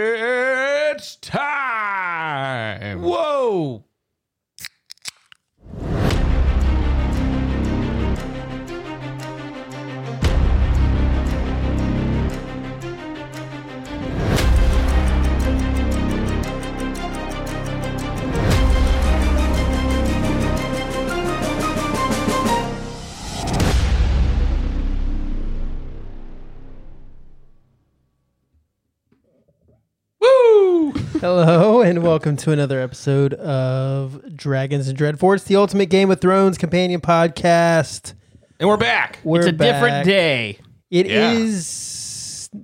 It's time. Whoa. Woo. Hello and welcome to another episode of Dragons and Dreadforts, the ultimate Game of Thrones companion podcast. And we're back. We're it's a back. different day. It is Yeah.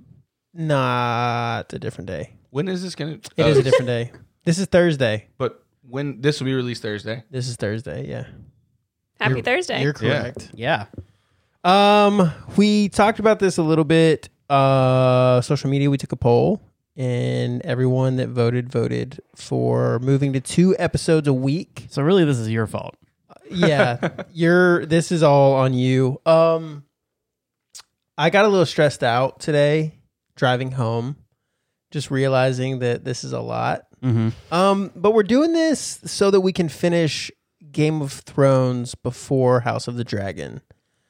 not a different day. When is this going to? It is a different day. This is Thursday. But when this will be released Thursday. This is Thursday. Yeah, Happy Thursday. you're correct. Yeah. Um, we talked about this a little bit. Uh, social media. We took a poll, and everyone that voted voted for moving to two episodes a week. So really, this is your fault. yeah you're this is all on you um i got a little stressed out today driving home just realizing that this is a lot Mm-hmm. um but we're doing this so that we can finish game of thrones before house of the dragon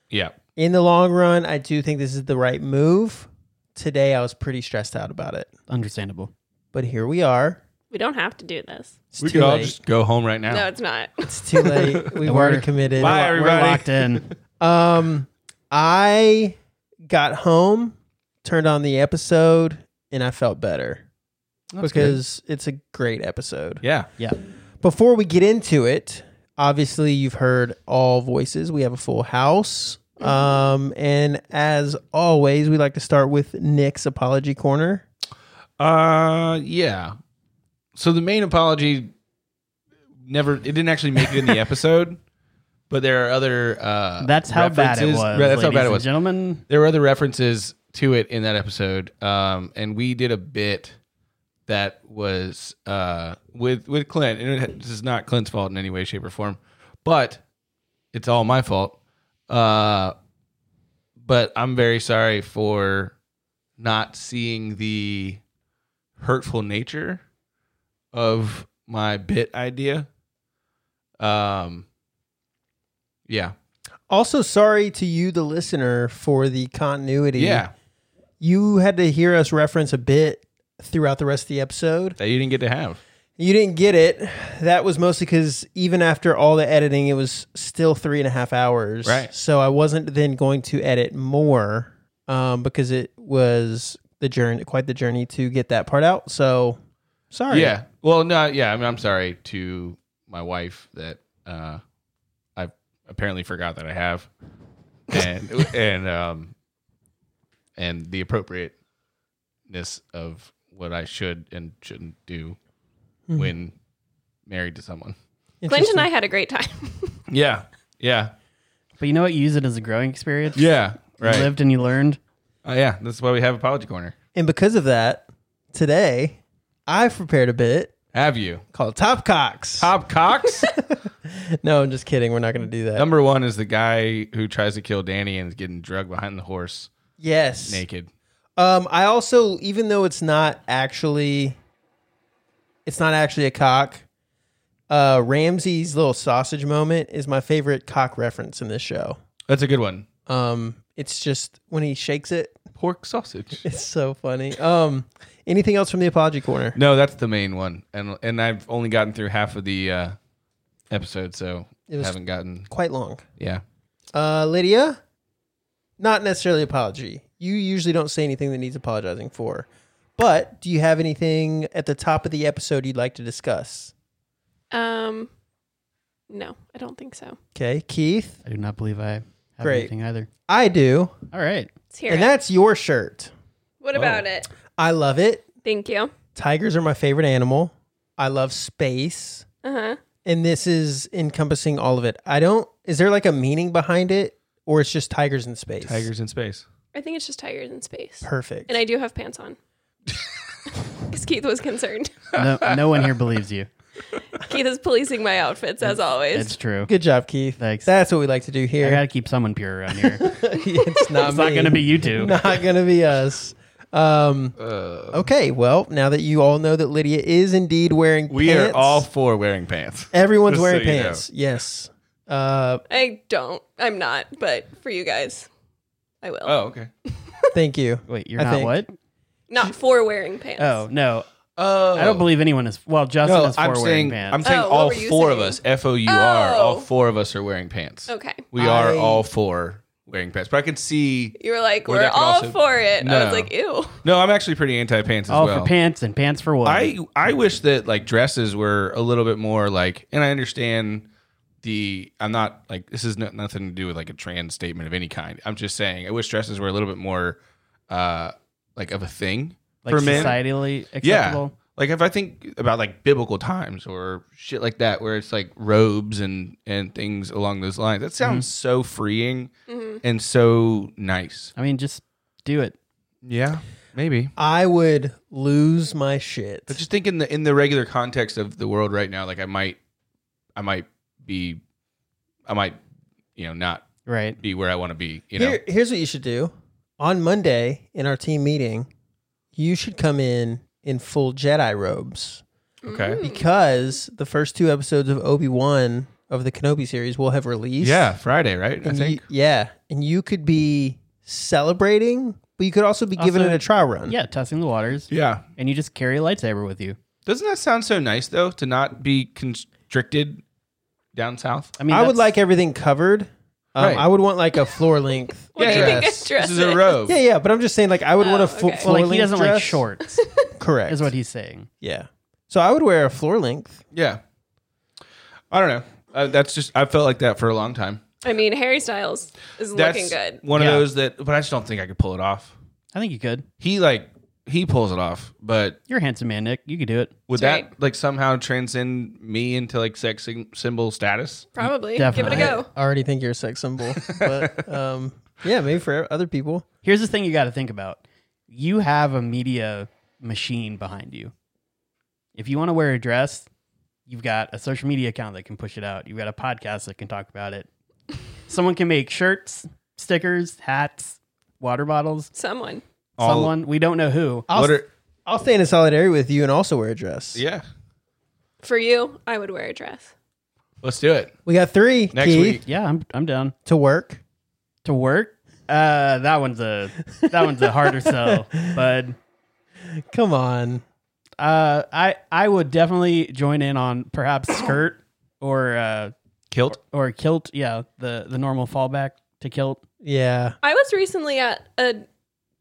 Yeah. in the long run i do think this is the right move today i was pretty stressed out about it Understandable. but here we are We don't have to do this. it's We too could all late just go home right now. No, it's not. it's too late we've already committed Bye, We're everybody. locked in. Um, I got home, turned on the episode, and I felt better because it's a great episode. yeah. yeah. Before we get into it, obviously you've heard all voices. We have a full house. Mm-hmm. Um, and as always, we like to start with Nick's apology corner. Uh, yeah. So the main apology never. It didn't actually make it in the episode, but there are other. Uh, That's how bad it references- was. Right, that's how ladies bad it and was. Gentlemen, there were other references to it in that episode um and we did a bit that was uh with with clint and it, this is not clint's fault in any way shape or form but it's all my fault uh but i'm very sorry for not seeing the hurtful nature of my bit idea um yeah Also, sorry to you, the listener, for the continuity. yeah You had to hear us reference a bit throughout the rest of the episode. that you didn't get to have You didn't get it. That was mostly because even after all the editing, it was still three and a half hours. Right. So I wasn't then going to edit more um, because it was the journey, quite the journey to get that part out. So sorry. Yeah. Well, no, yeah. I mean, I'm sorry to my wife that uh, I apparently forgot that I have, and and um, and the appropriateness of what I should and shouldn't do when married to someone. Clint Interesting. and I had a great time. Yeah. Yeah. but you know what? You use it as a growing experience. Yeah. Right. You lived and you learned. Oh, yeah. That's why we have apology corner. And because of that, today I've prepared a bit Have you? called Top Cocks. Bob Cox. no, I'm just kidding. We're not going to do that. Number one is the guy who tries to kill Danny and is getting drugged behind the horse yes. naked. Um, I also, even though it's not actually, it's not actually a cock. Uh, Ramsey's little sausage moment is my favorite cock reference in this show. That's a good one. Um, it's just when he shakes it, Pork sausage. it's so funny. Um, anything else from the apology corner? No, that's the main one, and and I've only gotten through half of the uh, episode, so It was- haven't gotten. Quite long. Yeah, Uh, Lydia, not necessarily apology. You usually don't say anything that needs apologizing for, but do you have anything at the top of the episode you'd like to discuss? Um, no, I don't think so. Okay, Keith, I do not believe I have Great. anything either. I do. All right. Let's hear and it. that's your shirt. What about it? I love it. Thank you. Tigers are my favorite animal. I love space. Uh huh. And this is encompassing all of it. I don't, is there like a meaning behind it or it's just tigers in space? tigers in space. I think it's just tigers in space. Perfect. And I do have pants on. Because Keith was concerned. No, no one here believes you. Keith is policing my outfits as always. It's true. Good job, Keith. Thanks. That's what we like to do I here. gotta keep someone pure around here. it's not, it's not me. gonna be you two. Not gonna be us. Um, Uh, okay, well, now that you all know that Lydia is indeed wearing we pants, are all for wearing pants. everyone's just wearing so you know. pants. Yes. Uh, I don't. I'm not. But for you guys, I will. Oh, okay. thank you. Wait, you're I not think- what? Not for wearing pants. Oh no, Oh, I don't believe anyone is. Well, Justin No, is for I'm wearing saying pants. I'm saying Oh, what all were you four of saying? us. F O U R. All Oh. four of us are wearing pants. Okay. We are I- all four wearing pants. But I can see. You were like, Or we're that could all also- for it. I No. was like, ew. No, I'm actually pretty anti pants as all well. for pants and pants for what? I I wish that like dresses were a little bit more like, and I understand the. I'm not like this is no, nothing to do with like a trans statement of any kind. I'm just saying I wish dresses were a little bit more, uh, like of a thing like for men. societally Yeah, acceptable. like if I think about like biblical times or shit like that, where it's like robes and and things along those lines. That sounds so freeing and so nice. I mean, just do it. Yeah, maybe. I would lose my shit. But just think in the in the regular context of the world right now, like I might, I might be, I might, you know, not Right. be where I want to be. You know, Here, here's what you should do. On Monday in our team meeting, you should come in in full Jedi robes okay, mm-hmm. because the first two episodes of Obi Wan of the Kenobi series will have released. yeah, Friday, right? I And think. You, yeah, and you could be celebrating, but you could also be giving Also- it a trial run. Yeah, tossing the waters, yeah, and you just carry a lightsaber with you. doesn't that sound so nice though to not be constricted down south? I mean, I would that's- like everything covered. Um, Right. I would want like a floor length What do you think dress. a dress This is a is? robe. Yeah, yeah, but I'm just saying, like, I would Oh, want a fo- okay. floor Well, length. like he doesn't dress. like shorts, Correct. is what he's saying. yeah. So I would wear a floor length. Yeah. I don't know. Uh, that's just I felt like that for a long time. I mean, Harry Styles is That's looking good. One Yeah. of those that, but I just don't think I could pull it off. I think you could. He like he pulls it off, but You're a handsome man, Nick. You could do it. Would That's that like somehow transcend me into like sex sym- symbol status? Probably. Definitely. Give it a go. I already think you're a sex symbol, but um, yeah, maybe for other people. Here's the thing you got to think about. You have a media machine behind you. If you want to wear a dress, you've got a social media account that can push it out. You've got a podcast that can talk about it. Someone can make shirts, stickers, hats, water bottles. Someone. All- Someone we don't know who. I'll, What s- are- I'll stand in solidarity with you and also wear a dress. yeah, For you, I would wear a dress. let's do it We got three next Keith, week. Yeah, I'm I'm down to work. to work. Uh, that one's a that one's a harder sell, bud. Come on. Uh, I I would definitely join in on perhaps skirt or uh, Kilt. or kilt. Yeah, the the normal fallback to kilt. Yeah. I was recently at a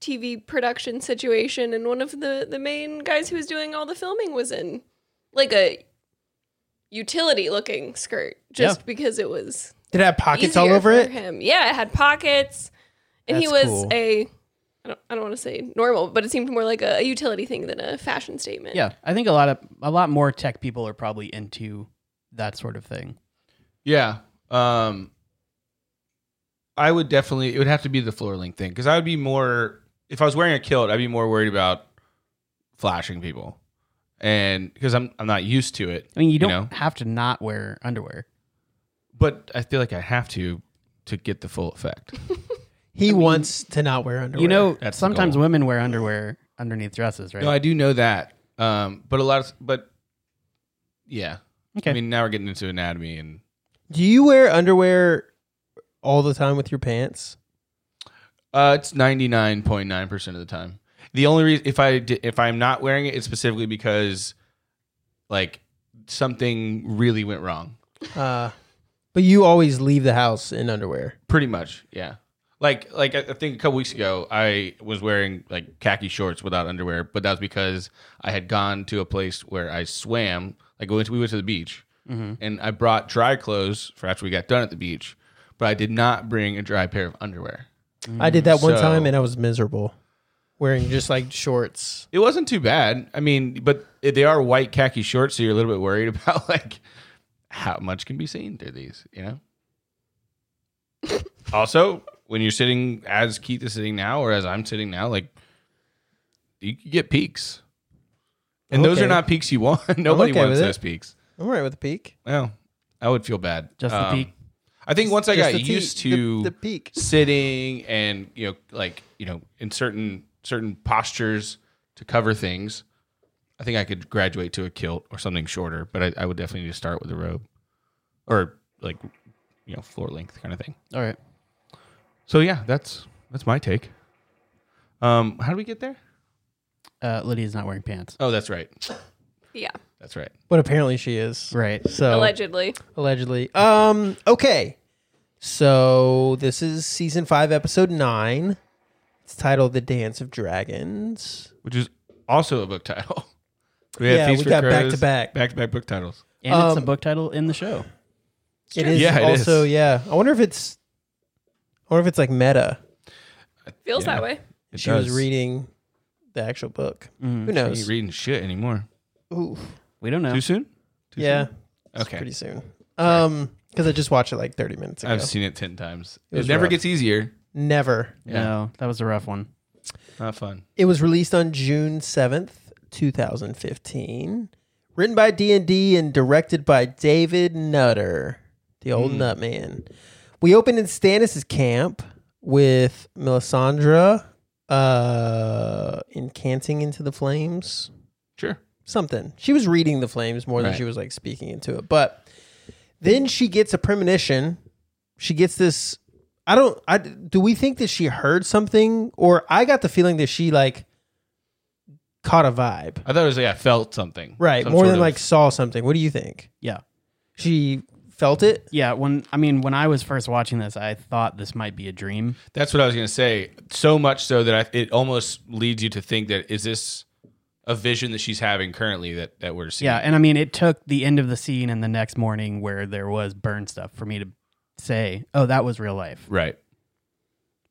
TV production situation, and one of the the main guys who was doing all the filming was in like a utility looking skirt, just Yeah. because it was Did it have pockets all easier over for it? Him, yeah, it had pockets, and he That's was cool. a. I don't, I don't want to say normal, but it seemed more like a, a utility thing than a fashion statement. Yeah, I think a lot of a lot more tech people are probably into that sort of thing. Yeah. Um, I would definitely. It would have to be the floor length thing because I would be more. If I was wearing a kilt, I'd be more worried about flashing people, and because I'm I'm not used to it. I mean, you don't know? have to not wear underwear. But I feel like I have to to get the full effect. He wants to not wear underwear. You know, That's the sometimes goal. women wear underwear underneath dresses, right? No, I do know that. Um, but a lot of but yeah. okay. I mean, now we're getting into anatomy and do you wear underwear all the time with your pants? Uh, it's ninety nine point nine percent of the time. The only reason if I di- if I'm not wearing it, it's specifically because like something really went wrong. Uh, but you always leave the house in underwear. Pretty much, yeah. Like like I I think a couple weeks ago, I was wearing like khaki shorts without underwear, but that was because I had gone to a place where I swam. Like we went to, we went to the beach, and I brought dry clothes for after we got done at the beach, but I did not bring a dry pair of underwear. I did that one Mm, So- time and I was miserable wearing just like shorts. It wasn't too bad. I mean, but they are white khaki shorts, so you're a little bit worried about like how much can be seen through these, you know? also, when you're sitting as Keith is sitting now or as I'm sitting now, like you could get peaks. And those Okay. are not peaks you want. Nobody okay wants with it. those peaks. I'm all right with the peak. Well, I would feel bad. Just the Um, peak. I think once I Just got the tee- used the- to the peak. sitting and you know like you know in certain certain postures to cover things, I think I could graduate to a kilt or something shorter. But I, I would definitely need to start with a robe or like you know floor length kind of thing. All right. So yeah, that's that's my take. Um, how do we get there? Uh, Lydia's not wearing pants. Oh, that's right. Yeah, That's right. But apparently she is. Right. So allegedly. allegedly. Um. Okay. So this is season five, episode nine. It's titled "The Dance of Dragons." Which is also a book title. We Yeah, Feast we for got back Crows, to back. back to back book titles. And it's a Um, book title in the show. It is Yeah, it also is. yeah. I wonder if it's, I wonder if it's like meta. Feels Yeah. that way. It she was does. Mm, reading the actual book. Who She ain't knows? reading shit anymore. Ooh, Mm-hmm. We don't know. Too soon? Too yeah, soon? it's Okay. pretty soon. Um, because I just watched it like thirty minutes ago. I've seen it ten times. It It, was never rough. gets easier. Never. No, that was a rough one. Not fun. It was released on June seventh, two thousand fifteen. Written by D and D and directed by David Nutter, the old nut man. We opened in Stannis' camp with Melisandre uh incanting into the flames. Sure. something. She was reading the flames more than Right. she was like speaking into it. But then she gets a premonition. She gets this. I don't. I do we think that she heard something, or I got the feeling that she like caught a vibe, I thought it was like I felt something. right? Some more sort than of- like saw something. What do you think? Yeah. She felt it. Yeah. When I mean, when I was first watching this, I thought this might be a dream. That's what I was gonna say. So much so that I, it almost leads you to think that is this a vision that she's having currently that that we're seeing. Yeah. And I mean, it took the end of the scene and the next morning where there was burn stuff for me to say, oh, that was real life. Right.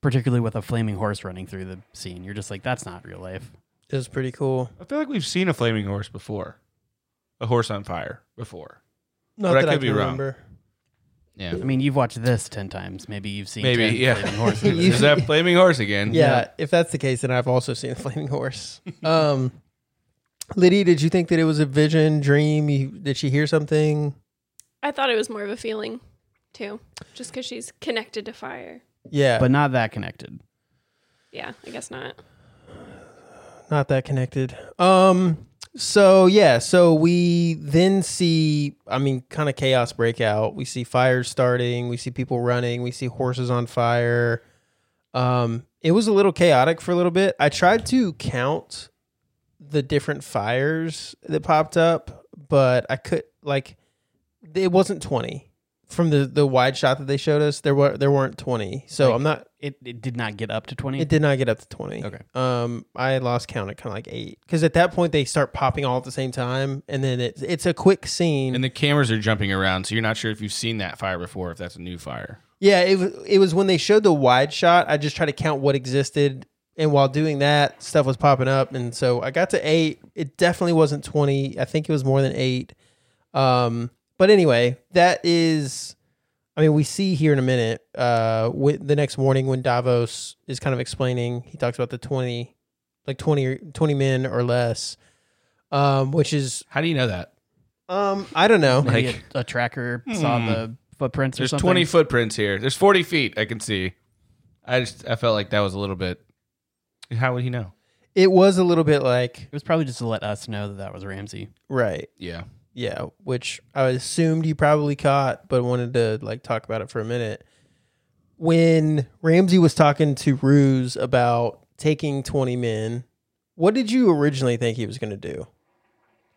Particularly with a flaming horse running through the scene. You're just like, that's not real life. It was pretty cool. I feel like we've seen a flaming horse before, a horse on fire before. Not But I that I, could be can wrong. remember. Yeah. I mean, you've watched this 10 times. Maybe you've seen Maybe. 10 Yeah. flaming horses. You- Is that flaming horse again? Yeah, if that's the case, then I've also seen the flaming horse. Um, Liddy, did you think that it was a vision, dream? You, did she hear something? I thought it was more of a feeling, too, just because she's connected to fire. Yeah, but not that connected. Yeah, I guess not. not that connected. Um. So yeah. So we then see. I mean, kind of chaos break out. We see fires starting. We see people running. We see horses on fire. Um. It was a little chaotic for a little bit. I tried to count the different fires that popped up, but I could like it wasn't twenty from the the wide shot that they showed us. There were there weren't twenty. So Like- I'm not It, it did not get up to 20. it did not get up to 20. Okay. Um, I lost count at kind of like eight because at that point they start popping all at the same time, and then it's it's a quick scene. And the cameras are jumping around, so you're not sure if you've seen that fire before, if that's a new fire. yeah, it was it was when they showed the wide shot. I just tried to count what existed, and while doing that, stuff was popping up, and so I got to eight. It definitely wasn't 20. I think it was more than eight. Um, but anyway, that is. I mean, we see here in a minute. Uh, with the next morning when Davos is kind of explaining, he talks about the twenty, like 20, or- 20 men or less, um, which is How do you know that? um, I don't know. Maybe like- a, a tracker saw Hmm. the footprints or There's something. 20 footprints here. There's 40 feet I can see. I just I felt like that was a little bit. How would he know? It was a little bit like It was probably just to let us know that that was Ramsey. right, Yeah. yeah, which I assumed you probably caught, but wanted to like talk about it for a minute. When Ramsey was talking to Ruse about taking twenty men, what did you originally think he was going to do?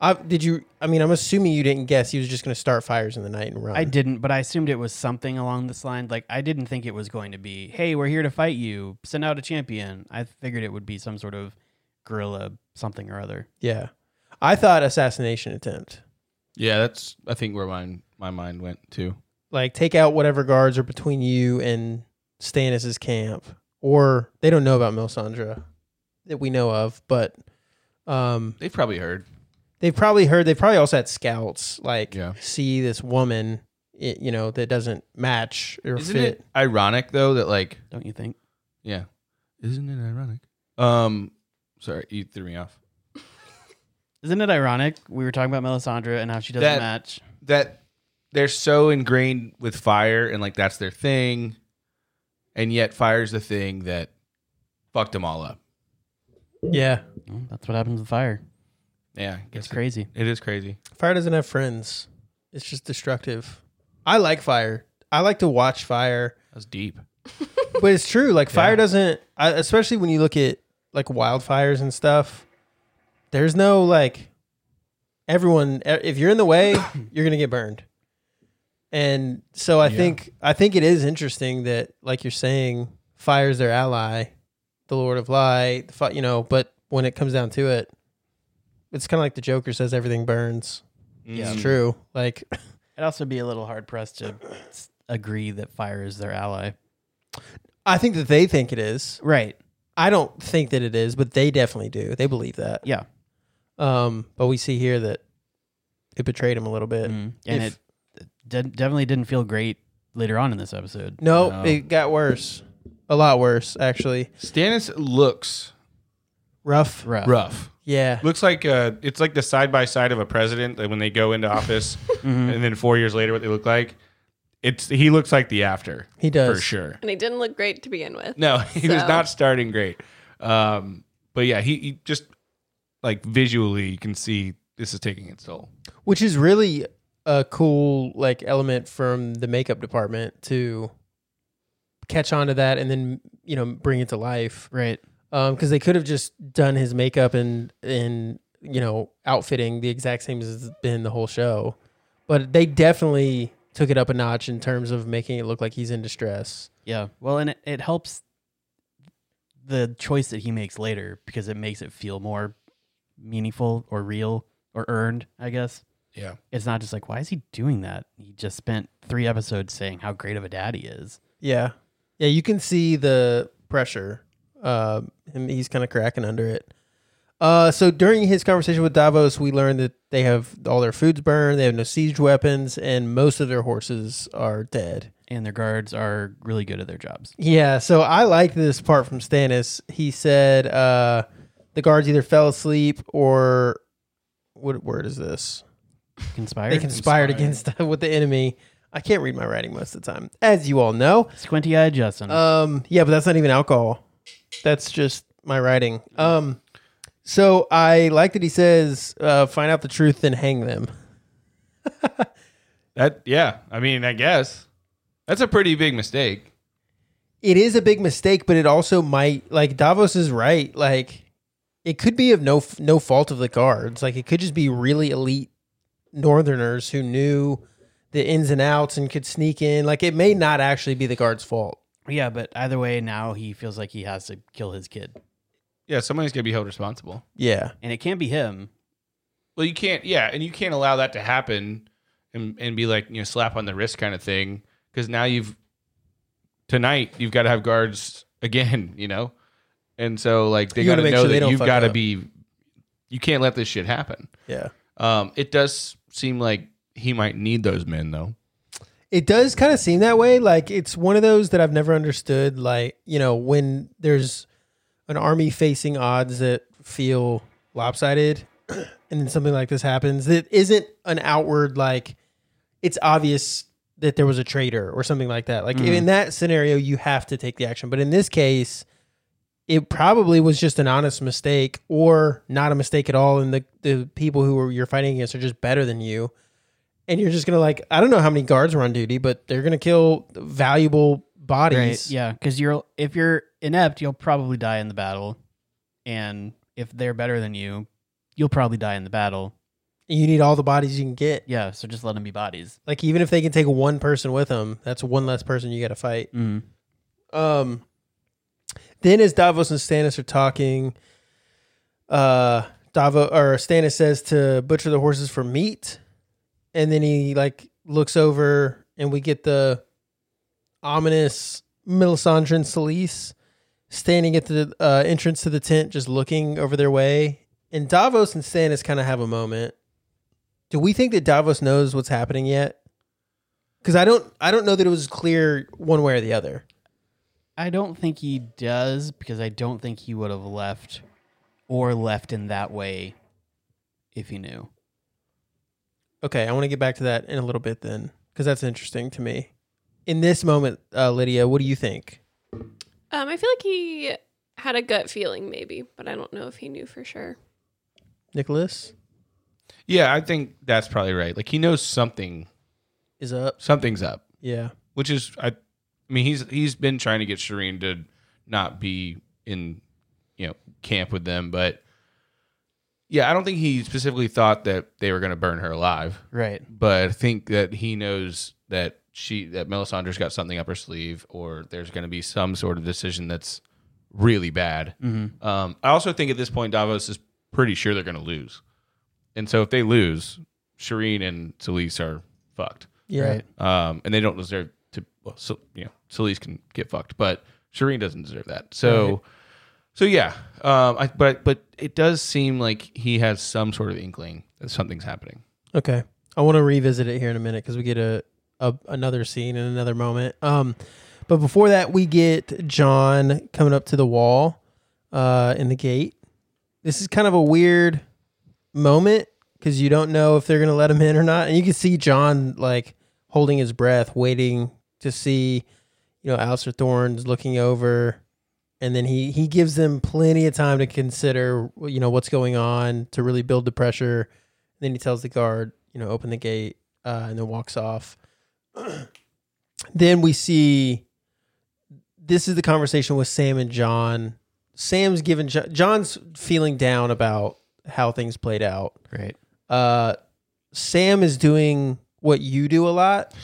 I, did you? I mean, I'm assuming you didn't guess he was just going to start fires in the night and run. I didn't, but I assumed it was something along this line. Like I didn't think it was going to be, "Hey, we're here to fight you. Send out a champion." I figured it would be some sort of guerrilla something or other. Yeah, I thought assassination attempt, Yeah, that's I think where mine my mind went to. like take out whatever guards are between you and Stannis's camp, or they don't know about Melisandre that we know of, but um, They've probably heard. they've probably heard they've probably also had scouts like Yeah. see this woman i- you know that doesn't match or Isn't fit it ironic though that like Don't you think? yeah, isn't it ironic? Um, sorry, you threw me off. Isn't it ironic? We were talking about Melisandre and how she doesn't That- match. that they're so ingrained with fire and like that's their thing, and yet fire's the thing that fucked them all up. Yeah. Well, that's what happens with fire. Yeah, I guess It's crazy. It, it is crazy. Fire doesn't have friends. It's just destructive. I like fire. I like to watch fire. That's deep. but it's true. Like fire doesn't, I, especially when you look at like wildfires and stuff. There's no like everyone. e- If you're in the way, you're gonna get burned. And so I think I think it is interesting that like you're saying, fire's their ally, the Lord of Light. The fi- you know, but when it comes down to it, it's kind of like the Joker says, everything burns. Yeah, It's true. Like I'd also be a little hard pressed to s- agree that fire is their ally. I think that they think it is. Right. I don't think that it is, but they definitely do. They believe that. Yeah. Um, but we see here that it betrayed him a little bit. Mm. And If- it de- definitely didn't feel great later on in this episode. No, No. it got worse. A lot worse, actually. Stannis looks Rough. Rough. rough. Yeah. Looks like uh, it's like the side by side of a president that when they go into office, Mm-hmm. and then four years later, what they look like. It's he looks like the after He does. for sure. And he didn't look great to begin with. No, he was So- not starting great. Um, but yeah, he, he just like visually, you can see this is taking its toll. Which is really a cool like element from the makeup department to catch on to that and then you know bring it to life Right. because Um, they could have just done his makeup and and you know outfitting the exact same as it's been the whole show but they definitely took it up a notch in terms of making it look like he's in distress Yeah. Well, and it, it helps the choice that he makes later because it makes it feel more meaningful or real or earned, I guess. Yeah. It's not just like, why is he doing that? He just spent three episodes saying how great of a dad he is. Yeah, yeah, you can see the pressure. Um, him, he's kind of cracking under it. Uh, so during his conversation with Davos, we learned that they have all their foods burned, they have no siege weapons, and most of their horses are dead. And their guards are really good at their jobs. Yeah, so I like this part from Stannis. He said uh, the guards either fell asleep or what word is this? Conspired. They conspired against with the enemy. I can't read my writing most of the time, as you all know. Squinty eyed Justin. Um, yeah, but that's not even alcohol. That's just my writing. Um, so I like that he says, uh, "Find out the truth and hang them." That yeah, I mean, I guess that's a pretty big mistake. It is a big mistake, but it also might like Davos is right. Like, it could be of no no fault of the guards. Like, it could just be really elite Northerners who knew the ins and outs and could sneak in. Like, it may not actually be the guards' fault. yeah, but either way, now he feels like he has to kill his kid. Yeah, somebody's gonna be held responsible. Yeah, And it can't be him. Well, you can't. Yeah, and you can't allow that to happen, and and be like you know slap on the wrist kind of thing. Because now you've tonight you've got to have guards again. You know, and so like they You got wanna to make know sure they that don't you've fuck got to up. be. You can't let this shit happen. yeah. Um, it does seem like he might need those men though. It does kind of seem that way. Like it's one of those that I've never understood. Like you know, when there's an army facing odds that feel lopsided, and then something like this happens that isn't an outward like it's obvious that there was a traitor or something like that. Like in that scenario, you have to take the action. But in this case, it probably was just an honest mistake or not a mistake at all. And the, the people who were, you're fighting against are just better than you. And you're just going to like, I don't know how many guards were on duty, but they're going to kill valuable bodies. Yeah, because you're if you're inept, you'll probably die in the battle, and if they're better than you, you'll probably die in the battle. You need all the bodies you can get. Yeah, so just let them be bodies. Like even if they can take one person with them, that's one less person you got to fight. Mm. Um, then as Davos and Stannis are talking, uh, Davos or Stannis says to butcher the horses for meat, and then he like looks over, and we get the ominous Melisandre and Selyse standing at the uh, entrance to the tent, just looking over their way. And Davos and Stannis kind of have a moment. Do we think that Davos knows what's happening yet? Because I don't, I don't know that it was clear one way or the other. I don't think he does because I don't think he would have left or left in that way if he knew. Okay, I want to get back to that in a little bit then, because that's interesting to me. In this moment, uh, Lydia, what do you think? Um, I feel like he had a gut feeling maybe, but I don't know if he knew for sure. Nicholas Yeah, I think that's probably right. Like he knows something, is up. something's up, Yeah. which is I, I mean he's he's been trying to get Shireen to not be in, you know, camp with them, but yeah, I don't think he specifically thought that they were going to burn her alive, Right. but I think that he knows that she that Melisandre's got something up her sleeve, or there's going to be some sort of decision that's really bad. Um, I also think at this point Davos is pretty sure they're going to lose, and so if they lose, Shireen and Solis are fucked, Yeah. Right. um, and they don't deserve to. Well, so, you know, Solis can get fucked, but Shireen doesn't deserve that. So. So yeah, um, I, but but it does seem like he has some sort of inkling that something's happening. Okay. I want to revisit it here in a minute because we get a, a another scene and another moment. Um, but before that, we get John coming up to the wall, uh, in the gate. This is kind of a weird moment because you don't know if they're gonna let him in or not, and you can see John like holding his breath, waiting to see, you know, Alistair Thorne's looking over. And then he, he gives them plenty of time to consider, you know, what's going on to really build the pressure. And then he tells the guard, you know, open the gate, uh, and then walks off. then we see this is the conversation with Sam and John. Sam's given Jo- John's feeling down about how things played out. Right. Uh, Sam is doing what you do a lot,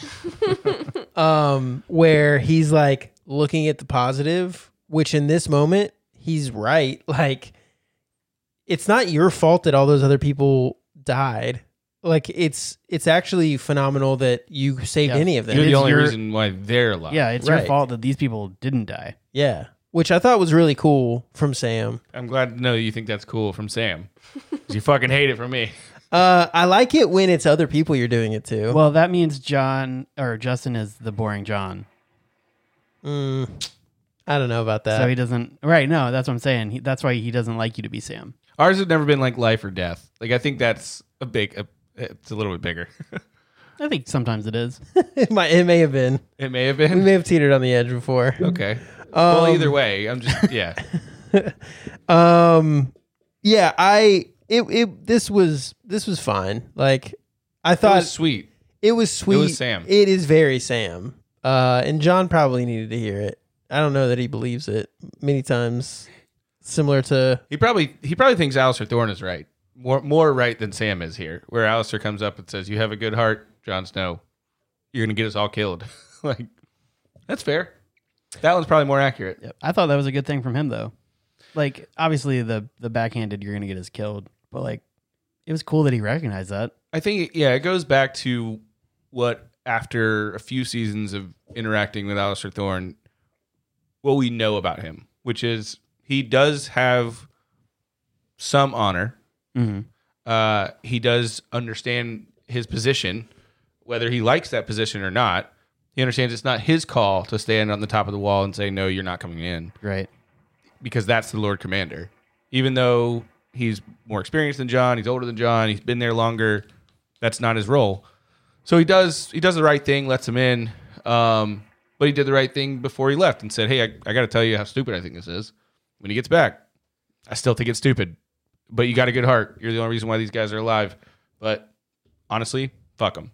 um, where he's like looking at the positive, which in this moment he's right. Like, it's not your fault that all those other people died. Like, it's it's actually phenomenal that you saved Yeah. any of them. You're It's the only your- reason why they're alive. Yeah, it's Right. your fault that these people didn't die. yeah, which I thought was really cool from Sam. I'm glad to know you think that's cool from Sam. 'Cause you fucking hate it from me. Uh, I like it when it's other people you're doing it to. Well, that means John or Justin is the boring John. Mm, I don't know about that. so he doesn't. Right. No, that's what I'm saying. He, that's why he doesn't like you to be Sam. Ours has never been like life or death. Like I think that's a big. A, it's a little bit bigger. I think sometimes it is. it, might, it may have been. it may have We been may have teetered on the edge before. okay. Um, well, either way, I'm just yeah. Um, yeah, I it it this was this was fine. Like I That thought was sweet. it was sweet. Sam. It is very Sam. Uh, and John probably needed to hear it. I don't know that he believes it many times. Similar to He probably he probably thinks Alistair Thorne is right. More more right than Sam is here. Where Alistair comes up and says, "You have a good heart, Jon Snow. You're gonna get us all killed." like that's fair. That one's probably more accurate. I thought that was a good thing from him though. Like obviously the the backhanded you're gonna get us killed, but like it was cool that he recognized that. I think yeah, it goes back to what after a few seasons of interacting with Alistair Thorne, what we know about him, which is he does have some honor. Mm-hmm. Uh, he does understand his position, whether he likes that position or not. He understands it's not his call to stand on the top of the wall and say, "No, you're not coming in," Right. because that's the Lord Commander. Even though he's more experienced than John, he's older than John, he's been there longer. That's not his role. So he does he does the right thing, lets him in. Um, but he did the right thing before he left and said, "Hey, I, I got to tell you how stupid I think this is." When he gets back, I still think it's stupid, but you got a good heart. You're the only reason why these guys are alive. But honestly, fuck them.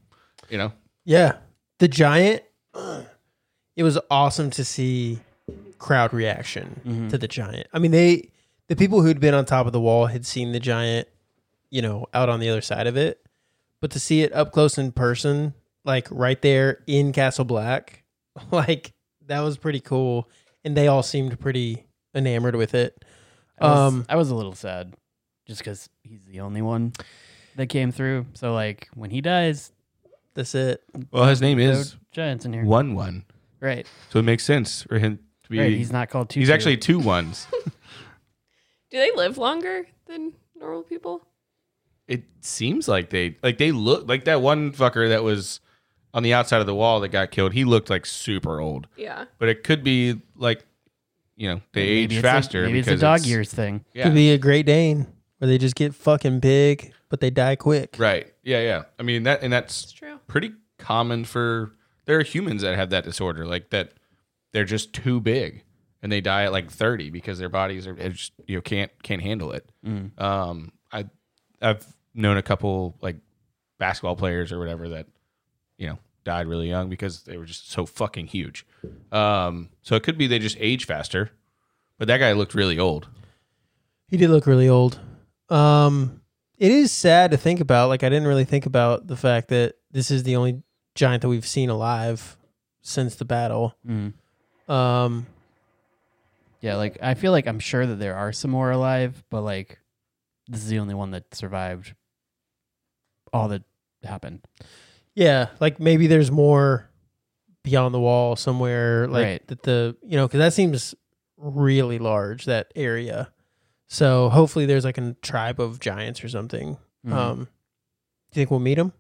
You know, yeah, the giant. It was awesome to see crowd reaction to the giant. I mean, they the people who'd been on top of the wall had seen the giant, you know, out on the other side of it, but to see it up close in person, like right there in Castle Black, like that was pretty cool. And they all seemed pretty enamored with it. I was, Um, I was a little sad just because he's the only one that came through. So like when he dies, That's it. well, his name no is giants in here. One One, Right. so it makes sense for him to be. Right. he's He's not called two. he's actually two ones. Do they live longer than normal people? It seems like they like they look like that one fucker that was on the outside of the wall that got killed. He looked like super old, Yeah. but it could be like you know they Maybe age it's a- faster. maybe it's because a dog years thing. Could Yeah, be a Great Dane where they just get fucking big, but they die quick. right. Yeah, yeah. I mean that, and that's It's true. pretty common for there are humans that have that disorder, like that they're just too big and they die at like 30 because their bodies are it's just, you know can't can't handle it. Um, I I've known a couple like basketball players or whatever that you know died really young because they were just so fucking huge. Um, so it could be they just age faster, but that guy looked really old. He did look really old. Um, it is sad to think about. Like I didn't really think about the fact that this is the only giant that we've seen alive since the battle. Mm. Um, Yeah, like I feel like I'm sure that there are some more alive, but like this is the only one that survived all that happened. yeah, like maybe there's more beyond the wall somewhere. Like Right. that the you know because that seems really large that area. So hopefully there's like a tribe of giants or something. Mhm. Mm-hmm. Um, do you think we'll meet them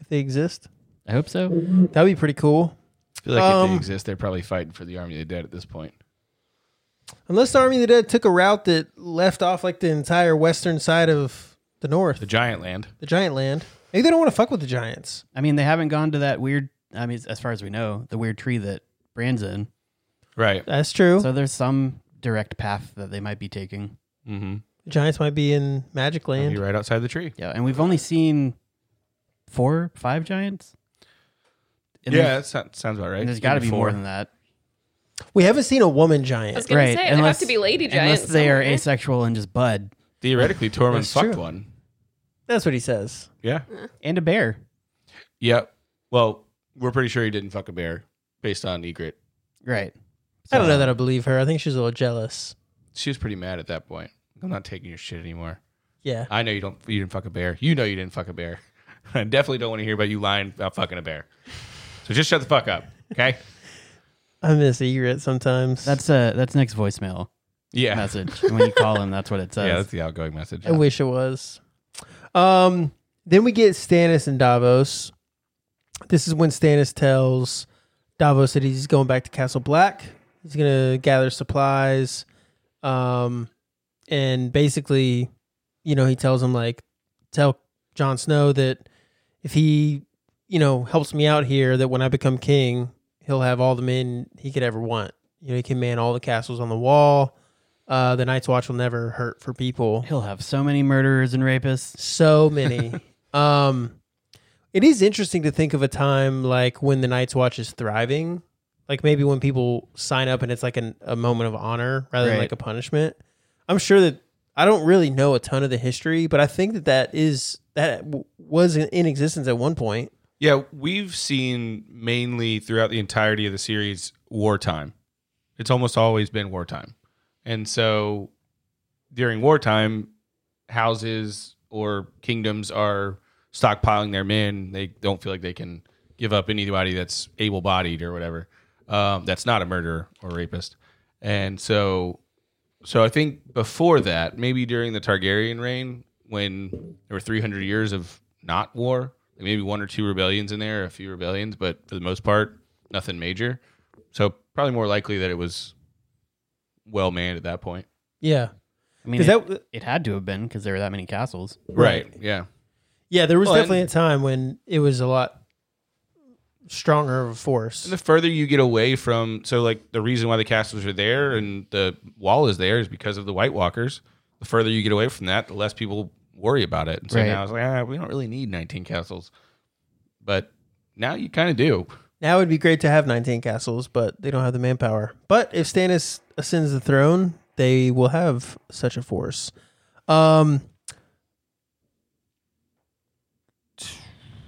if they exist? I hope so. That'd be pretty cool. I feel like if Um, they exist, they're probably fighting for the army of the dead at this point. Unless the Army of the Dead took a route that left off like the entire western side of The the north, giant land. the giant land. Maybe they don't want to fuck with the giants. I mean, they haven't gone to that weird. I mean, as far as we know, the weird tree that Brand's in. Right. That's true. So there's some direct path that they might be taking. Mm-hmm. the giants might be in Magic Land. Be right outside the tree. Yeah, and we've only seen four, five giants. And yeah, there's- that sounds, sounds about right. and there's got to be more Four. than that, We haven't seen a woman I was giant. gonna Right, say unless- they have to be lady giants. unless they are somewhere. asexual and just bud Theoretically, Tormund That's fucked true. one. That's what he says. Yeah. and a bear. Yep. Well, we're pretty sure he didn't fuck a bear based on Egret. Right. I don't know that I believe her. I think she's a little jealous. She was pretty mad at that point. I'm not taking your shit anymore. Yeah. I know you don't. You didn't fuck a bear. You know you didn't fuck a bear. I definitely don't want to hear about you lying about fucking a bear. So just shut the fuck up, okay? I miss Egret sometimes. That's uh that's next voicemail Yeah, message. And when you call him, that's what it yeah. That's says. the outgoing message. I wish it was. Um, then we get Stannis and Davos. This is when Stannis tells Davos that he's going back to Castle Black. He's gonna gather supplies, um, and basically, you know, he tells him like, tell Jon Snow that if he, you know, helps me out here, that when I become king, he'll have all the men he could ever want. You know, he can man all the castles on the wall. Uh, the Night's Watch will never hurt for people He'll have so many murderers and rapists. so many um it is interesting to think of a time like when the night's watch is thriving like maybe when people sign up and it's like an, a moment of honor rather than Right. like a punishment i'm sure that i don't really know a ton of the history but i think that that is that w- was in, in existence at one point Yeah, we've seen mainly throughout the entirety of the series wartime. it's almost always been wartime. And so during wartime, houses or kingdoms are stockpiling their men. They don't feel like they can give up anybody that's able bodied or whatever, um, that's not a murderer or rapist. And so, so I think before that, maybe during the Targaryen reign, when there were 300 years of not war, maybe one or two rebellions in there, a few rebellions, but for the most part, nothing major. So probably more likely that it was well manned at that point. yeah I mean, is it, that it had to have been because there were that many castles. Right. Yeah. yeah there was Well, and- definitely a time when it was a lot stronger of a force And the further you get away from, so like the reason why the castles are there and the wall is there is because of the White Walkers. The further you get away from that, the less people worry about it. And so Right. now it's like, ah, we don't really need 19 castles. But now you kind of do. Now it'd be great to have 19 castles, but they don't have the manpower. But if Stannis ascends the throne, they will have such a force. Um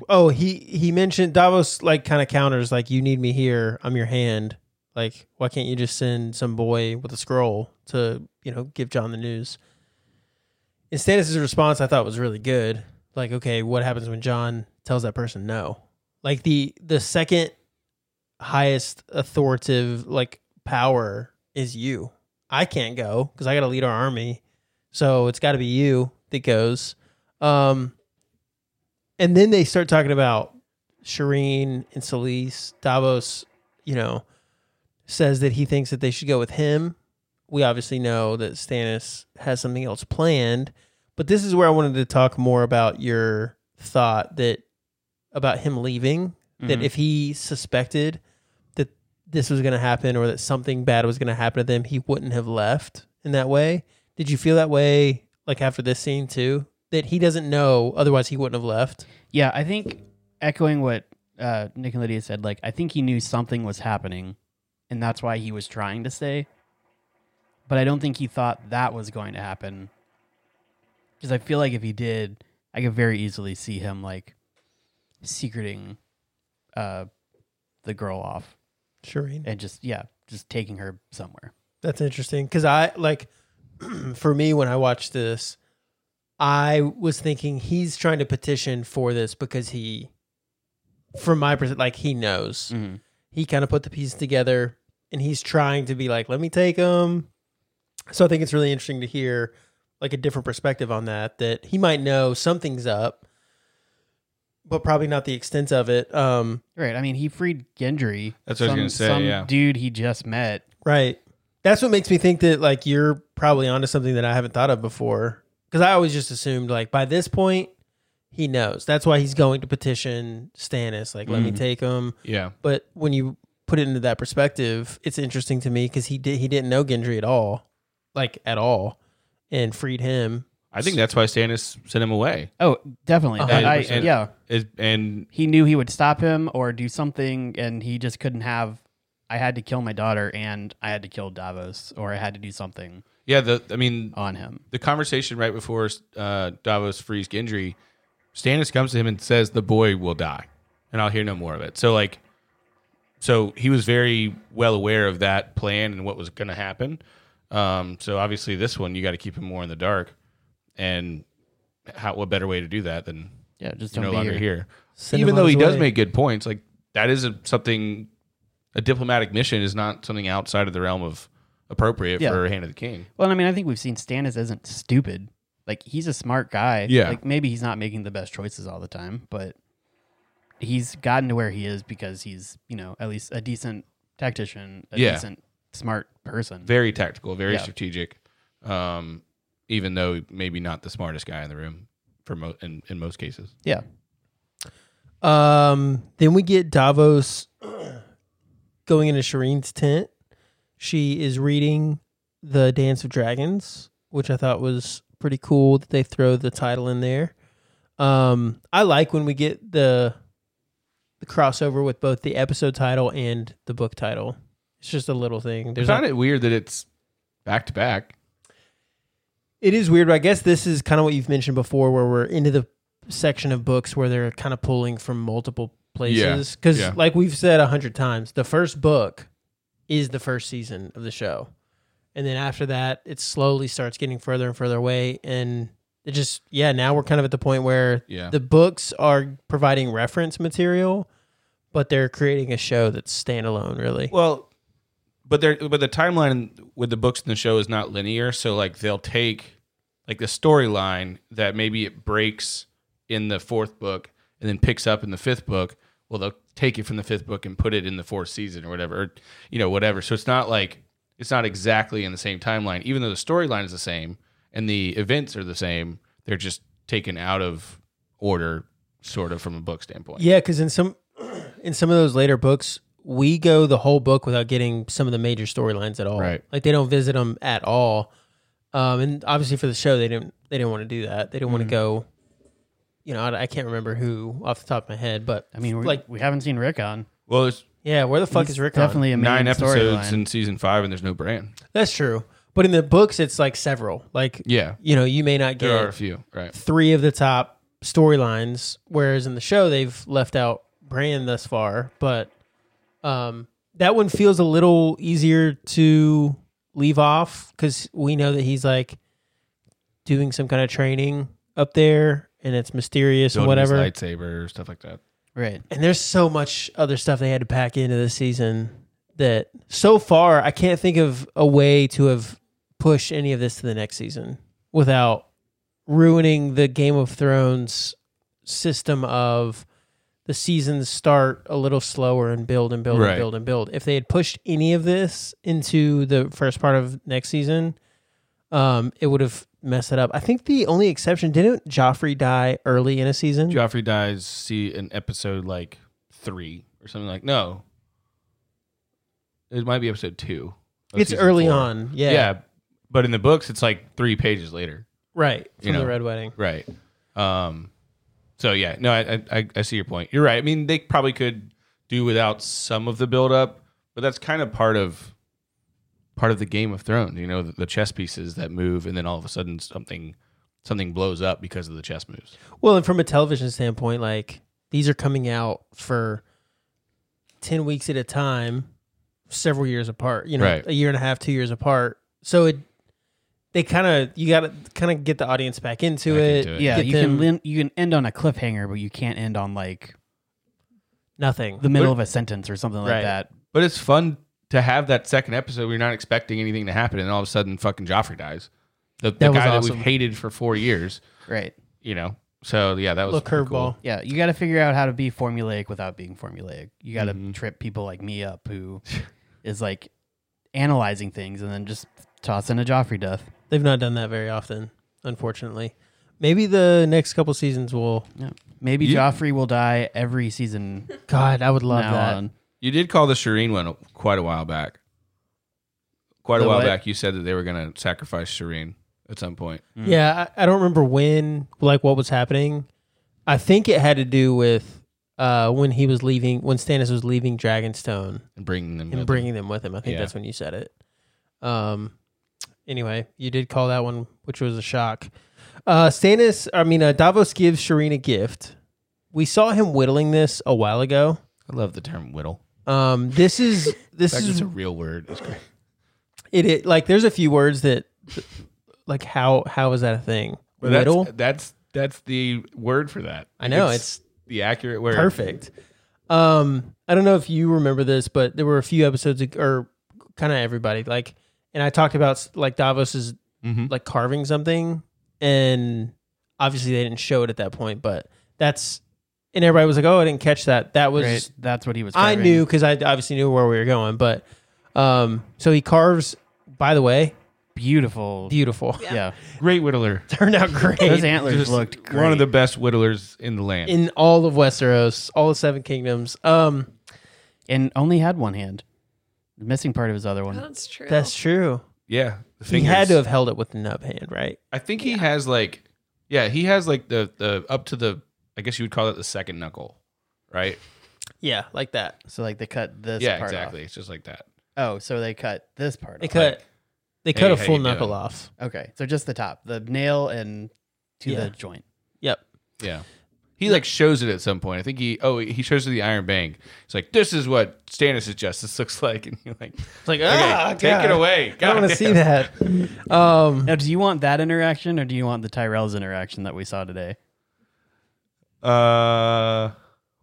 Oh, he he mentioned Davos like kind of counters like you need me here, I'm your hand. Like why can't you just send some boy with a scroll to, you know, give John the news? And Stannis' response I thought was really good. Like, okay, what happens when John tells that person no? like the the second highest authoritative like power is you i can't go because i gotta lead our army so it's gotta be you that goes um and then they start talking about shireen and Solis. davos you know says that he thinks that they should go with him we obviously know that stannis has something else planned but this is where i wanted to talk more about your thought that about him leaving that Mhm. if he suspected that this was going to happen or that something bad was going to happen to them, he wouldn't have left in that way. Did you feel that way like after this scene too? That he doesn't know, otherwise he wouldn't have left. Yeah, I think echoing what uh, Nick and Lydia said, like I think he knew something was happening, and that's why he was trying to stay. But I don't think he thought that was going to happen, because I feel like if he did, I could very easily see him like secreting uh, the girl off Shireen. and just yeah, just taking her somewhere. That's interesting because I like for me when I watched this, I was thinking he's trying to petition for this because he, from my perspective, like he knows Mm-hmm. he kind of put the pieces together and he's trying to be like, let me take him. So I think it's really interesting to hear like a different perspective on that, that he might know something's up, but probably not the extent of it. Um, Right. I mean, he freed Gendry. That's what I was some- gonna say, Some yeah. dude he just met. right. That's what makes me think that like you're probably onto something that I haven't thought of before. Cause I always just assumed like by this point, he knows. That's why he's going to petition Stannis, like, let me Mhm. take him. Yeah. But when you put it into that perspective, it's interesting to me because he did he didn't know Gendry at all, like at all, and freed him. I think that's why Stannis sent him away. Oh, definitely. hundred I- I- percent. yeah. Is and he knew he would stop him or do something and he just couldn't have i had to kill my daughter and i had to kill davos or i had to do something yeah, the I mean on him the conversation right before uh, Davos frees Gendry, Stannis comes to him and says, "The boy will die, and I'll hear no more of it." So like, so he was very well aware of that plan and what was going to happen. Um, so obviously, this one you got to keep him more in the dark, and how what better way to do that than yeah just you're no don't be longer here. here? Send him Even on though his he does way. make good points, like that is a, something. A diplomatic mission is not something outside of the realm of appropriate Yeah. for Hand of the King. well i mean i think we've seen stannis isn't stupid like he's a smart guy Yeah. like maybe he's not making the best choices all the time but he's gotten to where he is because he's you know at least a decent tactician a Yeah. decent smart person very tactical, very Yeah. strategic. Um, even though maybe not the smartest guy in the room for mo- in, in most cases. yeah Um, then we get Davos going into Shireen's tent. She is reading the Dance of Dragons, which I thought was pretty cool that they throw the title in there. Um, I like when we get the the crossover with both the episode title and the book title. It's just a little thing. I There's found not, it weird that it's back to back. it is weird, but I guess this is kind of what you've mentioned before, where we're into the section of books where they're kind of pulling from multiple places. Because, yeah. like we've said a hundred times, the first book is the first season of the show, and then after that, it slowly starts getting further and further away, and it just yeah. Now we're kind of at the point where Yeah. the books are providing reference material, but they're creating a show that's standalone, really. Well, but there, but the timeline with the books and the show is not linear. So like they'll take like the storyline that maybe it breaks in the fourth book and then picks up in the fifth book. Well, they'll take it from the fifth book and put it in the fourth season or whatever, or, you know, whatever. So it's not like it's not exactly in the same timeline, even though the storyline is the same and the events are the same. They're just taken out of order, sort of from a book standpoint. Yeah, because in some in some of those later books, we go the whole book without getting some of the major storylines at all. Right. Like they don't visit them at all. Um, and obviously for the show, they didn't they didn't want to do that. They didn't want to go. You know, I, I can't remember who off the top of my head, but i mean we, like, like we haven't seen rick on Well, there's yeah, where the fuck He's is Rick? Definitely, definitely a main nine episodes storyline. in season five, and there's no brand. that's true. But in the books, it's like several. Like Yeah. you know, you may not get There are a few, right? three of the top storylines, whereas in the show they've left out Brand thus far. But um, that one feels a little easier to leave off because we know that he's like doing some kind of training up there, and it's mysterious and Building his whatever. lightsaber stuff like that. right And there's so much other stuff they had to pack into this season that so far I can't think of a way to have pushed any of this to the next season without ruining the Game of Thrones system of the seasons start a little slower and build and build Right. and build and build. If they had pushed any of this into the first part of next season, um, it would have messed it up. I think the only exception didn't Joffrey die early in a season? Joffrey dies. See an episode like three or something like no. It might be episode two. of It's season early four. on. Yeah. Yeah. but in the books, it's like three pages later, Right. From You know. the Red Wedding. right? Um, so yeah, no, I, I I see your point. You're right. I mean, they probably could do without some of the buildup, but that's kind of part of part of the Game of Thrones. You know, the, the chess pieces that move, and then all of a sudden something something blows up because of the chess moves. Well, and from a television standpoint, like these are coming out for 10 weeks at a time, several years apart, you know, Right. a year and a half, two years apart. So it, they kind of, you got to kind of get the audience back into, Back it, into it. Yeah, Get you them- can lin- you can end on a cliffhanger, but you can't end on like Nothing. the middle of a sentence or something like Right. that. But it's fun to have that second episode. where You're not expecting anything to happen, and all of a sudden, fucking Joffrey dies. The, the That was guy that awesome. we've hated for four years. Right. you know. So yeah, that was Little pretty curveball. Yeah, you got to figure out how to be formulaic without being formulaic. You got to trip people like me up who is like analyzing things and then just toss in a Joffrey death. They've not done that very often, unfortunately. Maybe the next couple seasons will. Yeah. Maybe You- Joffrey will die every season God, I would love now that. on. You did call the Shireen one quite a while back. Quite The a while what? back, you said that they were going to sacrifice Shireen at some point. Mm-hmm. Yeah, I, I don't remember when, like what was happening. I think it had to do with uh, when he was leaving, when Stannis was leaving Dragonstone and bringing them. and with bringing them with him. I think Yeah. that's when you said it. Um. Anyway, you did call that one, which was a shock. Uh, Stannis, I mean, uh, Davos gives Shireen a gift. We saw him whittling this a while ago. them. I love the term whittle. Um, this is this This is is a real word. It's great. It, it like there's a few words that like how how is that a thing? But Whittle. that's, that's that's the word for that. I know, the accurate word. Perfect. Um, I don't know if you remember this, but there were a few episodes ag- or kind of everybody like, and I talked about s- like Davos is Mhm. like carving something, and obviously they didn't show it at that point, but that's and everybody was like, oh, I didn't catch that. That was Right? That's what he was. I covering. knew because I obviously knew where we were going, but um, so he carves. By the way, beautiful. beautiful. yeah. Great whittler. Turned out great. those antlers Just looked great. One of the best whittlers in the land. in all of Westeros, all the Seven Kingdoms. Um, and only had one hand. The missing part of his other one. That's true. that's true. yeah, the He fingers. had to have held it with the nub hand, right? I think he has like, yeah, he has like the the up to the. I guess you would call it the second knuckle, right? Yeah, like that. So like they cut this. yeah, part exactly. It's just like that. Off. Oh, so they cut this part. They off. cut, they cut Hey, a how full you doing? knuckle off. Okay, so just the top, the nail, and to Yeah. the joint. Yep. Yeah. He like shows it at some point. I think he oh he shows it the Iron Bank. He's like, this is what Stannis' justice looks like, and you're like, It's like, okay, ah, take God, it away. I don't want to Goddamn. see that. Um, Now, do you want that interaction, or do you want the Tyrell's interaction that we saw today Uh,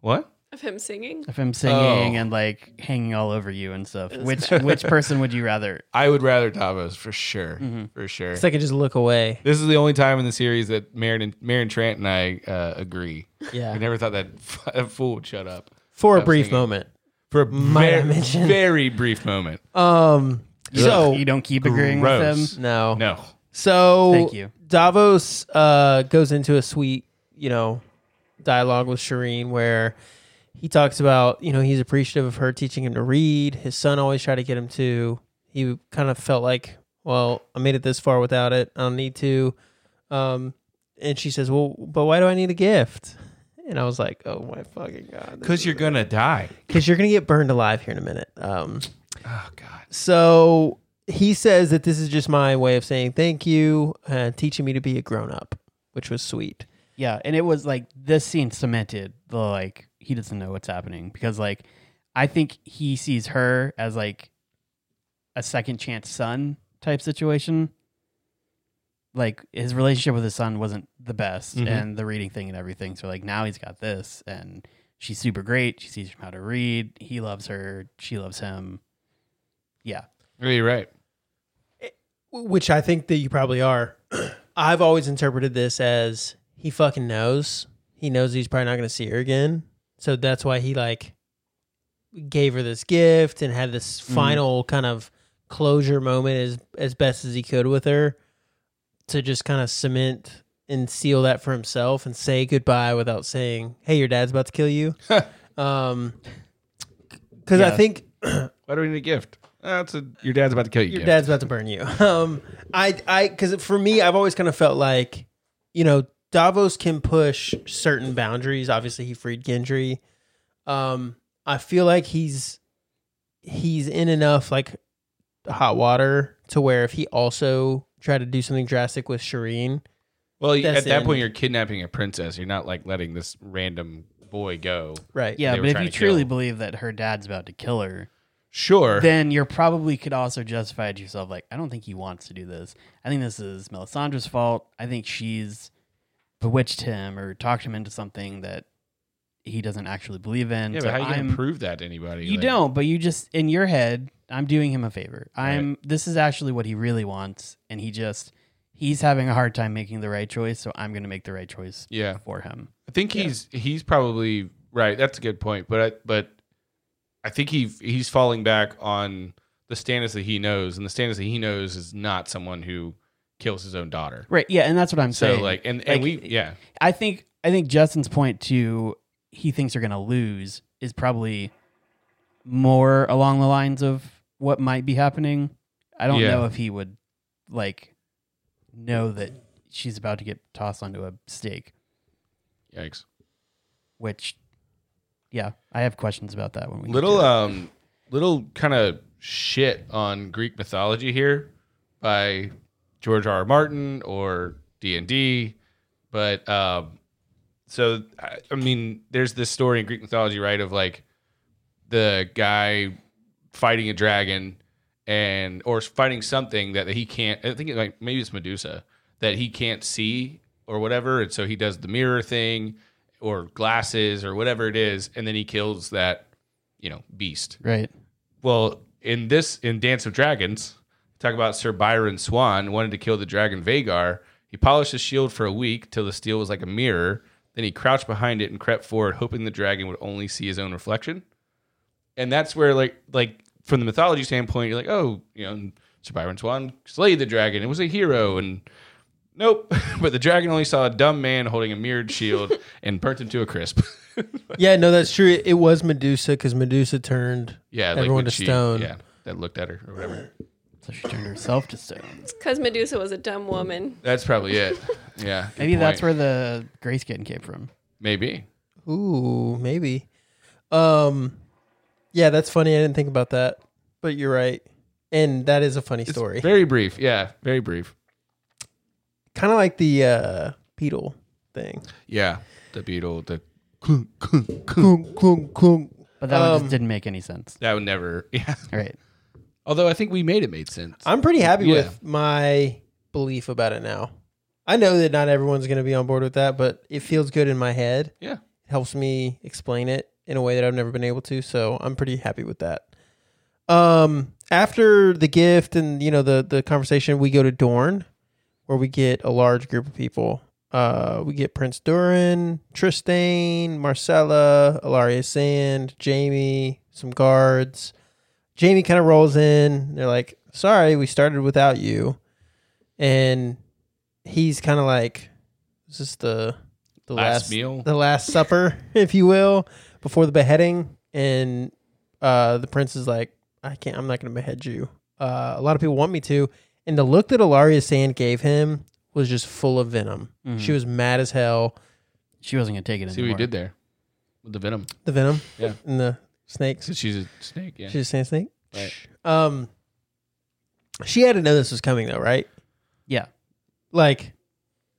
What? of him singing. of him singing Oh. and like hanging all over you and stuff? Which which person would you rather? I would rather Davos for sure, for sure. so I could just look away. Mm-hmm. this is the only time in the series that Marin and Marin Trant and I uh, agree. I Yeah, never thought that, f- that fool would shut up for a I'm brief singing. moment. for a Might I very, mention- very brief moment. Um, so you don't keep agreeing with Gross. him. no, No, So Thank you. Davos uh, goes into a sweet, you know, dialogue with Shireen where he talks about, you know, he's appreciative of her teaching him to read. His son always tried to get him to. He kind of felt like, well, I made it this far without it. I don't need to. Um, and she says, well, but why do I need a gift? And I was like, oh my fucking god, because you're gonna die. because you're gonna get burned alive here in a minute. Um, Oh God. so he says that this is just my way of saying thank you and teaching me to be a grown up, which was sweet. Yeah, and it was like this scene cemented the like he doesn't know what's happening because like I think he sees her as like a second chance son type situation. Like his relationship with his son wasn't the best Mhm. and the reading thing and everything. So like now he's got this and she's super great. She teaches him how to read. He loves her. She loves him. Yeah. Oh, You're right. Which I think that you probably are. I've always interpreted this as he fucking knows. He knows he's probably not going to see her again. So that's why he like gave her this gift and had this final kind of closure moment as as best as he could with her to just kind of cement and seal that for himself and say goodbye without saying, "Hey, your dad's about to kill you." um cuz I Yeah. think Why do we need a gift? That's a your dad's about to kill you. Your gift. dad's about to burn you. Um, I, I, because for me, I've always kind of felt like, you know, Davos can push certain boundaries. Obviously, he freed Gendry. Um, I feel like he's he's in enough like hot water to where if he also tried to do something drastic with Shireen, Well, you- That's at that it. point, you're kidnapping a princess. You're not like letting this random boy go. right? Yeah, They were but if trying you to truly kill. believe that her dad's about to kill her, Sure. then you're probably could also justify to yourself like, I don't think he wants to do this. I think this is Melisandre's fault. I think she's bewitched him or talked him into something that he doesn't actually believe in. yeah, So but how you I'm- gonna prove that to anybody? You Like, don't, but you just in your head, I'm doing him a favor. I'm this is actually what he really wants, and he just he's having a hard time making the right choice, so I'm gonna make the right choice Yeah, for him. I think he's he's probably right. That's a good point. But I, but I think he he's falling back on the Stannis that he knows, and the Stannis that he knows is not someone who kills his own daughter. Right. Yeah, and that's what I'm So saying. like, and and we Like, yeah I think I think Justin's point to he thinks they're gonna lose is probably more along the lines of what might be happening. I don't Yeah. know if he would like know that she's about to get tossed onto a stake, yikes. which yeah, I have questions about that when we get to little it. um little kind of shit on greek mythology here by george r r martin or d&d but um so I, I mean there's this story in greek mythology right of like the guy fighting a dragon and or fighting something that he can't i think it, like maybe it's medusa that he can't see or whatever and so he does the mirror thing or glasses or whatever it is and then he kills that you know beast right. well in this in dance of dragons talk about sir byron swan wanted to kill the dragon vagar he polished his shield for a week till the steel was like a mirror then he crouched behind it and crept forward hoping the dragon would only see his own reflection and that's where like like from the mythology standpoint you're like oh you know sir byron swan slayed the dragon it was a hero and nope but the dragon only saw a dumb man holding a mirrored shield and burnt him to a crisp Yeah, no, that's true. It, it was Medusa because Medusa turned. yeah Everyone when to stone. yeah that looked at her or whatever So she turned herself to stone. Because Medusa was a dumb woman. That's probably it. Yeah. good Maybe that's point. where the gray skin came from. Maybe. Ooh, maybe. Um, yeah, that's funny. I didn't think about that, but you're right, and that is a funny story. Very brief. Yeah. Very brief. kind of like the uh, beetle thing. Yeah. The beetle. The Kunk, kunk, kunk. But that one Um, just didn't make any sense. that would never. Yeah. All right. Although I think we made it made sense. I'm pretty happy Yeah. with my belief about it now. I know that not everyone's going to be on board with that, but it feels good in my head. Yeah. It helps me explain it in a way that I've never been able to, so I'm pretty happy with that. Um after the gift and you know the the conversation, we go to Dorne where we get a large group of people. Uh we get Prince Durin, Tristane, Marcella, Ilaria Sand, Jamie, some guards. Jamie kind of rolls in. They're like, "Sorry, we started without you," and he's kind of like, "Is this the the Last last, meal? the last supper, if you will, before the beheading?" And uh, the prince is like, "I can't. I'm not going to behead you. Uh, a lot of people want me to." And the look that Ilaria Sand gave him was just full of venom. Mm-hmm. She was mad as hell. She wasn't gonna take it See what anymore. you did there with the venom. The venom, Yeah. and the snakes. So she's a snake. Yeah. She's a sand snake. Right. Um, she had to know this was coming though, right? Yeah. Like,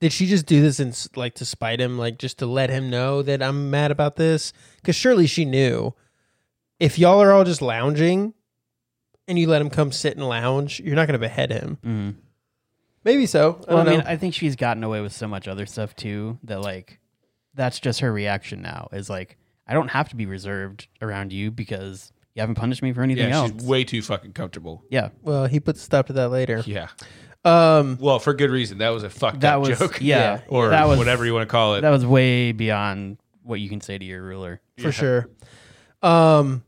did she just do this in s- like to spite him, like just to let him know that I'm mad about this? Because surely she knew. If y'all are all just lounging, and you let him come sit and lounge, you're not going to behead him. Mhm. Maybe so. I Well, I, don't mean, know. I think she's gotten away with so much other stuff too that like that's just her reaction now is like I don't have to be reserved around you because you haven't punished me for anything Yeah. else. She's way too fucking comfortable. yeah. well, he puts a stop to that later. Yeah. Um, Well, for good reason. That was a fucked That up was joke. yeah. Or that was whatever you want to call it. that was way beyond what you can say to your ruler. for sure. Um,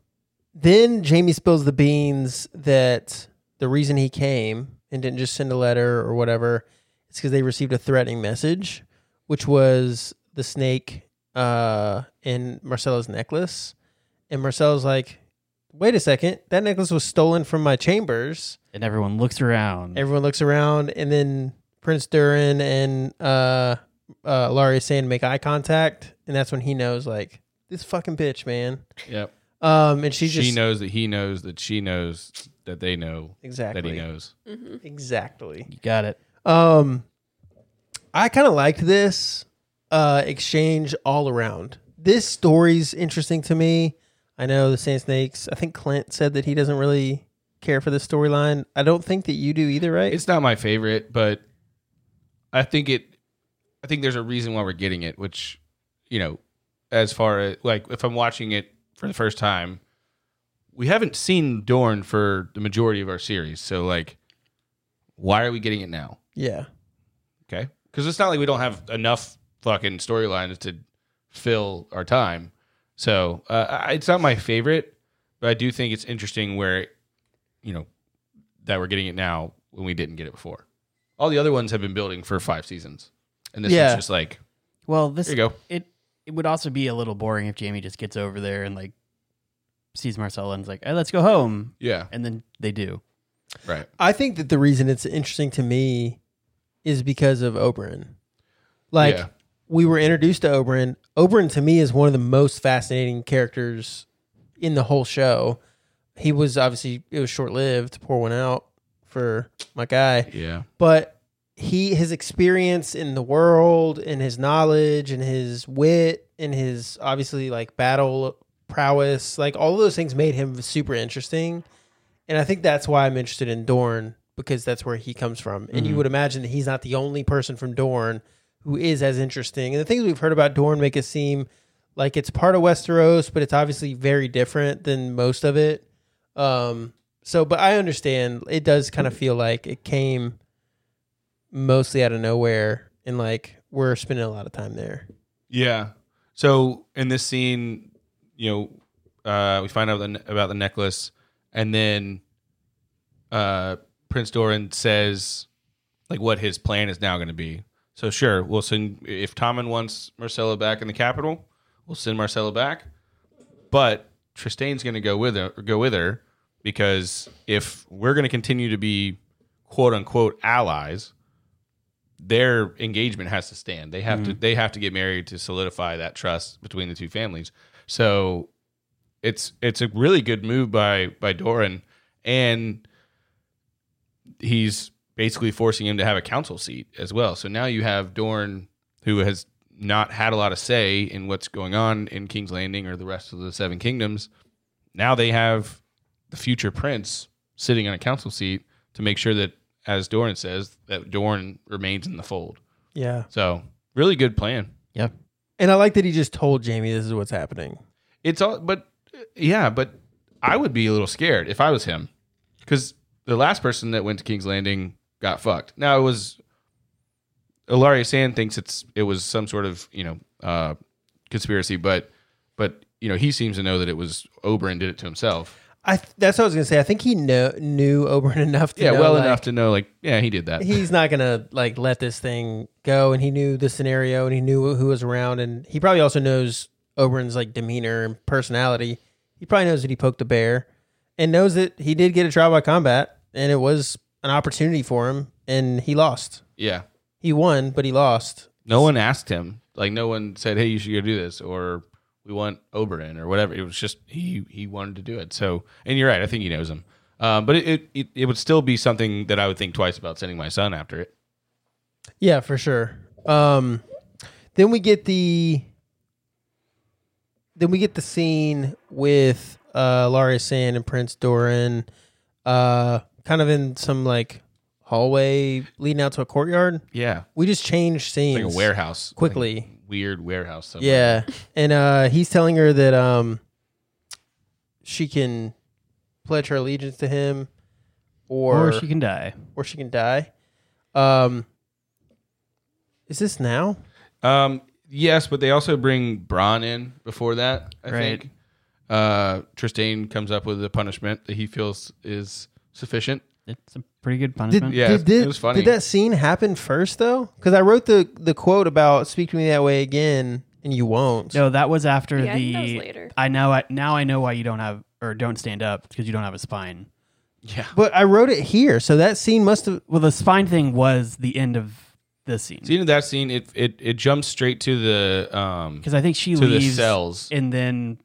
then Jamie spills the beans that the reason he came and didn't just send a letter or whatever is because they received a threatening message, which was the snake uh, in Marcella's necklace. And Marcella's like, wait a second, that necklace was stolen from my chambers. And everyone looks around. Everyone looks around, and then Prince Durin and uh, uh, Larry Sand make eye contact, and that's when he knows, like, this fucking bitch, man. Yep. Um, and she She just knows that he knows that she knows that they know exactly, that he knows. exactly. you got it. Um, I kind of liked this uh, exchange all around. This story's interesting to me. I know the Sand Snakes. I think Clint said that he doesn't really care for the storyline. I don't think that you do either, right? It's not my favorite, but I think it. I think there's a reason why we're getting it, which, you know, as far as like if I'm watching it for the first time, we haven't seen Dorn for the majority of our series, so like, why are we getting it now? yeah, Okay. Because it's not like we don't have enough fucking storylines to fill our time. So uh, I- it's not my favorite, but I do think it's interesting where, you know, that we're getting it now when we didn't get it before. All the other ones have been building for five seasons. And this Yeah. one's just like, Well, this here you go. it it would also be a little boring if Jamie just gets over there and like sees Marcella and's like, hey, let's go home, Yeah. and then they do. Right. I think that the reason it's interesting to me is because of Oberyn. Like Yeah. we were introduced to Oberyn. Oberyn to me is one of the most fascinating characters in the whole show. He was obviously it was short lived. Pour one out for my guy, Yeah. but he his experience in the world and his knowledge and his wit and his obviously like battle prowess, like all those things made him super interesting. And I think that's why I'm interested in Dorn because that's where he comes from. And you would imagine that he's not the only person from Dorn who is as interesting. And the things we've heard about Dorn make it seem like it's part of Westeros, but it's obviously very different than most of it. Um, so, but I understand it does kind of feel like it came mostly out of nowhere and like we're spending a lot of time there. Yeah. So in this scene, you know, uh, we find out the, ne- about the necklace, and then uh, Prince Doran says, like, what his plan is now going to be. So sure, we'll send if Tommen wants Marcella back in the capital, we'll send Marcella back. But Tristane's going to go with her, go with her, because if we're going to continue to be quote unquote allies, their engagement has to stand. They have to they have to get married to solidify that trust between the two families. So it's it's a really good move by by Doran and he's basically forcing him to have a council seat as well. So now you have Dorn who has not had a lot of say in what's going on in King's Landing or the rest of the Seven Kingdoms. Now they have the future prince sitting on a council seat to make sure that, as Doran says, that Doran remains in the fold. Yeah. So, really good plan. Yep. And I like that he just told Jamie this is what's happening. It's all, but yeah, but I would be a little scared if I was him because the last person that went to King's Landing got fucked. Now it was Ilaria Sand thinks it's it was some sort of you know uh, conspiracy, but but you know he seems to know that it was Oberyn did it to himself. I th- that's what I was gonna say. I think he know, knew Oberyn enough to Yeah, know, well like, enough to know like yeah he did that. he's not gonna like let this thing go and he knew the scenario and he knew who was around and he probably also knows Oberyn's like demeanor and personality. He probably knows that he poked a bear and knows that he did get a trial by combat and it was an opportunity for him and he lost. yeah, He won, but he lost. No one asked him. Like no one said, "Hey, you should go do this," or "We want Oberyn" or whatever. It was just he he wanted to do it. So, and you're right. I think he knows him. Um, but it, it, it it would still be something that I would think twice about sending my son after it. Yeah, for sure. Um, then we get the then we get the scene with uh, Laria Sand and Prince Doran, uh, kind of in some like hallway leading out to a courtyard. Yeah, We just change scenes like a warehouse quickly. Like, weird warehouse. somewhere. yeah, and uh, he's telling her that um, she can pledge her allegiance to him, Or, or, she can die. or she can die. Um, is this now? Um. Yes, but they also bring Bron in before that. I Right. think. Uh, Tristane comes up with a punishment that he feels is sufficient. It's a pretty good punishment. Yeah, did, it thi- was funny. Did that scene happen first though? Because I wrote the the quote about "Speak to me that way again" and you won't. No, that was after Yeah, I the. think that was later. I now I, now I know why you don't have or don't stand up because you don't have a spine. Yeah. But I wrote it here, so that scene must have. Well, the spine thing was the end of the scene See, in that scene, it it it jumps straight to the um because I think she to the leaves cells. and then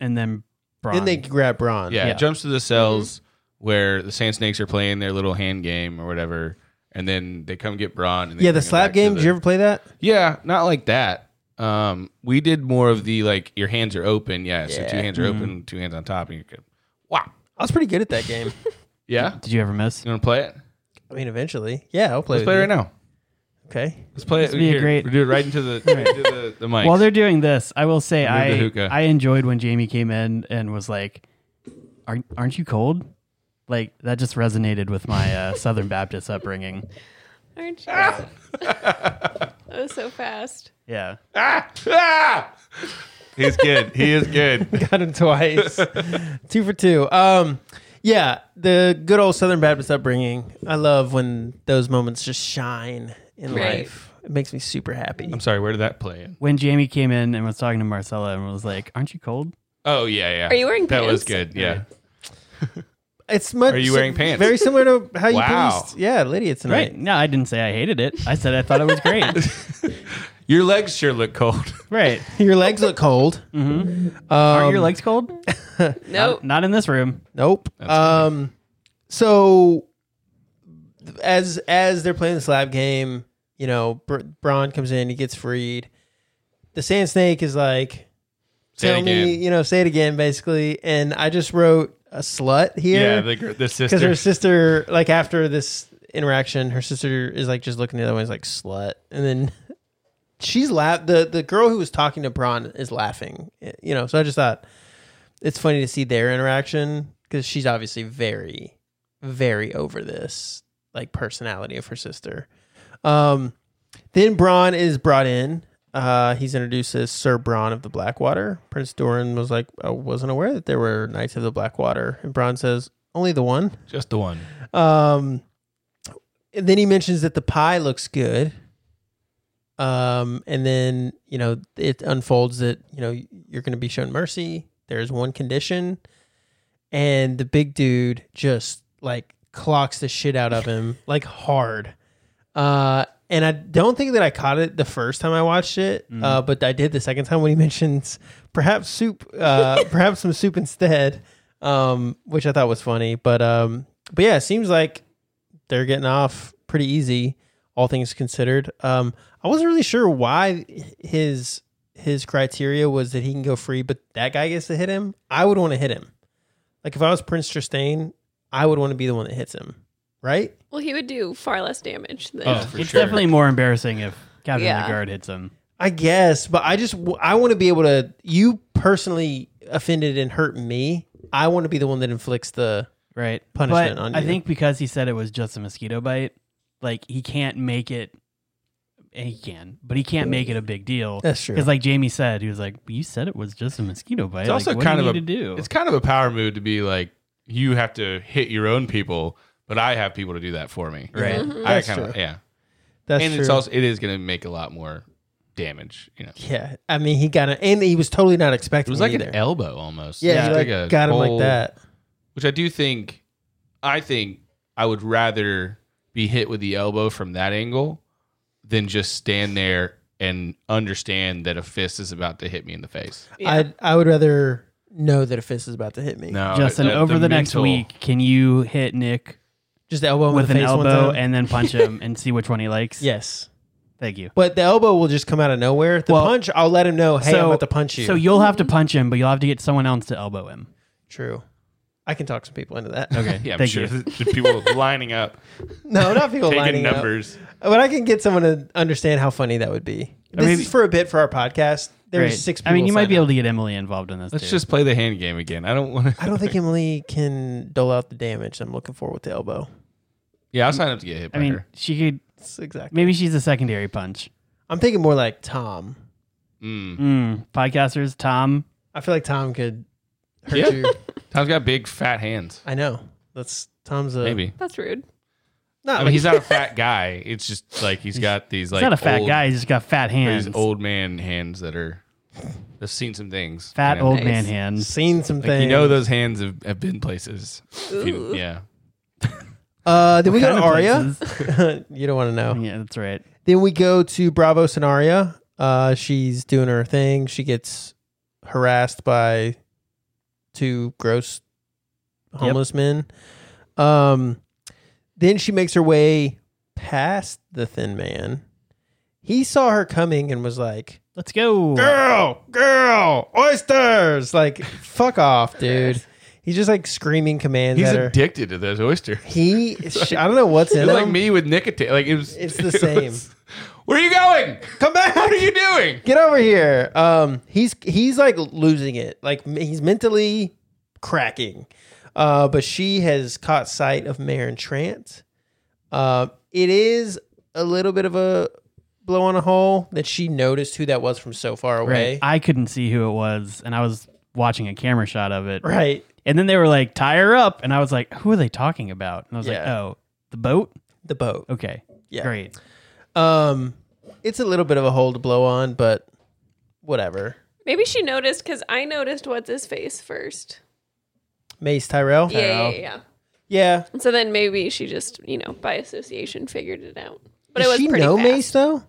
and then Bron. Then they grab Braun. yeah, Yeah. it jumps to the cells Mm-hmm. where the Sand Snakes are playing their little hand game or whatever, and then they come get Braun. And they Yeah, the bring him back slap to game. the- Did you ever play that? Yeah, not like that. Um, we did more of the like your hands are open. Yeah, so two hands are open, two hands on top, and you could wow. I was pretty good at that game. Yeah, Did you ever miss? you want to play it? I mean, eventually, yeah, I'll play. Let's play it right now. Okay. Let's play it. This would be a Here, great- we'll do it right into the into the, the mic. While they're doing this, I will say Remove the I hookah. I enjoyed when Jamie came in and was like, "Aren't aren't you cold?" Like that just resonated with my uh, Southern Baptist upbringing. Aren't you? that was so fast. Yeah, Ah! He's good. He is good. Got him twice. two for two. Um, yeah, the good old Southern Baptist upbringing. I love when those moments just shine in Right. life. It makes me super happy. I'm sorry, where did that play? in? when Jamie came in and was talking to Marcella and was like, "Aren't you cold?" Oh yeah, yeah. Are you wearing That was pants? good. Yeah. It's much. Are you wearing pants? Very similar to how you Wow. policed. Yeah, Lydia tonight. Right? No, I didn't say I hated it. I said I thought it was great. Your legs sure look cold. right? Your legs look cold. Mm. Aren't your legs cold? No, Not in this room. Nope. Um, so as as they're playing the slab game, you know, Br- Braun comes in, he gets freed. The Sand Snake is like, Say it "Tell me, again." you know, say it again, basically. And I just wrote a slut Yeah, here the, gr- the because sister. her sister, like after this interaction, her sister is like just looking the other way, is like slut, and then. She's laugh. The the girl who was talking to Braun is laughing, you know. So I just thought, it's funny to see their interaction because she's obviously very, very over this like personality of her sister. Um, then Braun is brought in. Uh, he's introduced as Sir Braun of the Blackwater. Prince Doran was like, I wasn't aware that there were Knights of the Blackwater. And Braun says, only the one. Just the one. Um, and then he mentions that the pie looks good. Um, and then you know it unfolds that you know you're going to be shown mercy. There's one condition, and the big dude just like clocks the shit out of him like hard. Uh, and I don't think that I caught it the first time I watched it, uh, but I did the second time when he mentions perhaps soup, uh, perhaps some soup instead, um, which I thought was funny. But um, but yeah, it seems like they're getting off pretty easy, all things considered. Um, I wasn't really sure why his his criteria was that he can go free, but that guy gets to hit him. I would want to hit him. Like if I was Prince Tristain, I would want to be the one that hits him, right? well, he would do far less damage than. Oh, for it's sure. definitely more embarrassing if Captain Yeah. Lagarde hits him. I guess, but I just I want to be able to. You personally offended and hurt me. I want to be the one that inflicts the. right punishment But on I you. think because he said it was just a mosquito bite, like he can't make it. and He can, but he can't make it a big deal. That's true. Because, like Jamie said, he was like, "You said it was just a mosquito bite. It's also like, what kind do you of a need to do." It's kind of a power move to be like you have to hit your own people, but I have people to do that for me. Right. I Mm-hmm. That's kind of true. yeah. That's and true. it's also it is going to make a lot more damage. You know, it yeah, I mean, he got it, and he was totally not expecting. It was like either. an elbow almost. Yeah, It's he like, a got him like whole- that. Which I do think. I think I would rather be hit with the elbow from that angle than just stand there and understand that a fist is about to hit me in the face. Yeah. I I would rather know that a fist is about to hit me. No, Justin, that- over the, next mental- week, can you hit Nick Just elbow him with in an the face one elbow time. and then punch him and see which one he likes? yes, Thank you. but the elbow will just come out of nowhere. The Well, punch, I'll let him know. Hey, I'm about to punch you. So you'll have to punch him, but you'll have to get someone else to elbow him. true. I can talk some people into that. Okay. Yeah, I'm Thank sure you. The people lining up, No, not people taking lining up. numbers. But I can get someone to understand how funny that would be. This mean- is for a bit for our podcast. There's Great. six. People I mean, you might be signed able to get Emily involved in this. Let's too. just play the hand game again. I don't want up. I to. don't think Emily can dole out the damage I'm looking for with the elbow. Yeah, I'll sign up to get hit by I mean, her. she could. That's exactly. Maybe she's a secondary punch. I'm thinking more like Tom. Mm. Mm, podcasters, Tom. I feel like Tom could hurt Yeah. you. Tom's got big fat hands. I know. That's Tom's a Maybe. That's rude. No, I mean, he's not a fat guy. It's just like he's got these like he's not a fat old- guy. He's just got fat hands. These old man hands that are. I've seen some things. fat you know? old Nice. man hands. seen some Like things. you know, those hands have, have been places. If you- Ooh. yeah. Uh, then we go Kind to of Arya. places. you don't want to know. Yeah, that's right. Then we go to Bravo Scenaria. Uh, she's doing her thing. She gets harassed by two gross homeless men. Um, then she makes her way past the thin man. He saw her coming and was like, Let's go. "Girl, girl, oysters!" Like, fuck off, dude. He's just like screaming commands He's at her. addicted to those oysters. he, I don't know what's in It's him. like me with nicotine. Like it was. It's the it same. was- Where are you going? Come back. What are you doing? get over here. Um, he's he's like losing it. Like m- he's mentally cracking. Uh, but she has caught sight of Marin Trant. Uh, it is a little bit of a blow on a hole that she noticed who that was from so far away. Right. I couldn't see who it was, and I was watching a camera shot of it. Right. And then they were like, tie her up. And I was like, who are they talking about? And I was like, Yeah. oh, the boat? The boat. Okay. Yeah. Great. Um, it's a little bit of a hole to blow on, but whatever. Maybe she noticed because I noticed what's his face first. Mace Tyrell. Yeah, yeah, yeah, yeah. Yeah. And so then maybe she just, you know, by association figured it out. But Does it was she pretty know fast. Mace though?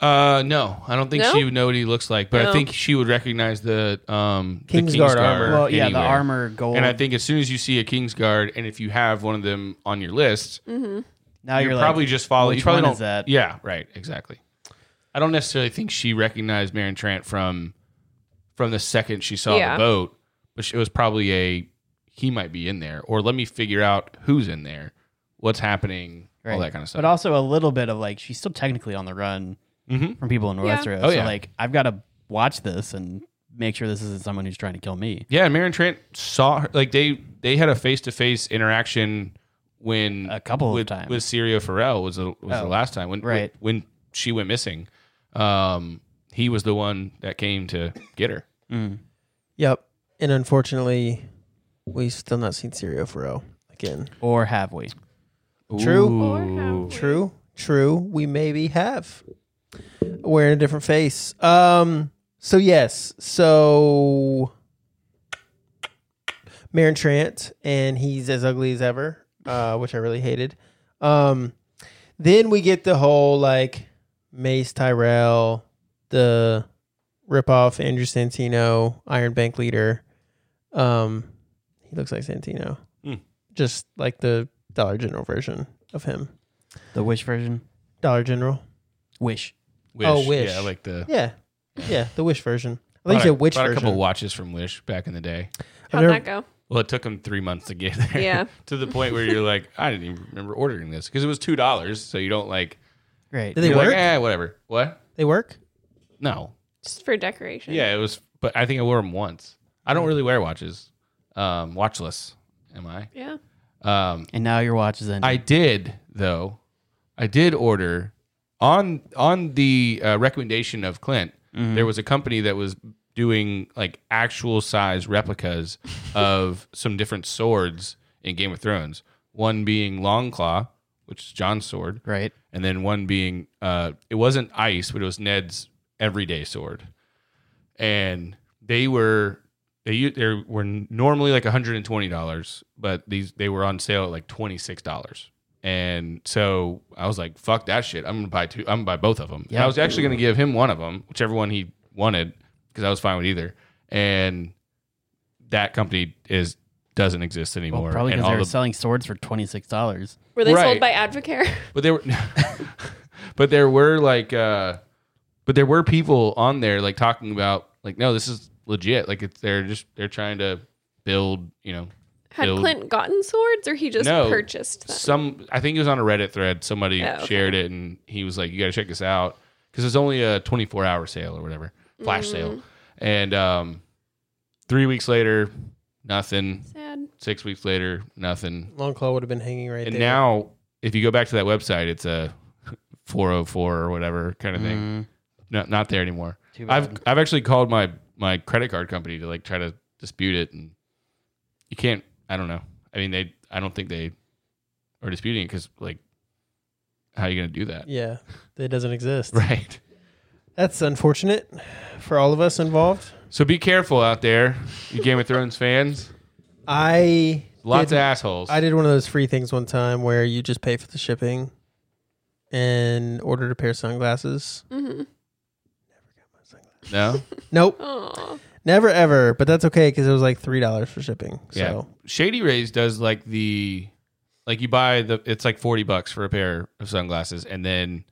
Uh, no, I don't think No? she would know what he looks like, but I No. think she would recognize the um the Kingsguard armor. Well, yeah, the anywhere. armor gold. And I think as soon as you see a Kingsguard, and if you have one of them on your list, Mm-hmm. now you're, you're, probably like, just following. which You probably one don't. is that? Yeah, right, exactly. I don't necessarily think she recognized Marion Trant from from the second she saw Yeah. the boat, but she- it was probably a he might be in there, or let me figure out who's in there, what's happening, all Right. that kind of stuff. But also a little bit of like, she's still technically on the run Mhm. from people in Yeah. Westeros. Oh, So, yeah. like, I've got to watch this and make sure this isn't someone who's trying to kill me. Yeah, and Marion Trent saw her. Like they they had a face to face interaction when A couple of with, times. with Syria Farrell was the, was the last time when right. when she went missing. Um, he was the one that came to get her. Yep. And unfortunately, we've still not seen Sirio Faro again. Or have we? True. Or have we- True. True. We maybe have. Wearing a different face. Um. So yes. So. Marin Trant, and he's as ugly as ever, uh, which I really hated. Um, then we get the whole like Mace Tyrell, the ripoff Andrew Santino, Iron Bank leader. Um, he looks like Santino, Hmm. just like the Dollar General version of him. The Wish version? Dollar General. Wish. Wish. Oh, Wish. Yeah, I like the. Yeah, yeah, the Wish version. bought I think a- the Witch bought a couple version. watches from Wish back in the day. How'd never- that go? Well, it took him three months to get there. Yeah. to the point where you're like, I didn't even remember ordering this because it was two dollars. So you don't like. Great. Did they you're work? Like, eh, whatever. What? They work. No. Just for decoration. Yeah, it was. But I think I wore them once. I don't really wear watches. Um, watchless, am I? Yeah. Um, and now your watch is ending. I did though. I did order on on the uh, recommendation of Clint. There was a company that was doing like actual size replicas of some different swords in Game of Thrones. One being Longclaw, which is John's sword, right. and then one being uh, it wasn't ice, but it was Ned's everyday sword. And they were they u- they were normally like one hundred and twenty dollars, but these they were on sale at like twenty six dollars. And so I was like, "Fuck that shit! I'm gonna buy two. I'm gonna buy both of them." And I Yeah. was actually gonna give him one of them, whichever one he wanted, because I was fine with either. And that company is doesn't exist anymore. Well, probably and because they all were the selling swords for $26. Were they Right. sold by Advocare? but there were, but there were like, uh, but there were people on there like talking about like, no, this is legit. Like it's, they're just they're trying to build, you know, Had build Clint gotten swords or he just No. purchased them? some. I think it was on a Reddit thread. Somebody Oh, okay. shared it, and he was like, you got to check this out because it's only a 24 hour sale or whatever flash Mm-hmm. sale. And um, three weeks later, nothing. Sad. Six weeks later, nothing. Long Claw would have been hanging right And there. now, if you go back to that website, it's a 404 or whatever kind of thing. Mm-hmm. No, not there anymore. Too I've bad. I've actually called my my credit card company to like try to dispute it, and you can't. I don't know. I mean, they. I don't think they or disputing it because like how are you going to do that? Yeah, that doesn't exist. Right. That's unfortunate for all of us involved. So be careful out there, you Game of Thrones fans. I Lots did, of assholes. I did one of those free things one time where you just pay for the shipping and ordered a pair of sunglasses. Mm-hmm. no. Nope, Oh, never ever. But that's okay because it was like three dollars for shipping. So Yeah. Shady Rays does like the like you buy the it's like 40 bucks for a pair of sunglasses and then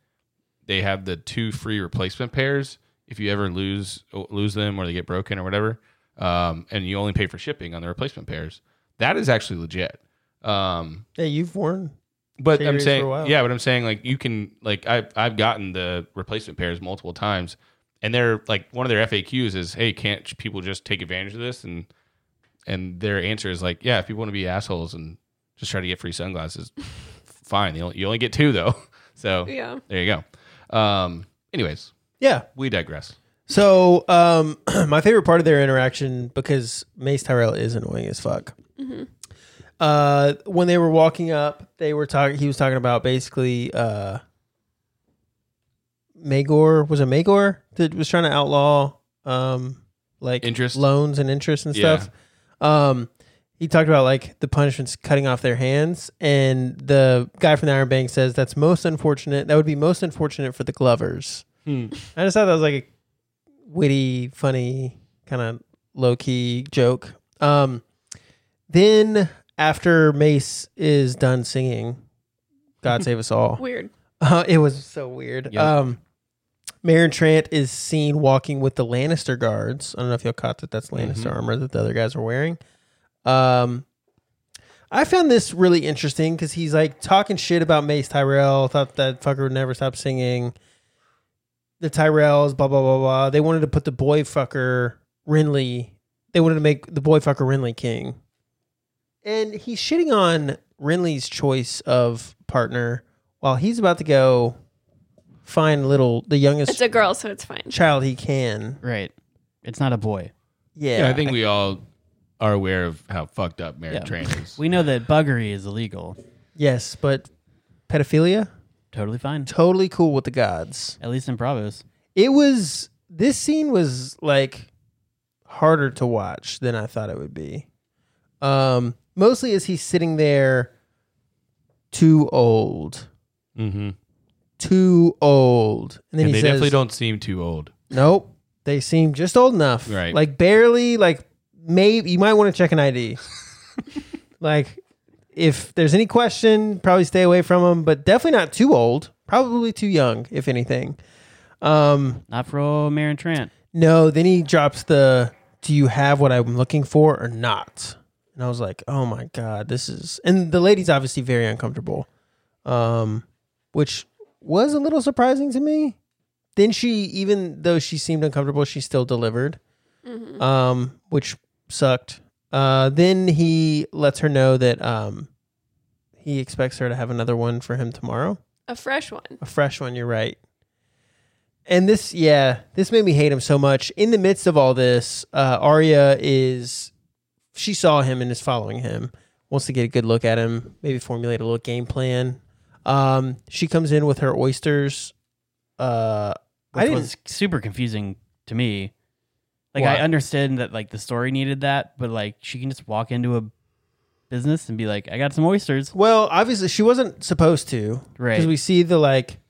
they have the two free replacement pairs if you ever lose lose them or they get broken or whatever. Um, and you only pay for shipping on the replacement pairs. That is actually legit. Um, hey, you've worn. but Shady I'm Rays for a saying, while. yeah, but I'm saying like you can like I've I've gotten the replacement pairs multiple times, and they're like one of their FAQs is, hey, can't people just take advantage of this? And and their answer is like, yeah, if people want to be assholes and just try to get free sunglasses, fine. You only, you only get two though, so yeah. there you go. Um, anyways, Yeah. we digress. So um, my favorite part of their interaction because Mace Tyrell is annoying as fuck. Uh, when they were walking up, they were talking. He was talking about basically uh, Magor was it Magor that was trying to outlaw um, like Interest? loans and interest and Yeah. stuff. Um, he talked about like the punishments cutting off their hands, and the guy from the Iron Bank says that's most unfortunate. That would be most unfortunate for the Glovers. Hmm. I just thought that was like a witty, funny, kind of low key joke. Um, then after Mace is done singing, "God Save Us All," Weird. uh, it was so weird. Yeah. Um, Marin Trant is seen walking with the Lannister guards. I don't know if y'all caught that. That's Lannister armor that the other guys are wearing. Um, I found this really interesting because he's like talking shit about Mace Tyrell. Thought that fucker would never stop singing. The Tyrells, blah blah blah blah. They wanted to put the boy fucker Renly. They wanted to make the boy fucker Renly king. And he's shitting on Renly's choice of partner while he's about to go find little the It's youngest a girl, so it's fine. child he can. Right. It's not a boy. Yeah, Yeah, I think we all are aware of how fucked up Mary Yeah. Train is. We know that buggery is illegal. yes, but pedophilia Totally fine. totally cool with the gods. At least in Bravos. It was this scene was like harder to watch than I thought it would be. Um, mostly as he's sitting there, too old, Mm-hmm. too old, and then And they he says, definitely don't seem too old. Nope. They seem just old enough. Right. Like barely, like maybe you might want to check an ID. like if there's any question, probably stay away from them, but definitely not too old. Probably too young, if anything. Um, Not for old Marin Trant. no, then he drops the do you have what I'm looking for or not? And I was like, oh my God, this is and the lady's obviously very uncomfortable. Um, which was a little surprising to me. Then she, even though she seemed uncomfortable, she still delivered. Mm-hmm. Um, which sucked. Uh then he lets her know that um he expects her to have another one for him tomorrow A fresh one. a fresh one. You're right. And this, yeah, this made me hate him so much. In the midst of all this, uh, Arya is she saw him and is following him. Wants to get a good look at him, maybe formulate a little game plan. Um, she comes in with her oysters. Uh, I Which didn't. was super confusing to me. Like Why? I understood that like the story needed that, but like she can just walk into a business and be like, I got some oysters. well, obviously she wasn't supposed to, Right. Because we see the like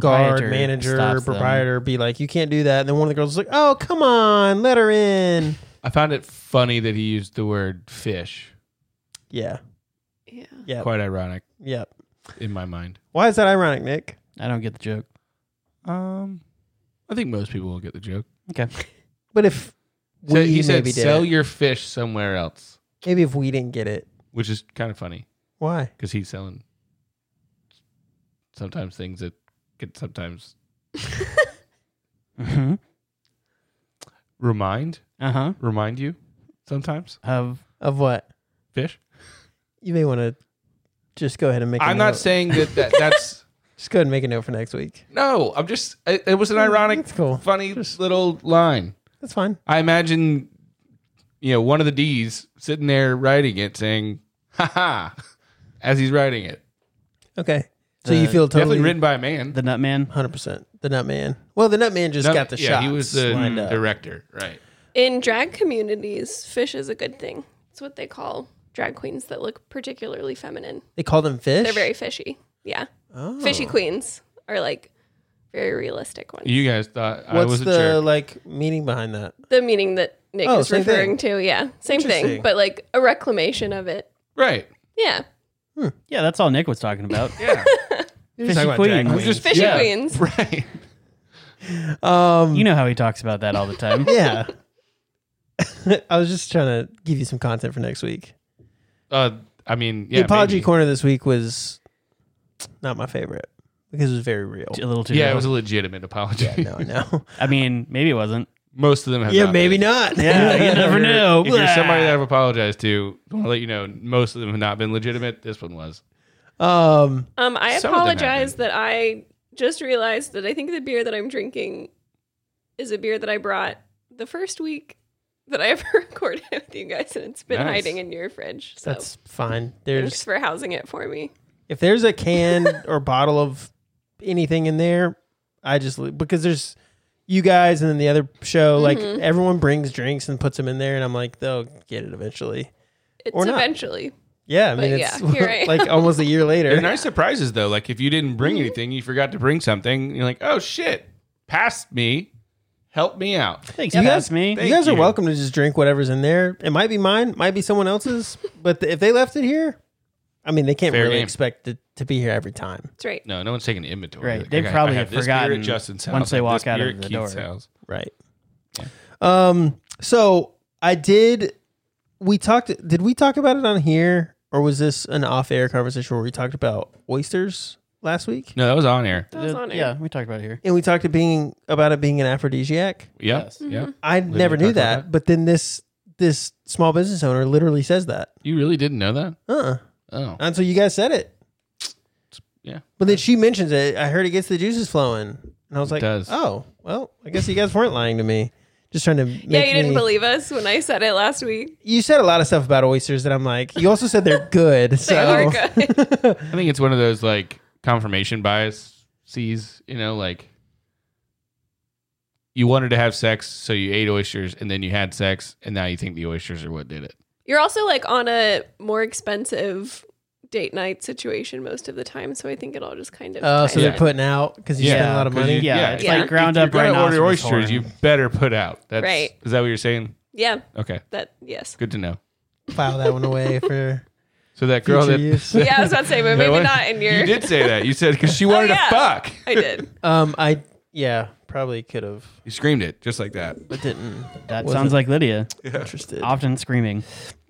guard Proprietor manager stops them. proprietor be like, "You can't do that," and then one of the girls is like, "Oh, come on, let her in." I found it funny that he used the word fish. Yeah, Yeah. yeah, Quite ironic yeah. in my mind. Why is that ironic, Nick? I don't get the joke. Um, I think most people will get the joke. Okay. But if we So he said, maybe did "Sell it. your fish somewhere else," maybe if we didn't get it, which is kind of funny why? because he's selling sometimes things that could sometimes Mm-hmm. remind Uh huh. remind you sometimes Of Of what? fish. You may want to just go ahead and make. i I'm not saying that, that that's Just go ahead and make a note for next week. no. I'm just it, it was an ironic, That's cool. funny little line. That's fine. I imagine you know one of the D's sitting there writing it, saying, "Ha ha." as he's writing it. Okay. So you The- feel totally Uh, Definitely written by a man. The Nut Man. Hundred percent. The Nutman. Well, the Nutman just No, got the yeah, shots he was the lined up. director, right? In drag communities, fish is a good thing. It's what they call drag queens that look particularly feminine. They call them fish. They're very fishy. Yeah. Oh. Fishy queens are like very realistic ones. You guys thought I What's was a the jerk. like meaning behind that? the meaning that Nick Oh, is same referring to. Yeah. Same Interesting. thing, but like a reclamation of it. Right. Yeah. Yeah, that's all Nick was talking about. Yeah. Fishy Queen. I'm just- Fishy yeah, queens. Right. Um, You know how he talks about that all the time. yeah. I was just trying to give you some content for next week. Uh, I mean, yeah. the apology maybe. corner this week was not my favorite because it was very real. A little too. Yeah, it real. was a legitimate apology. Yeah, no, no. I mean, maybe it wasn't. Most of them have. yeah, not maybe been. not. Um, Yeah, you never If knew. you're somebody that I've apologized to, I want to let you know most of them have not been legitimate. This one was. Um, Um, Some I of them apologize that I just realized that I think the beer that I'm drinking is a beer that I brought the first week that I ever recorded with you guys, and it's been Nice. hiding in your fridge. So that's fine. thanks There's for housing it for me. if there's a can or bottle of anything in there, I just leave- because there's you guys and then the other show, like Mm-hmm. everyone brings drinks and puts them in there, and I'm like, they'll get it eventually. It's Or not. eventually. Yeah, I mean, But it's yeah, here I am. like almost a year later. They're nice surprises though. Like if you didn't Mm-hmm. bring anything, you forgot to bring something. You're like, oh shit, pass me, help me out. Thanks, You pass guys, me. you guys you. are welcome to just drink whatever's in there. It might be mine, might be someone else's, but if they left it here, I mean, they can't Fair really game. expect it to be here every time. That's right. No, no one's taking inventory. Right. Like, They I got- I probably have have this beer at forgotten Justin's house, once I they have walk this out beer of at the Keith's door. house. Right. Um. So I did. We talked. Did we talk about it on here, or was this an off-air conversation where we talked about oysters last week? No, that was on air. That was on air. yeah, we talked about it here. And we talked to being about it being an aphrodisiac. Yep. Yes. Yep. I never talk knew about that, that? but then this this small business owner literally says that. You really didn't know that? Uh. Oh. Until you guys said it. Yeah. But then she mentions it. I heard it gets the juices flowing, and I was like, does. "Oh, well, I guess you guys weren't lying to me. Just trying to make Yeah, you didn't me- believe us when I said it last week. you said a lot of stuff about oysters that I'm like, you also said they're good. They so are good. I think it's one of those like confirmation bias sees, you know, like you wanted to have sex, so you ate oysters and then you had sex and now you think the oysters are what did it. You're also like on a more expensive date night situation most of the time, so I think it all just kind of. Oh, so ties they're in. putting out because you Yeah, spend a lot of 'cause money. you- Yeah, Yeah, it's yeah. like ground if up right you're now. gonna order oysters, you better put out. That's Right. Is that what you're saying? yeah, Okay. that yes. Good to know. File that one away for So that girl future that use. Yeah, I was about to say, but that maybe one- not in your. You did say that. You said because she wanted Oh, yeah. to fuck. I did. Um, I yeah, probably could have, You screamed it just like that. but didn't. That Was sounds it- like Lydia, Interested. often screaming.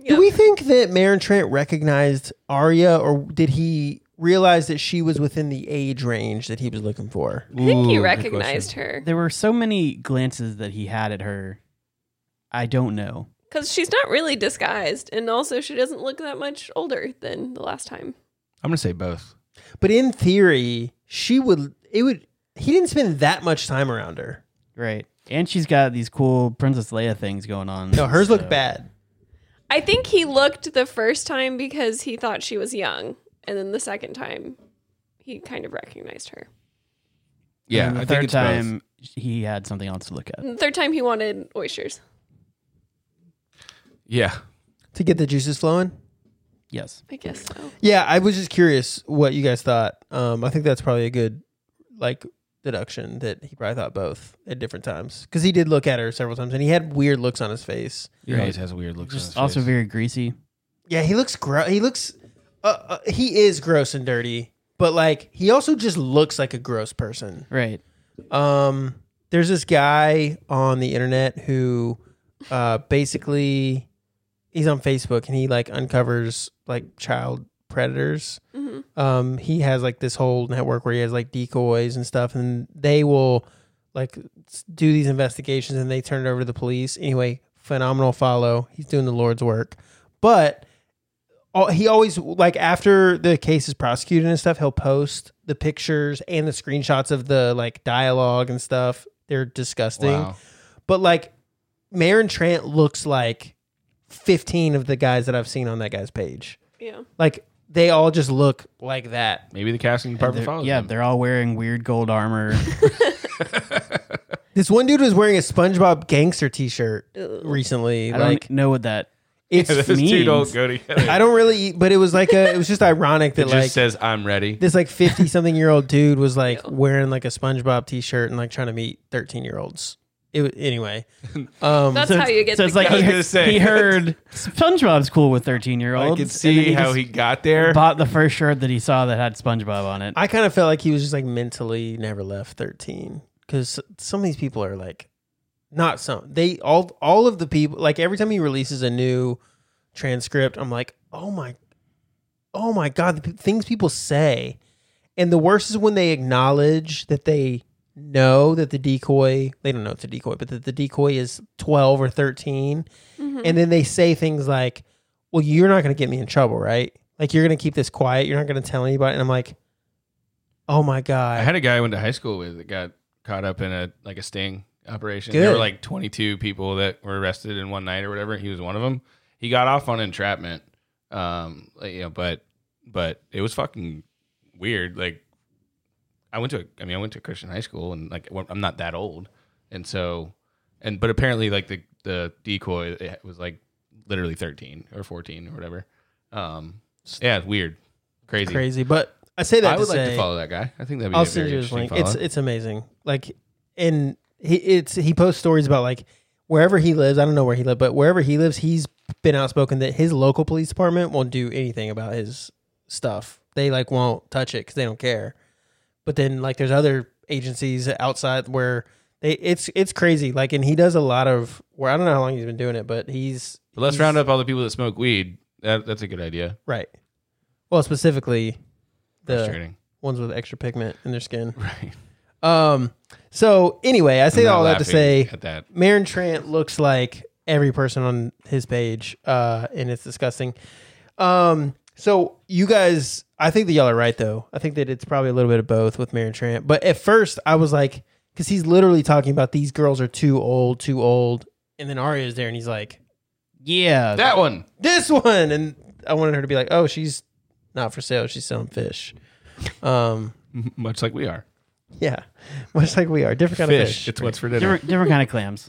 Do we think that Marin Trent recognized Arya, or did he realize that she was within the age range that he was looking for? I think he recognized her There were so many glances that he had at her. I don't know. because she's not really disguised, and also she doesn't look that much older than the last time. I'm gonna say both. But in theory, she would. It would. He didn't spend that much time around her. Right. And she's got these cool Princess Leia things going on. No, hers So- looked bad. I think he looked the first time because he thought she was young, and then the second time, he kind of recognized her. Yeah, And the I third think it's time both. he had something else to look at. And the third time, he wanted oysters. Yeah, To get the juices flowing. Yes. I guess so. Yeah, I was just curious what you guys thought. Um, I think that's probably a good like deduction that he probably thought both at different times because he did look at her several times and he had weird looks on his face. he always has weird looks. Just also very greasy. Yeah, he looks gross. He looks. Uh, uh, he is gross and dirty, but like he also just looks like a gross person. Right. Um, there's this guy on the internet who, uh, basically, he's on Facebook and he like uncovers like child predators. Mhm. Um, he has like this whole network where he has like decoys and stuff, and they will like s- do these investigations and they turn it over to the police. Anyway, phenomenal follow. He's doing the Lord's work, but. al- He always like after the case is prosecuted and stuff, he'll post the pictures and the screenshots of the like dialogue and stuff. They're disgusting. wow. But like Marin Trant looks like 15 of the guys that I've seen on that guy's page. Yeah, Like they all just look like that. Maybe the casting They're- department follows. yeah, them. they're all wearing weird gold armor. This one dude was wearing a SpongeBob gangster T-shirt Ugh. recently. I like don't know what that. it's, Those two means- don't go together. I don't really, but it was like a, it was just ironic it that just like says I'm ready. this like fifty something year old dude was like wearing like a SpongeBob T-shirt and like trying to meet thirteen year olds. It was- anyway. Um, That's so how you get. So the it's like I was he, gonna say. he heard SpongeBob's cool with thirteen year I olds. could see how he got there. bought the first shirt that he saw that had SpongeBob on it. I kind of felt like he was just like mentally never left 13 because some of these people are like not some they all all of the people like every time he releases a new transcript I'm like oh my oh my god the p- things people say and the worst is when they acknowledge that they know that the decoy they don't know it's a decoy but that the decoy is 12 or 13 and then they say things like well you're not going to get me in trouble right like you're going to keep this quiet you're not going to tell anybody and i'm like oh my god I had a guy I went to high school with that got caught up in a like a sting operation. There Good. were like 22 people that were arrested in one night or whatever. He was one of them. He got off on entrapment. Um, like, you know, but but it was fucking weird. Like I went to a, I mean I went to Christian high school and like I'm not that old, and so and but apparently like the the decoy it was like literally 13 or 14 or whatever. Um, yeah, it's weird, crazy. crazy but i say that I to would like say- to follow that guy. I think that'd be I'll a send very you his interesting link. follow. It's it's amazing. Like, and he it's he posts stories about like wherever he lives. I don't know where he lived, but wherever he lives, he's been outspoken that his local police department won't do anything about his stuff. They like won't touch it because they don't care. But then like there's other agencies outside where they it's it's crazy. Like, and he does a lot of where I don't know how long he's been doing it, but he's But let's he's- round up all the people that smoke weed. That, that's a good idea. right. Well, specifically the Frustrating. ones with extra pigment in their skin. Right. Um. So anyway, I say I'm not all that to laughing say, at that. Marin Trant looks like every person on his page, uh, and it's disgusting. Um. So you guys, I think that y'all are right though. I think that it's probably a little bit of both with Marin Trant. But at first, I was like, because he's literally talking about these girls are too old, too old, and then Arya's there, and he's like, yeah, That one. this one, and I wanted her to be like, oh, she's not for sale. She's selling fish. Um. Much like we are. Yeah. Much like we are, different kind of fish. It's what's for dinner. different different kind of clams.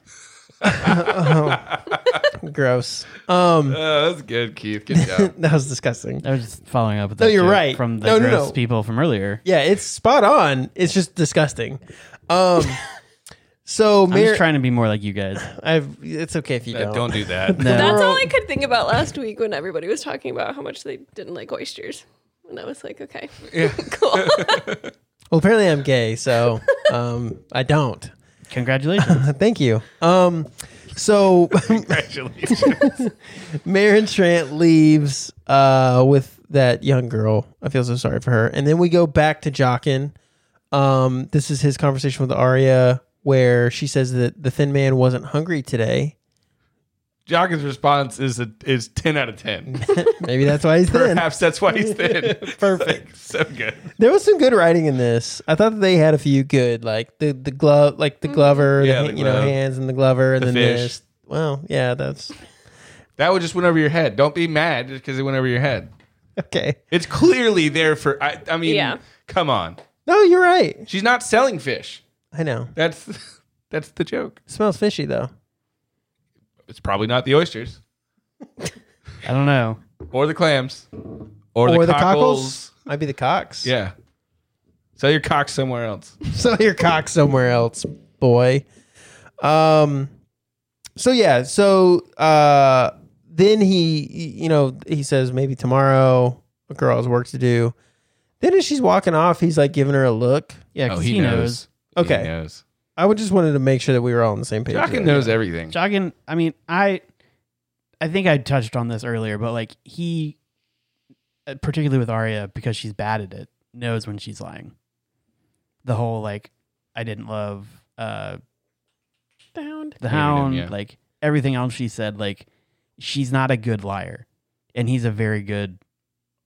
Gross. Um, Oh, that's good, Keith. Good job. that was disgusting. I was just following up with No, that you're joke right. from the No, no, gross no. people from earlier. Yeah, it's spot on. It's just disgusting. Um, so I'm Mayor, just trying to be more like you guys. I've, it's okay if you Uh, don't. Don't do that. No. That's all I could think about last week when everybody was talking about how much they didn't like oysters. And I was like, okay, cool. Well, apparently I'm gay, so um, I don't. Congratulations. Thank you. Um, so Congratulations. Marin Trant leaves uh, with that young girl. I feel so sorry for her. And then we go back to Jockin. Um, this is his conversation with Arya, where she says that the thin man wasn't hungry today. Joggins' response is a, is ten out of ten. Maybe that's why he's thin. Perhaps that's why he's thin. Perfect. Like, so good. There was some good writing in this. I thought that they had a few good, like the the glove, like the Glover, Yeah, the, the ha- you know glove. hands and the Glover, and The then fish. this. Well, yeah, that's That one just went over your head. Don't be mad because it went over your head. okay. It's clearly there for. I, I mean, Yeah. come on. No, you're right. She's not selling fish. I know. That's that's the joke. smells fishy though. It's probably not the oysters I don't know. or the clams or, the, cockles. Might be the cocks. Yeah. Sell your cock somewhere else. Sell your cock somewhere else, boy. Um. So yeah. So uh, then he, you know, he says maybe tomorrow a girl has work to do. Then as she's walking off, he's like giving her a look. Yeah, 'cause Oh, he, knows. Okay. Oh, He knows. I would just wanted to make sure that we were all on the same page. Jock knows everything. Joggin, I mean, I I think I touched on this earlier, but like he uh, particularly with Arya because she's bad at it, knows when she's lying. The whole like I didn't love uh Bound. Hated the him, hound, yeah. like everything else she said, like she's not a good liar. And he's a very good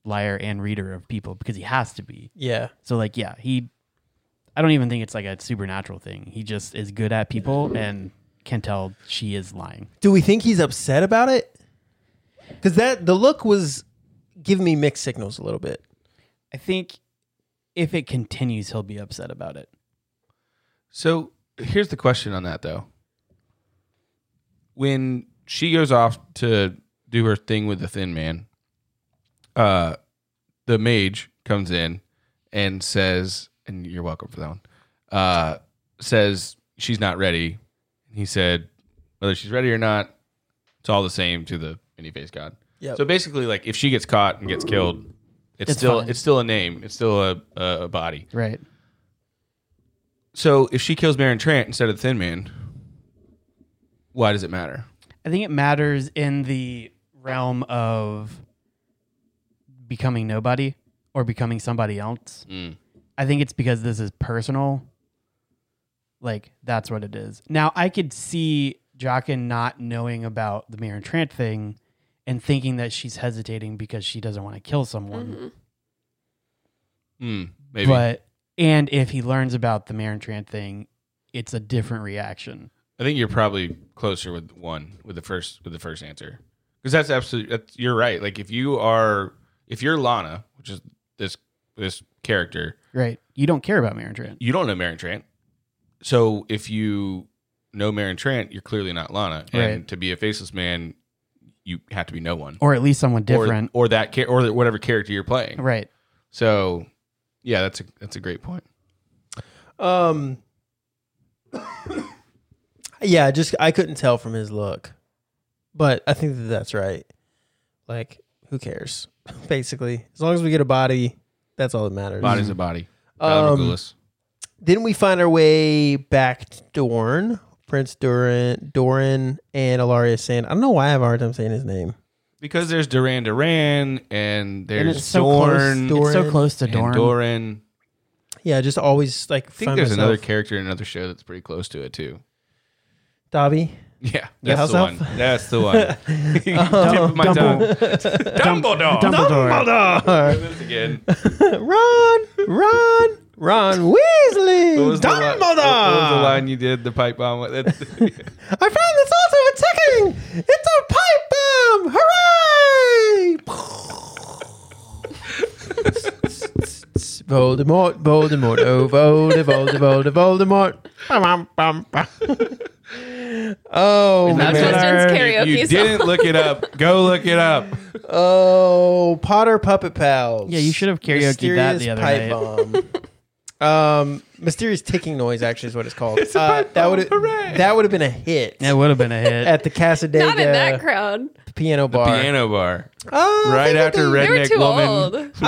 liar and reader of people because he has to be. Yeah. So like yeah, he I don't even think it's like a supernatural thing. He just is good at people and can tell she is lying. Do we think he's upset about it? Because that the look was giving me mixed signals a little bit. I think if it continues, he'll be upset about it. So here's the question on that though. When she goes off to do her thing with the thin man, uh the mage comes in and says, and you're welcome for that one, uh, says she's not ready. He said, whether she's ready or not, it's all the same to the mini face god. Yep. So basically, like if she gets caught and gets killed, it's, It's still fine. it's still a name, it's still a, a, a body. Right. So if she kills Baron Trant instead of the Thin Man, why does it matter? I think it matters in the realm of becoming nobody or becoming somebody else. Mm. I think it's because this is personal. Like that's what it is. Now I could see Jockin not knowing about the Mirror and Trant thing and thinking that she's hesitating because she doesn't want to kill someone. Mm-hmm. Mm, maybe. But and if he learns about the Mirror and Trant thing, it's a different reaction. I think you're probably closer with one with the first with the first answer because that's absolutely that's, you're right. Like if you are if you're Lana, which is this this character, Right. You don't care about Mirror and Trant. you don't know Marin Trant. So if you know Marin Trant, you're clearly not Lana. And Right. to be a faceless man, you have to be no one Or at least someone different. or, or that char- or whatever character you're playing. right. So yeah, that's a that's a great point. Um, yeah, just I couldn't tell from his look, but I think that that's right. Like, who cares? Basically, as long as we get a body, that's all that matters. Body's a body. Um, Then we find our way back to Dorn, Prince Doran, Doran, and Alaria Sand. I don't know why I have a hard time saying his name. because there's Duran Duran and And there's it's so Dorn Dor- close. It's so Doran close to and Dorn. Doran. Yeah, just always like. I think there's another character in another show that's pretty close to it too. Dobby. Yeah, Yeah, that's how's the that? one. That's the one. Tip of my tongue. Dumble- Dumbledore. Dumbledore. Do this again. Ron, Ron, Ron Weasley, What was, the li- Dumbledore. what- what was the line you did? The pipe bomb. with? That's- I found the source of attacking. It's a pipe bomb! Hooray! Voldemort, Voldemort, oh Voldemort, Voldemort, Voldemort. oh Isn't that That's Man. Justin's karaoke you song. didn't look it up. Go look it up. Oh, Potter Puppet Pals. Yeah, you should have karaoke that Mysterious the other pipe night. bomb. um, mysterious ticking noise. Actually, is what it's called. Uh, that would that would have been a hit It would have been a hit. at the Casadega Not in uh, that crowd. piano bar. Piano bar. Oh, I Right think that after they- They were Redneck too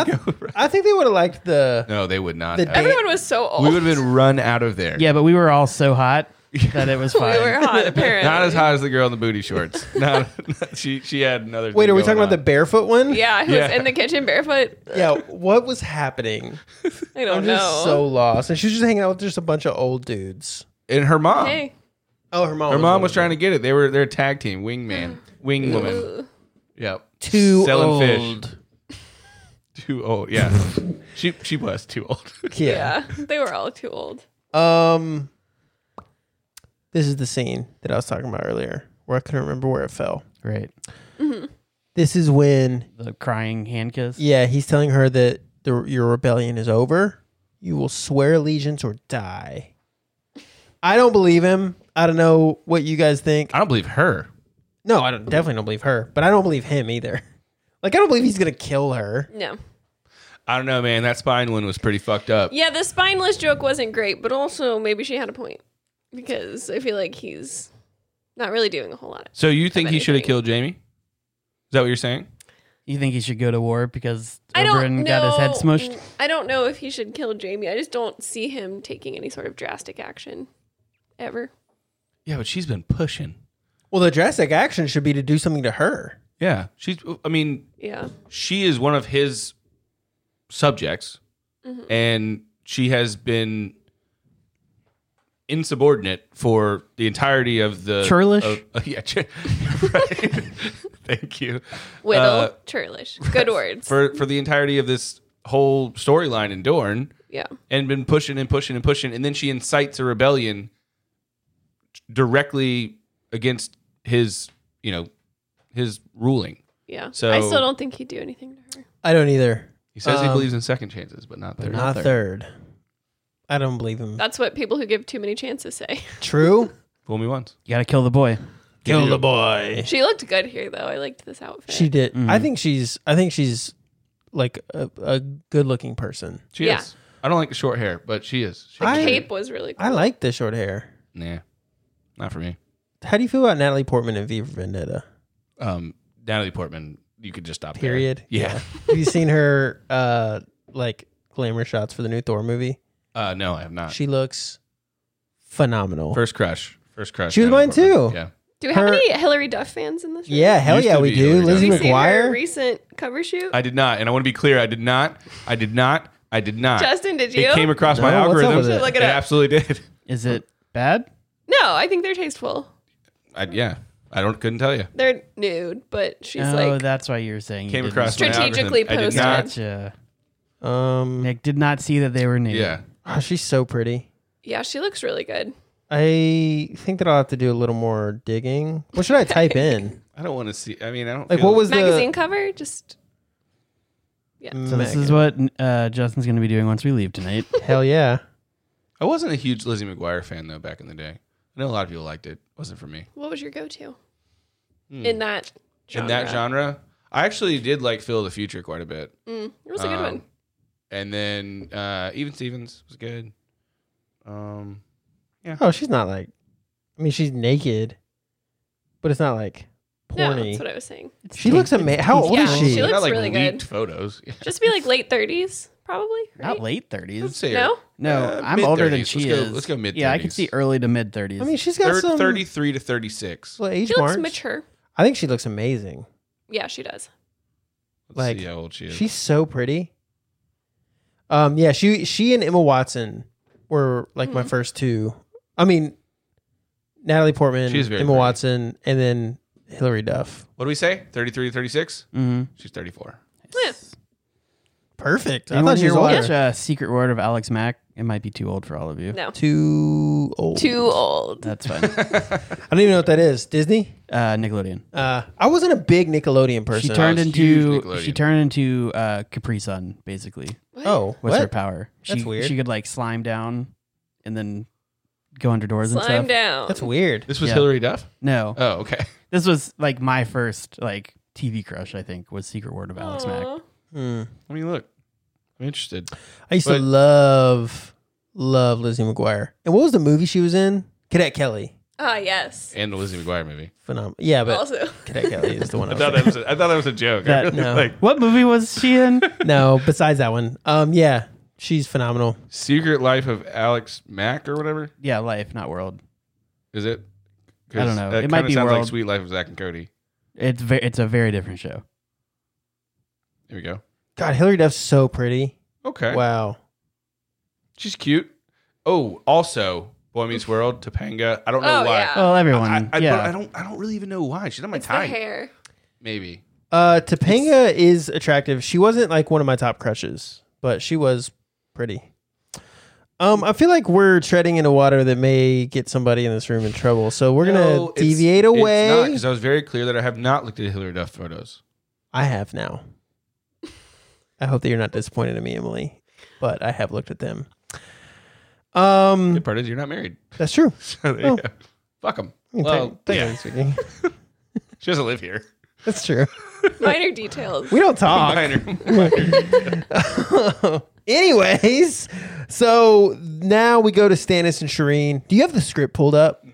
Woman. old. I think they would have liked the. No, they would not. The have. dance- Everyone was so old. we would have been run out of there. yeah, but we were all so hot that it was We fine. were hot, apparently. Not as hot as the girl in the booty shorts. Not, she she had another. Wait, thing are we going talking about the on. barefoot one? Yeah, who Yeah. was in the kitchen barefoot? Yeah. What was happening? I don't I'm know. just so lost. And she was just hanging out with just a bunch of old dudes. and her mom? hey, Oh, her mom. her mom was one trying to get it. They were their tag team, wingman, wing woman. Ooh. Yep. of them. too selling old. fish. Too old. Yeah. she she was too old. Yeah. yeah, they were all too old. Um. This is the scene that I was talking about earlier, where I couldn't remember where it fell. Right. This is when, The crying hand kiss. yeah, he's telling her that the, your rebellion is over. You will swear allegiance or die. I don't believe him. I don't know what you guys think. I don't believe her. No, I don't, definitely don't believe her, but I don't believe him either. Like, I don't believe he's gonna kill her. No. I don't know, man. That spine one was pretty fucked up. Yeah, the spineless joke wasn't great, but also maybe she had a point because I feel like he's not really doing a whole lot. So you think he should have anything. killed Jamie? Is that what you're saying? You think he should go to war because I Oberyn don't got his head know- smushed? I don't know if he should kill Jamie. I just don't see him taking any sort of drastic action ever. Yeah, but she's been pushing. Well, the drastic action should be to do something to her. Yeah, she's. I mean, Yeah. she is one of his subjects and she has been insubordinate for the entirety of the Churlish? of- uh, yeah chur- right thank you Whittle, Uh, churlish. Good words. for for the entirety of this whole storyline in Dorne yeah. and been pushing and pushing and pushing and then she incites a rebellion directly against his you know his ruling Yeah. So- I still don't think he'd do anything to her. I don't either. He says he Um, believes in second chances, but not But third. not third. I don't believe him. That's what people who give too many chances say. True. Fool me once. You gotta kill the boy. Kill the boy. she looked good here, though. I liked this outfit. She did. Mhm. I think she's. I think she's like a, a good-looking person. She Yeah. is. I don't like the short hair, but she is. She I- Cape was really cool. I like the short hair. Nah, not for me. How do you feel about Natalie Portman and V for Vendetta? Um, Natalie Portman, you could just stop. there. Period. Yeah. Have you seen her uh like glamour shots for the new Thor movie? Uh, no, I have not. She looks phenomenal. First crush. First crush. She was Natalie mine Portman. too. Yeah. do we have her- any Hillary Duff fans in this? room? yeah, hell Used yeah, to we be do. Hillary Have Lizzie you seen her McGuire. recent cover shoot? I did not, and I want to be clear. I did not. I did not. I did not. Justin, did you? it came across my No, what's up algorithm. with it? Look it up. absolutely did. Is it bad? no, I think they're tasteful. I, yeah. I don't. Couldn't tell you. They're nude, but she's oh, like that's why you're saying you Came didn't across see- my Strategically algorithm. posted. I did not. Gotcha. Um, Nick did not see that they were new. Yeah. oh, she's so pretty. Yeah, she looks really good. I think that I'll have to do a little more digging. What should I type in? I don't want to see. I mean, I don't. Like, feel- what was Magazine cover, just the So this is what uh, Justin's gonna be doing once we leave tonight. Hell yeah! I wasn't a huge Lizzie McGuire fan though back in the day. I know a lot of people liked it. Wasn't for me. what was your go to in that genre? In that genre, I actually did like Phil of the Future quite a bit. Mm, it was a good Um, one. And then uh, Even Stevens was good. Um, Oh, she's not like. I mean, she's naked, but it's not like No, porny. that's what I was saying. she looks amazing. How old Yeah, is she? she looks got, like, really good. leaked Photos. Yeah. Just be like late thirties, probably. Right? not late Let's thirties. say No, No, Uh, I'm mid- older than 30s. she Let's go- is. let's go mid- Yeah, I can see 30s. early to mid thirties. I mean, she's got Thir- some 33 to 36. Let's little age she looks marks. mature. I think she looks amazing. Yeah, she does. Like, see how old she is. She's so pretty. Um, yeah, she she and Emma Watson were like my first two. I mean, Natalie Portman, She's very Emma pretty. Watson, and then Hillary Duff. what do we say? 33 to 36? mm-hmm. She's 34. Yeah. Perfect. I Anyone thought she here was watch older. uh, Secret Word of Alex Mack? It might be too old for all of you. No, Too old. too old. That's fine. I don't even know what that is. Disney. uh, Nickelodeon. Uh, I wasn't a big Nickelodeon person. She turned was huge into Nickelodeon. she turned into uh, Capri Sun basically. oh, Was what? her power? She, That's weird. She could like slime down, and then go under doors and Slime stuff. down. That's weird. This was Yeah. Hillary Duff? No, Oh, okay. this was like my first like TV crush. I think was Secret Word of Alex Mack. Aw. Hmm. I mean, look. I'm interested. I used to But- love love Lizzie McGuire. And what was the movie she was in? Cadet Kelly. Ah, yes. And the Lizzie McGuire movie. Phenomenal. Yeah, but also, Cadet Kelly is the one. I I was thought that was a, I thought that was a joke. That- no. like, What movie was she in? no, besides that one. Um, yeah, she's phenomenal. Secret Life of Alex Mack or whatever? yeah, Life, not World. Is it? 'Cause I don't know. That It might kinda be sounds like World. Sweet Life of Zach and Cody. It's ve- it's a very different show. There we go. God, Hillary Duff's so pretty. Okay. Wow. She's cute. Oh, also, Boy Meets World, Topanga. I don't know oh why. yeah. Well, everyone. I, I, yeah, but I don't. I don't really even know why. She's not my it's the type. hair. Maybe. Uh, Topanga is attractive. She wasn't like one of my top crushes, but she was pretty. Um, I feel like we're treading into water that may get somebody in this room in trouble. So we're gonna No, it's- deviate It's not away. because I was very clear that I have not looked at Hillary Duff photos. I have now. I hope that you're not disappointed in me, Emily, but I have looked at them. Um, Good part is you're not married. that's true. So there Oh. you go. Fuck them. I mean, Well, tec- yeah. technically speaking, She doesn't live here. that's true. Minor details. We don't talk. Anyways, so now we go to Stannis and Shireen. Do you have the script pulled up?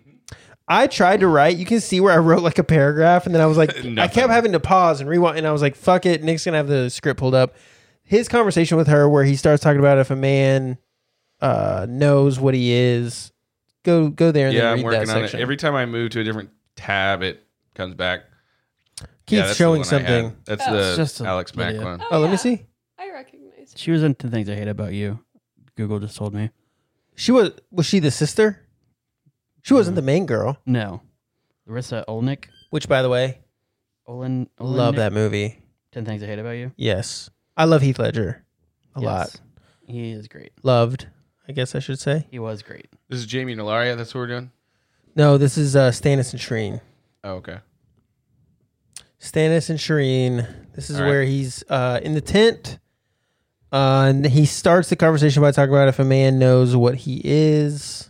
I tried to write. You can see where I wrote like a paragraph, and then I was like, I Nothing. kept having to pause and rewind, and I was like, fuck it. Nick's gonna have the script pulled up. His conversation with her, where he starts talking about if a man uh, knows what he is, go go there and yeah, then I'm read working that on section. it. Every time I move to a different tab, it comes back. Yeah, Keith's that's the one I showing had. something. That's Oh. the It's just a Alex Mack video. one. Oh, let yeah. me see. I recognize. she was in Ten Things I Hate About You. Google just told me. She was was she the sister? She wasn't the Mm-hmm. main girl. No, Larissa Olnick. Which, by the way, Olin, Olin love that movie. Ten Things I Hate About You. Yes. I love Heath Ledger a lot. Yes. He is great. Loved, I guess I should say. He was great. This is Jamie and Ilaria. That's what we're doing. No, this is uh, Stannis and Shireen. Oh, okay. Stannis and Shireen. This is All right. where he's uh, in the tent. Uh, and he starts the conversation by talking about if a man knows what he is.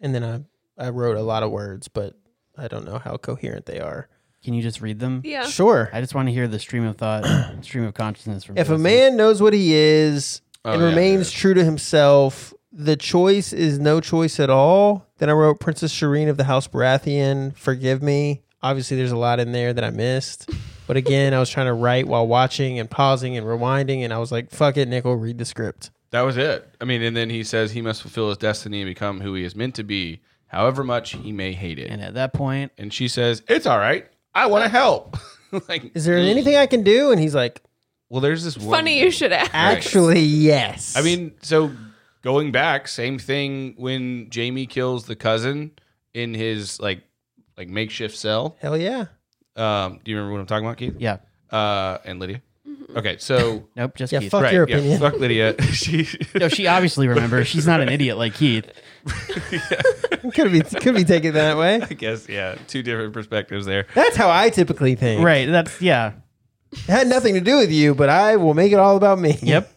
And then I, I wrote a lot of words, but I don't know how coherent they are. Can you just read them? Yeah. Sure. I just want to hear the stream of thought, stream of consciousness from. If a Joseph. man knows what he is Oh, and yeah, remains true to himself, the choice is no choice at all. Then I wrote Princess Shireen of the House Baratheon, forgive me. Obviously, there's a lot in there that I missed. But again, I was trying to write while watching and pausing and rewinding, and I was like, fuck it, Nickel, read the script. That was it. I mean, and then he says he must fulfill his destiny and become who he is meant to be, however much he may hate it. and at that point, And she says, "It's all right. I want to help." like, Is there anything I can do? And he's like, well, there's this one. Funny you should ask. actually, yes. I mean, so going back, same thing when Jamie kills the cousin in his like like makeshift cell. hell yeah. Um, do you remember what I'm talking about, Keith? yeah, Uh, and Lydia. Okay, so nope, just Yeah, Keith. fuck right, your yeah, opinion. fuck Lydia. she No, she obviously remembers. She's not an idiot like Keith. could, be, could be taken that way. I guess yeah, two different perspectives there. That's how I typically think. Right. That's yeah. It had nothing to do with you, but I will make it all about me. Yep.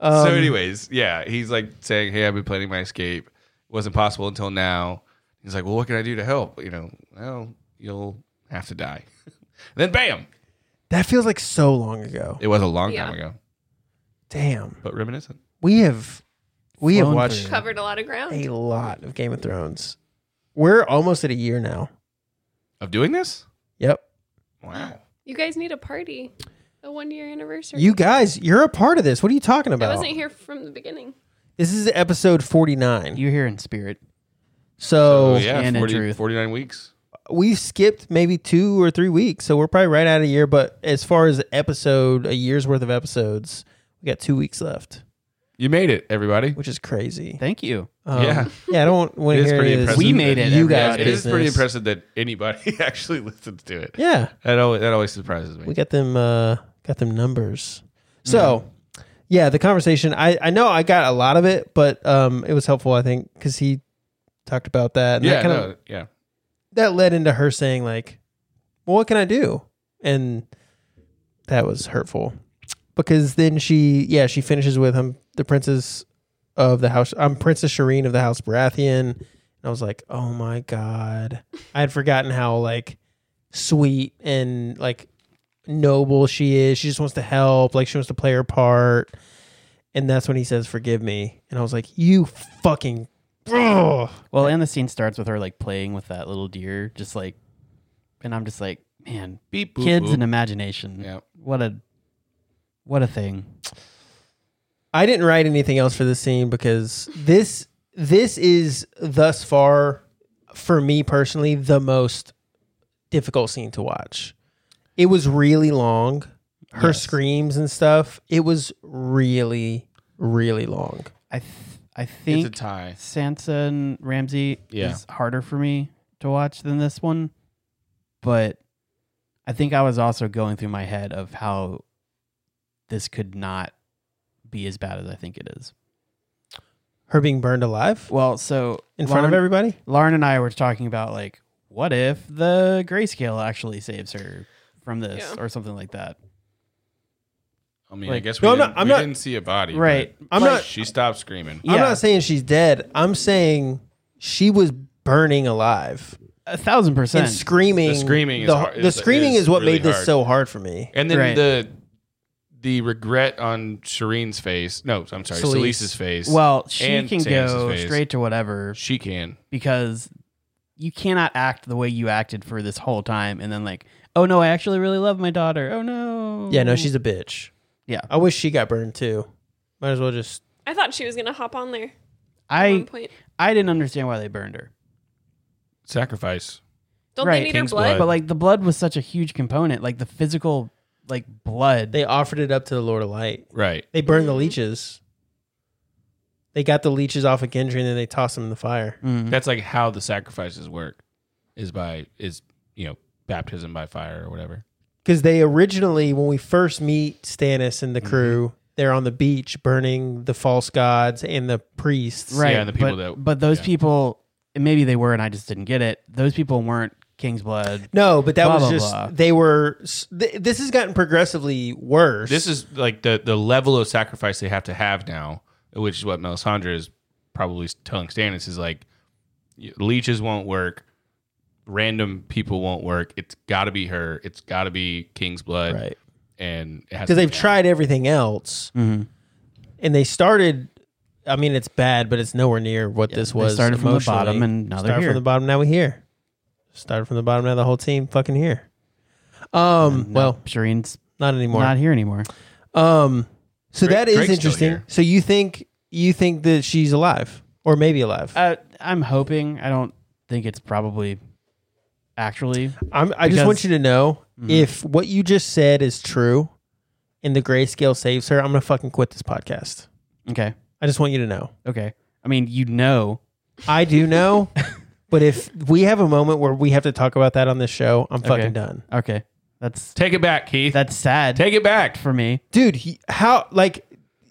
Um, so anyways, yeah, he's like saying, "Hey, I've been planning my escape. It wasn't possible until now." He's like, "Well, what can I do to help?" You know, well, you'll have to die. then bam, That feels like so long ago. it was a long Yeah. time ago, Damn. but reminiscent. We have we have Flown watched through. Covered a lot of ground. a lot of Game of Thrones. We're almost at a year now. of doing this? Yep. Wow. You guys need a party. A one year anniversary. You guys, you're a part of this. What are you talking I about? wasn't here from the beginning. This is episode 49. You're here in spirit. So Oh, yeah, and in 40, truth. 49 weeks. we've skipped maybe two or three weeks. So we're probably right out of year. But as far as episode, a year's worth of episodes, we got two weeks left, You made it, everybody. which is crazy. Thank you. Um, Yeah. Yeah. I don't want It to is hear pretty it is impressive. We made it, You everybody. guys. It is pretty business. impressive that anybody actually listens to it. Yeah. That always, that always surprises me. Mm-hmm. we got them uh got them numbers so yeah the conversation i i know i got a lot of it but um it was helpful i think because he talked about that and yeah, that kind no, of yeah. that led into her saying like well what can i do and that was hurtful because then she yeah she finishes with i'm the princess of the house i'm princess shireen of the house baratheon and i was like oh my god i had forgotten how like sweet and like noble she is she just wants to help like she wants to play her part and that's when he says forgive me and i was like you fucking Ugh. Well, and the scene starts with her like playing with that little deer, just like, and I'm just like, man, Beep, boop, kids boop. and imagination. Yeah. What a, what a thing. I didn't write anything else for this scene because this this is thus far for me personally the most difficult scene to watch. It was really long. Her Yes. screams and stuff. It was really really long. I, th- I It's a think tie. Sansa and Ramsey Yeah. is harder for me to watch than this one, but I think I was also going through my head of how this could not be as bad as I think it is. Her being burned alive Well, so in front of Lauren- everybody. Lauren and I were talking about like, what if the grayscale actually saves her from this Yeah. or something like that? I mean, I Like- guess we, No, I'm didn't, not- I'm we not- didn't see a body. but Right. I'm Like, not- She stopped screaming. I'm yeah. not saying she's dead. I'm saying she was burning alive a thousand percent. and screaming. The screaming is the, hard- the is- screaming is is, what really made this hard. so hard for me. And then Right. the the regret on Shireen's face. No, I'm sorry, Solis. Selise's face. well, she and can Sansa's go face. straight to whatever she can. because you cannot act the way you acted for this whole time and then like, oh no, I actually really love my daughter. Oh no. Yeah, no, she's a bitch. Yeah. I wish she got burned too. Might as well just I thought she was gonna hop on there at one I point. I didn't understand why they burned her. Sacrifice. Don't right, they need King's her blood? blood. But like the blood was such a huge component, like the physical like blood. they offered it up to the Lord of Light. Right. They burned the Mm-hmm. leeches. They got the leeches off of Gendry and then they tossed them in the fire. Mm. That's like how the sacrifices work is by is, you know, baptism by fire or whatever. Because they originally, when we first meet Stannis and the Mm-hmm. crew, they're on the beach burning the false gods and the priests. right Yeah, and the people but, that- but those yeah. people and maybe they were and i just didn't get it those people weren't King's Blood. No, but that Blah, was blah, just blah. they were. s- Th- this has gotten progressively worse. This is like the the level of sacrifice they have to have now, which is what Melisandre is probably telling Stannis is like y- leeches won't work, random people won't work. It's got to be her. It's got to be King's blood, right And it has because to be they've tried everything else, Mm-hmm. and they started. I mean, it's bad, but it's nowhere near what this they was. started from the emotionally. bottom and now they're Started here. from the bottom. Now we here. Started from the bottom. Now the whole team fucking here. Um. Well, Shireen's not anymore. not here anymore. um. So Drake- that is Drake's still interesting. here. So you think you think that she's alive or maybe alive? Uh, I'm hoping. I don't think it's probably actually. I'm, I just Because- Mm-hmm. want you to know if what you just said is true and the grayscale saves her, I'm going to fucking quit this podcast. Okay. I just want you to know. Okay. I mean, you know. I do know, but if we have a moment where we have to talk about that on this show, I'm Okay. fucking done. Okay. That's Take it back, Keith. that's sad Take it back. for me. Dude, he, how, like,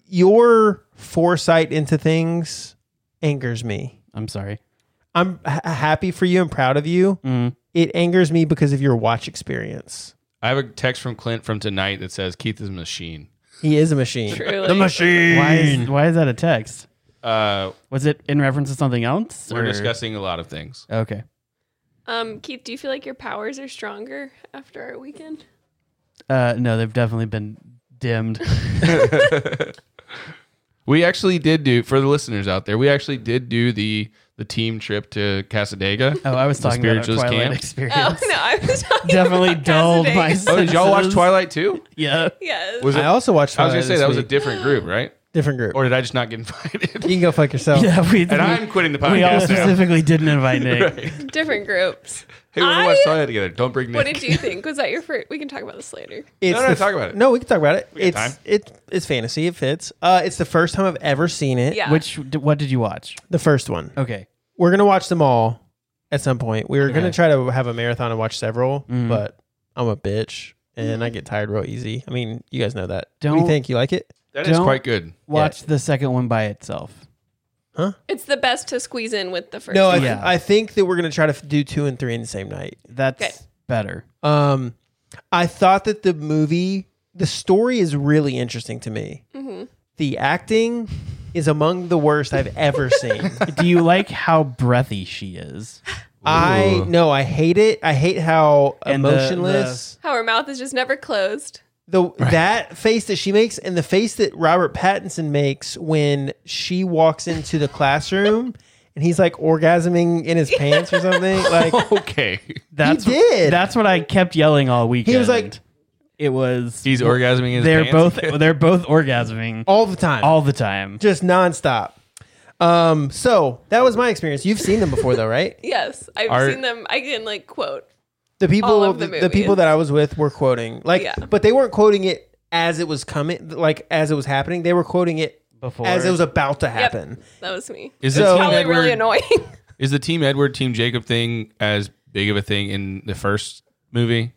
your foresight into things angers me. I'm sorry. I'm h- happy for you and proud of you. Mm. It angers me because of your watch experience. I have a text from Clint from tonight that says Keith is a machine. He is a machine. Truly. machine. Why is why is that a text? Uh, Was it in reference to something else? we're or- discussing a lot of things. Okay. Um, Keith, do you feel like your powers are stronger after our weekend? Uh, no, they've definitely been dimmed. We actually did do for the listeners out there. We actually did do the the team trip to Casadega. Oh, I was talking about a spiritualist Twilight camp? experience. Oh no, I was talking Definitely about dulled my. Casadega. Oh, did y'all watch senses. Twilight too? Yeah. Yes. Was it? I I, also watched. was gonna Twilight say this that was a week. different group, right? different group. Or did I just not get invited? you can go fuck yourself. Yeah, we, Oh. and I'm quitting the podcast. we all now. specifically didn't invite Nick. Different groups. Hey, we're gonna I- watch Twilight together. Don't bring Nick. What did you think? Was that your first? We can talk about this later. It's No, no, the- talk about it. No, we can talk about it. got It's time. it, it's fantasy. It fits. Uh, it's the first time I've ever seen it. Yeah. Which what did you watch? The first one. Okay. We're gonna watch them all at some point. We were gonna try to have a marathon and watch several, Mm-hmm. but I'm a bitch and I get tired real easy. I mean, you guys know that. What do Don't- you think? You like it? That is Don't- quite good. Watch the second one by itself. It's the best to squeeze in with the first. No, I, one. Yeah. I think that we're gonna try to f- do two and three in the same night. That's Okay. better. Um, I thought that the movie, the story is really interesting to me. The acting is among the worst I've ever seen. Do you like how breathy she is? I no, I hate it. I hate how And the- emotionless How her mouth is just never closed. the, that face that she makes and the face that Robert Pattinson makes when she walks into the classroom and he's like orgasming in his pants or something. Like Okay, That's did. That's what I kept yelling all weekend. was like- it was. he's orgasming. His They're pants. both. They're both orgasming all, all the time. the time. just nonstop. Um, so that was my experience. You've seen them before though, right? Yes, I've Are- seen them. I can like quote. The people All of the the, people movies. that I was with were quoting. Like Yeah. but they weren't quoting it as it was coming like as it was happening. They were quoting it Before. as it was about to happen. That was me. Is So- the team Probably Edward? really annoying. is the team Edward team Jacob thing as big of a thing in the first movie?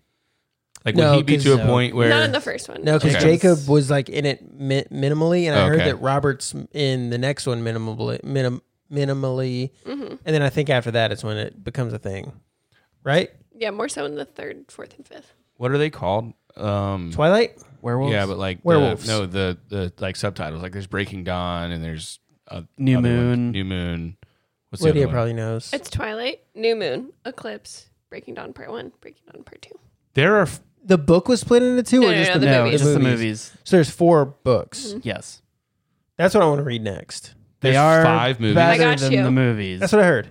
Like No, would he be 'cause uh, to a no. point where Not in the first one. No, because Okay. Jacob was like in it mi- minimally, and I heard Okay. that Robert's in the next one minimally, minim- minimally, Mm-hmm. and then I think after that it's when it becomes a thing, right? Yeah, more so in the third, fourth, and fifth. what are they called? Um, Twilight. Werewolves. yeah, but like the- Werewolves. no, the the like subtitles. Like there's Breaking Dawn and there's uh, New other ones. Moon. New Moon. What's the Lydia other one? probably knows. It's Twilight, New Moon, Eclipse, Breaking Dawn Part One, Breaking Dawn Part Two. There are f- the book was split into two, No, or no, just no, the, the no, movies. just the movies. Mm-hmm. So there's four books. Yes, That's what I want to read next. they There's are five movies. better I got than you. the movies. That's what I heard.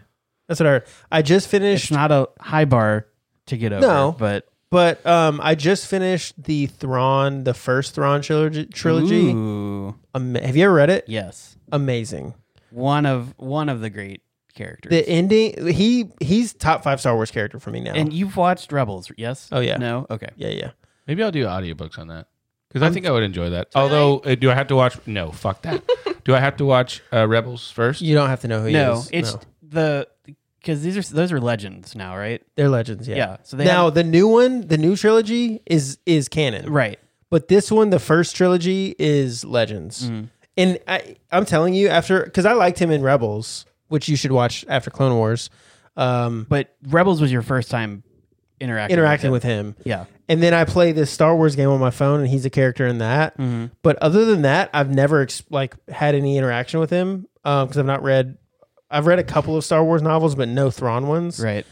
That's what I heard. I just it's finished, not a high bar to get over. No. but but um, I just finished the Thrawn, the first Thrawn trilogy. trilogy. Ooh, Ama- have you ever read it? yes, Amazing. one of one of the great characters. The ending. He he's top five Star Wars character for me now. and you've watched Rebels, yes? Oh, yeah. No, okay. yeah, yeah. maybe I'll do audiobooks on that because I think I would enjoy that. Although, uh, do I have to watch? No, fuck that. do I have to watch uh, Rebels first? You don't have to know who he No, is. it's the because these are those are legends now, right? they're legends. Yeah. Yeah. so they now have- the new one, the new trilogy is is canon, right. But this one, the first trilogy, is legends. Mm-hmm. And I, I'm telling you, after because I liked him in Rebels, which you should watch after Clone Wars. Um, But Rebels was your first time interacting interacting him. with him. Yeah. And then I play this Star Wars game on my phone, and he's a character in that. But other than that, I've never ex- like had any interaction with him because I've not read. I've read a couple of Star Wars novels, but no Thrawn ones. Right.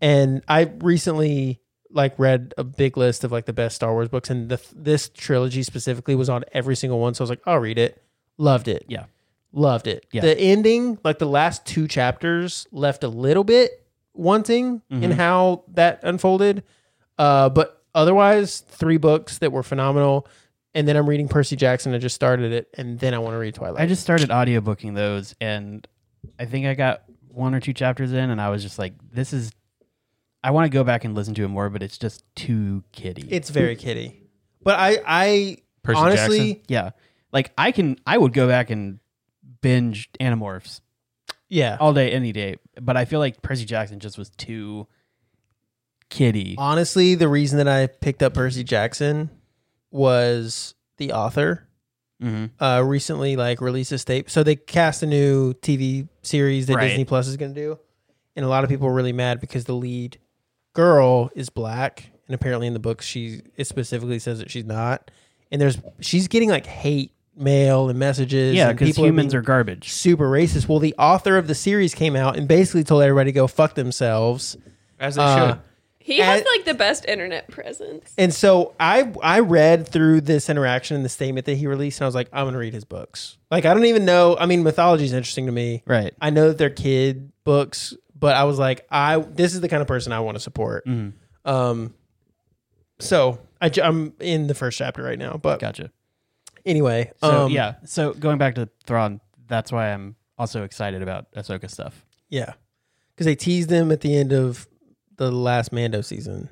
And I recently like read a big list of like the best Star Wars books, and the, this trilogy specifically was on every single one. So I was like, I'll read it. Loved it. Yeah. Loved it. Yeah. The ending, like the last two chapters, left a little bit wanting in Mm-hmm. how that unfolded. Uh, but otherwise, three books that were phenomenal. And then I'm reading Percy Jackson. I just started it, and then I want to read Twilight. I just started audiobooking those and I think I got one or two chapters in and I was just like, this is I want to go back and listen to it more, but it's just too kiddie. it's very kitty, but I, I Percy honestly, Jackson? yeah. Like I can I would go back and binge Animorphs yeah, all day, any day. But I feel like Percy Jackson just was too kiddie. honestly, the reason that I picked up Percy Jackson was the author. Mm-hmm. uh, recently like released a tape. So they cast a new TV series that Right. Disney Plus is going to do, and a lot of people are really mad because the lead girl is black, and apparently in the book she it specifically says that she's not. And there's she's getting like hate mail and messages. Yeah, and because people humans being are garbage. super racist. Well, the author of the series came out and basically told everybody to go fuck themselves. as they Uh, should. He has At- like the best internet presence. And so I I read through this interaction and the statement that he released, and I was like, I'm gonna read his books. Like I don't even know. I mean, mythology is interesting to me. Right. I know that they're kid books, but I was like, I this is the kind of person I want to support. Mm-hmm. Um, so I, ju- I'm in the first chapter right now, but Gotcha. anyway, So um, yeah. So going back to Thrawn, that's why I'm also excited about Ahsoka stuff. yeah, because they teased them at the end of the last Mando season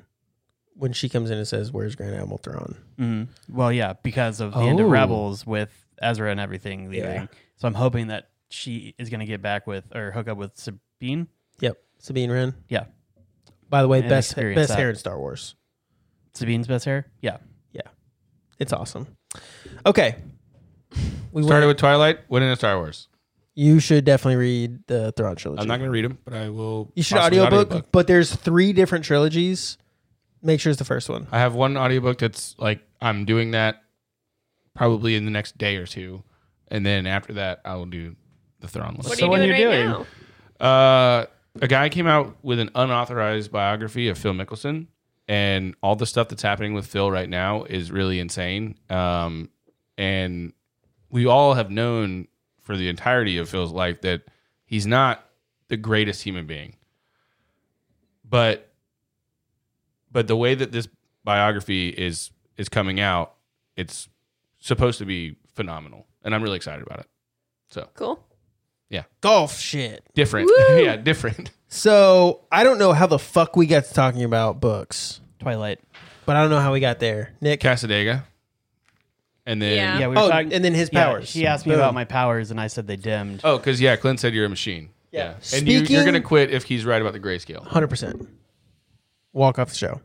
when she comes in and says, "Where's Grand Admiral Thrawn?" Mm-hmm. Well, yeah, because of the end of Oh. Rebels with Ezra and everything leaving. Yeah. So I'm hoping that she is going to get back with or hook up with Sabine. Yep, Sabine Wren. Yeah, By the way, And best experience best that. hair in Star Wars. Sabine's best hair. Yeah. It's awesome. Okay, we Started went- with Twilight, went into Star Wars. You should definitely read the Thrawn trilogy. I'm not going to read them, but I will. You should possibly audiobook, but there's three different trilogies. Make sure it's the first one. I have one audiobook that's like I'm doing that probably in the next day or two, and then after that I will do the Thrawn list. What So are when you doing you're right doing- now? Uh, a guy came out with an unauthorized biography of Phil Mickelson, and all the stuff that's happening with Phil right now is really insane. Um, and we all have known for the entirety of Phil's life that he's not the greatest human being, but but the way that this biography is is coming out, it's supposed to be phenomenal, and I'm really excited about it. Cool. Golf shit. Different, Woo! yeah, different. So I don't know how the fuck we got to talking about books, Twilight. but I don't know how we got there. Nick. Casadega. And then Yeah. Yeah, we were oh, talking. and then his yeah, powers. she asked me Boom. about my powers, and I said they dimmed. oh, because yeah, Clint said you're a machine. Yeah. and you, Speaking- you're gonna quit if he's right about the grayscale. 100%. Walk off the show.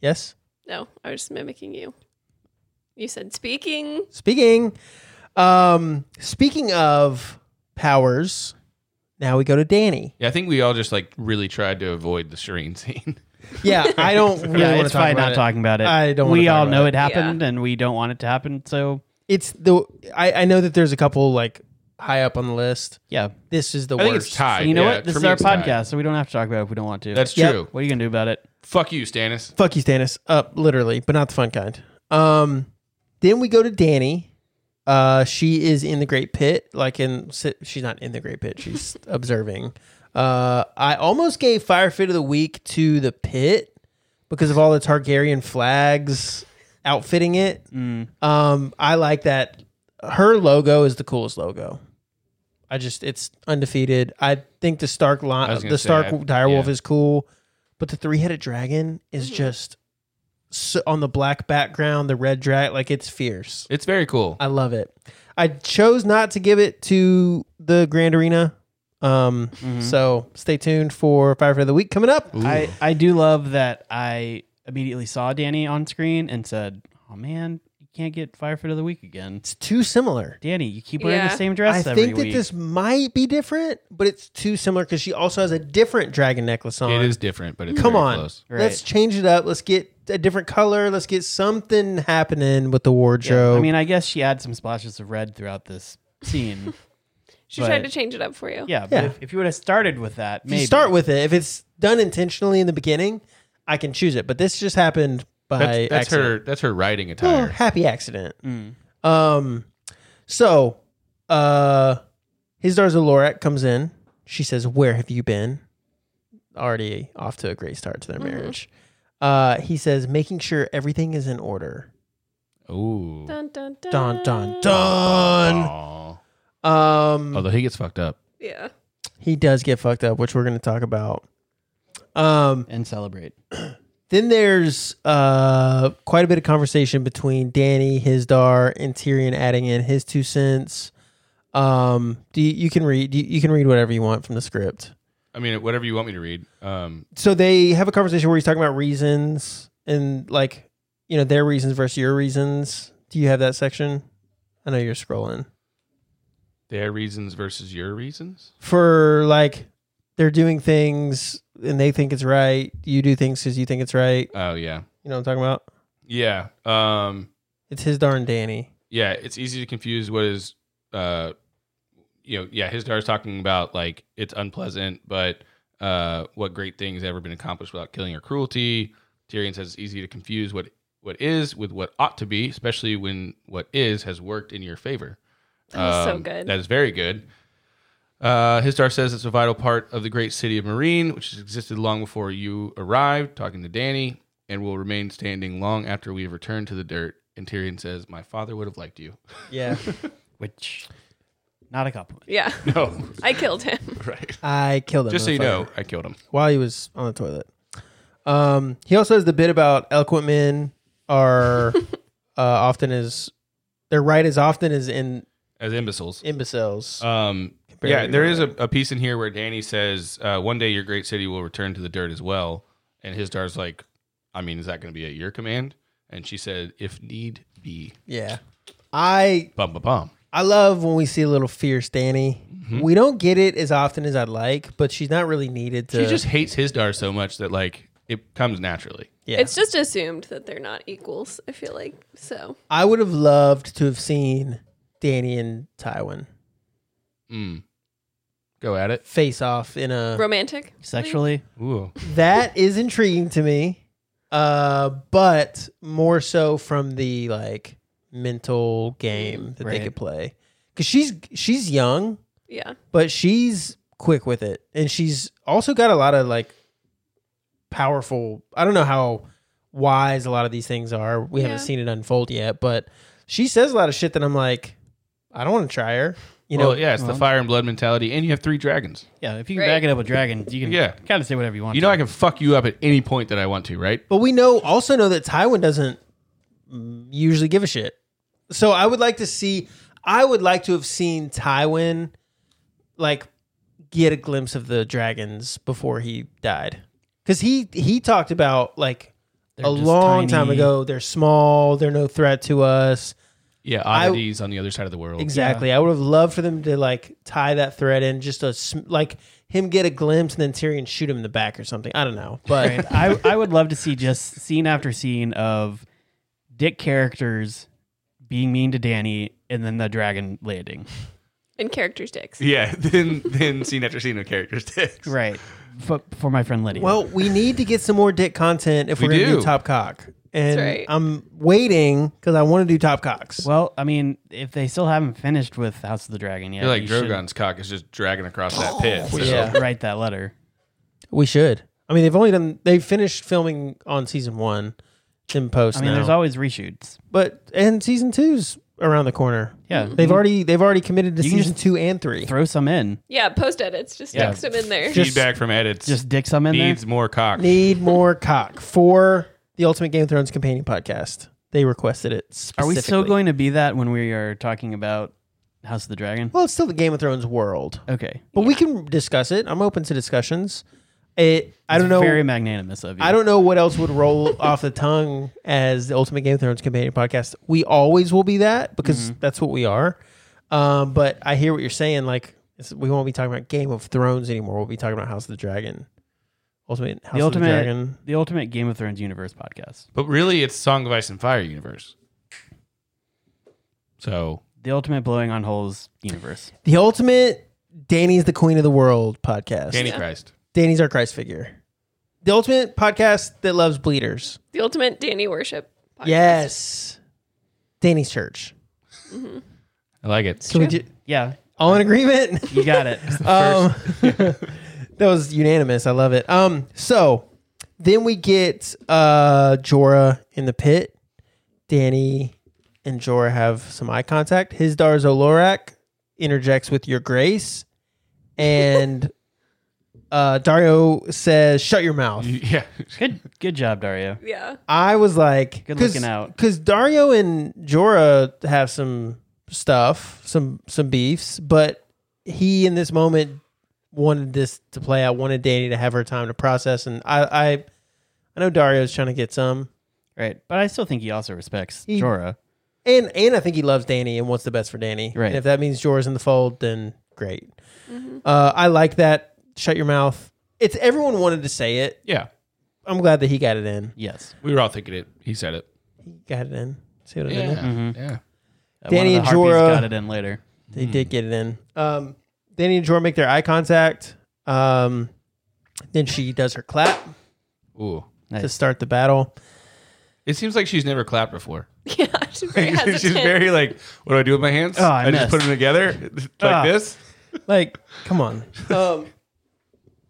Yes? No, I was just mimicking you. You said speaking. Speaking. Um, speaking of powers, now we go to Danny. Yeah, I think we all just like really tried to avoid the Shireen scene. Yeah, I don't really yeah, want to it's talk fine about not it. talking about it. I don't wanna We talk all about know it. it happened, and we don't want it to happen. So It's the I, I know that there's a couple like high up on the list. yeah, This is the I think worst. it's tied. And you know Yeah, what? This for is me, our it's tied. podcast, so we don't have to talk about it if we don't want to. That's Yep. true. what are you gonna do about it? Fuck you, Stannis. fuck you, Stannis. Up, literally, but not the fun kind. Um, then we go to Danny. Uh, she is in the Great Pit, like in si- she's not in the Great Pit. She's observing. Uh, I almost gave Fire Fit of the Week to the Pit because of all the Targaryen flags outfitting it. Mm. Um, I like that. Her logo is the coolest logo. I just it's undefeated. I think the Stark I line, was gonna the say, Stark I- direwolf yeah. Mm-hmm. is cool, but the three headed dragon is just so, on the black background, the red dragon, like it's fierce. It's very cool. I love it. I chose not to give it to the Grand Arena. Um, Mm-hmm. so stay tuned for Fire for the Week coming up. I, I do love that I immediately saw Danny on screen and said, "Oh man, you can't get firefighter of the week again. It's too similar. Danny, you keep wearing Yeah. the same dress I every think that week. this might be different, but it's too similar because she also has a different dragon necklace on. It is different, but it's Come very on, close. Right. let's change it up. Let's get a different color. Let's get something happening with the wardrobe. I mean, I guess she had some splashes of red throughout this scene. She tried But- to change it up for you. yeah, but Yeah. If, if you would have started with that, If you maybe start with it. If it's done intentionally in the beginning, I can choose it. But this just happened by That's, that's accident. her. That's her riding Oh, attire. happy accident. Mm. Um, so, uh, his daughter Lorak comes in. She says, "Where have you been?" Already off to a great start to their marriage. Uh, he says, "Making sure everything is in order." Ooh. Dun, dun, dun. Dun dun dun. Aw. Um, Although he gets fucked up. Yeah. he does get fucked up, which we're going to talk about. Um, and celebrate. Then there's uh, quite a bit of conversation between Danny, Hisdar, and Tyrion, adding in his two cents. Um, do you, you can read you, you can read whatever you want from the script. I mean, whatever you want me to read. Um, So they have a conversation where he's talking about reasons and like you know their reasons versus your reasons. Do you have that section? I know you're scrolling their reasons versus your reasons. for like they're doing things and they think it's right. You do things because you think it's right. Oh yeah, You know what I'm talking about? yeah, um, It's his darn Danny. yeah. It's easy to confuse what is, uh, you know, yeah. His daughter's talking about like it's unpleasant, but uh, what great things ever been accomplished without killing or cruelty? Tyrion says it's easy to confuse what what is with what ought to be, especially when what is has worked in your favor. That was so Um, good. That is very good. Uh, Histar says it's a vital part of the great city of Marine, which has existed long before you arrived, talking to Danny, and will remain standing long after we have returned to the dirt. And Tyrion says, My father would have liked you. Yeah. which not a compliment. yeah. No, I killed him. right. I killed him. Just so with you a know, fire I killed him. While he was on the toilet. Um, he also has the bit about eloquent men are uh, often as they're right as often as in As imbeciles. imbeciles. Um, Compared yeah, to there your is a, a piece in here where Danny says, uh, "One day your great city will return to the dirt as well." And his dar's like, "I mean, is that going to be at your command?" And she said, "If need be." yeah. I Bum bum bum. I love when we see a little fierce Danny. Mm-hmm. We don't get it as often as I'd like, but she's not really needed to She just hates his dar so much that like it comes naturally. yeah. It's just assumed that they're not equals, I feel like. So I would have loved to have seen Danny and Tywin Mm. Go at it. face off in a romantic. Sexually, Ooh. that is intriguing to me uh but more so from the like mental game that Right. they could play because she's she's young Yeah. but she's quick with it and she's also got a lot of like powerful i don't know how wise a lot of these things are we haven't Yeah. seen it unfold yet but she says a lot of shit that i'm like i don't want to try her you know well, yeah, it's the well- fire and blood mentality, and you have three dragons. yeah. If you can Right. back it up with dragons, you can Yeah. kind of say whatever you want. You know I can fuck you up at any point that I want to, right? But we know also know that Tywin doesn't mm, usually give a shit. So I would like to see. I would like to have seen Tywin, like, get a glimpse of the dragons before he died, because he he talked about like They're a just long tiny. time ago. They're small. They're no threat to us. Yeah, I- oddities on the other side of the world. Exactly. I would have loved for them to like tie that thread in, just a sm- like him get a glimpse and then Tyrion shoot him in the back or something. I don't know, but Right. I, I would love to see just scene after scene of dick characters being mean to Danny and then the dragon landing. And characters dicks. Yeah, then then scene after scene of characters dicks. Right. For, for my friend Lydia. Well, we need to get some more dick content if We we are going to do do. Top Cock. And right. I'm waiting because I want to do Top Cocks. well, I mean, if they still haven't finished with House of the Dragon yet, You're like you should Drogon's cock is just dragging across that pit. so- yeah. write that letter. we should. I mean, they've only done, they finished filming on season one, it's in post I mean, now. there's always reshoots. but, and season two's around the corner. Yeah. Mm-hmm. They've already, they've already committed to You can season just two and three. Throw some in. Yeah, post edits. Just Yeah. text them in there. Just- Feedback from edits Just dick some in needs there. more cock. Need more cock for the Ultimate Game of Thrones companion podcast. They requested it. Are we still specifically. going to be that when we are talking about House of the Dragon? Well, it's still the Game of Thrones world. Okay. But we can discuss it. I'm open to discussions. It. I don't know. Very magnanimous of you. I don't know what else would roll off the tongue as the Ultimate Game of Thrones companion podcast. We always will be that because that's what we are. Um, but I hear what you're saying. Like it's, we won't be talking about Game of Thrones anymore. We'll be talking about House of the Dragon, Ultimate House the of the ultimate, Dragon. the ultimate Game of Thrones universe podcast. But really, it's Song of Ice and Fire universe. So The ultimate blowing on holes universe. The ultimate Danny's the Queen of the World podcast. Danny Christ. Danny's our Christ figure. The ultimate podcast that loves bleeders. The ultimate Danny worship. podcast. Yes. Danny's church. I like it. Can we ju- Yeah, all in agreement? you got it. Um, that was unanimous. I love it. Um, so then we get uh, Jorah in the pit. Danny and Jorah have some eye contact. His Dar Zolorak interjects with "Your Grace," and uh, Dario says, "Shut your mouth." Yeah. Good, good job, Dario. Yeah. I was like, Good cause, looking out. because Dario and Jorah have some stuff, some some beefs, but he in this moment wanted this to play out, wanted Danny to have her time to process, and I I, I know Dario's trying to get some, Right, but I still think he also respects He- Jorah. and and I think he loves Danny and wants the best for Danny. Right. And if that means Jorah's in the fold, then great. Uh, I like that. Shut your mouth. It's everyone wanted to say it. Yeah. I'm glad that he got it in. Yes, We were all thinking it. He said it. He got it in. See what I did Yeah. there? Yeah. Uh, Danny and one of the harpies Jorah- got it in later. They did get it in. Hmm. Um, Danny and Jorah make their eye contact. Um, then she does her clap Ooh. to Nice. start the battle. It seems like she's never clapped before. Yeah. She's very hesitant. she's very like, what do I do with my hands? Oh, I just put missed. them together like Ah. this. Like, come on. Um,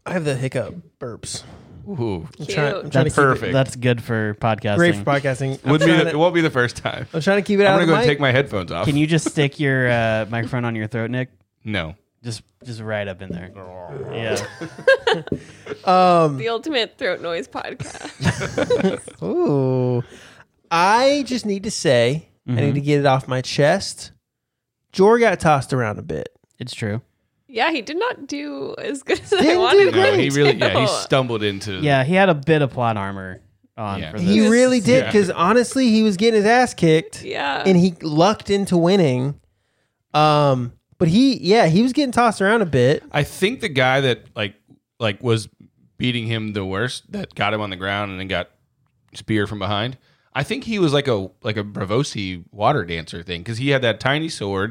I have the hiccup burps. Ooh. I'm Cute. trying, I'm trying to keep Perfect. That's good for podcasting. it great for podcasting. I'm Would be trying the, it to, won't be the first time. I'm trying to keep it I'm out gonna of go the mic. take my headphones off. Can you just stick your uh, microphone on your throat, Nick? No. Just, just right up in there. Yeah. Um, the ultimate throat noise podcast. Ooh. I just need to say, I need to Mm-hmm. get it off my chest. Jorah got tossed around a bit. It's true. yeah, he did not do as good as I Didn't wanted. do him No, he to. really yeah, he stumbled into Yeah, he had a bit of plot armor on Yeah. for this. He was- really did, Yeah. because honestly, he was getting his ass kicked. Yeah. and he lucked into winning. Um, but he, yeah, he was getting tossed around a bit. I think the guy that like like was beating him the worst that got him on the ground and then got spear from behind. I think he was like a like a Bravosi water dancer thing because he had that tiny sword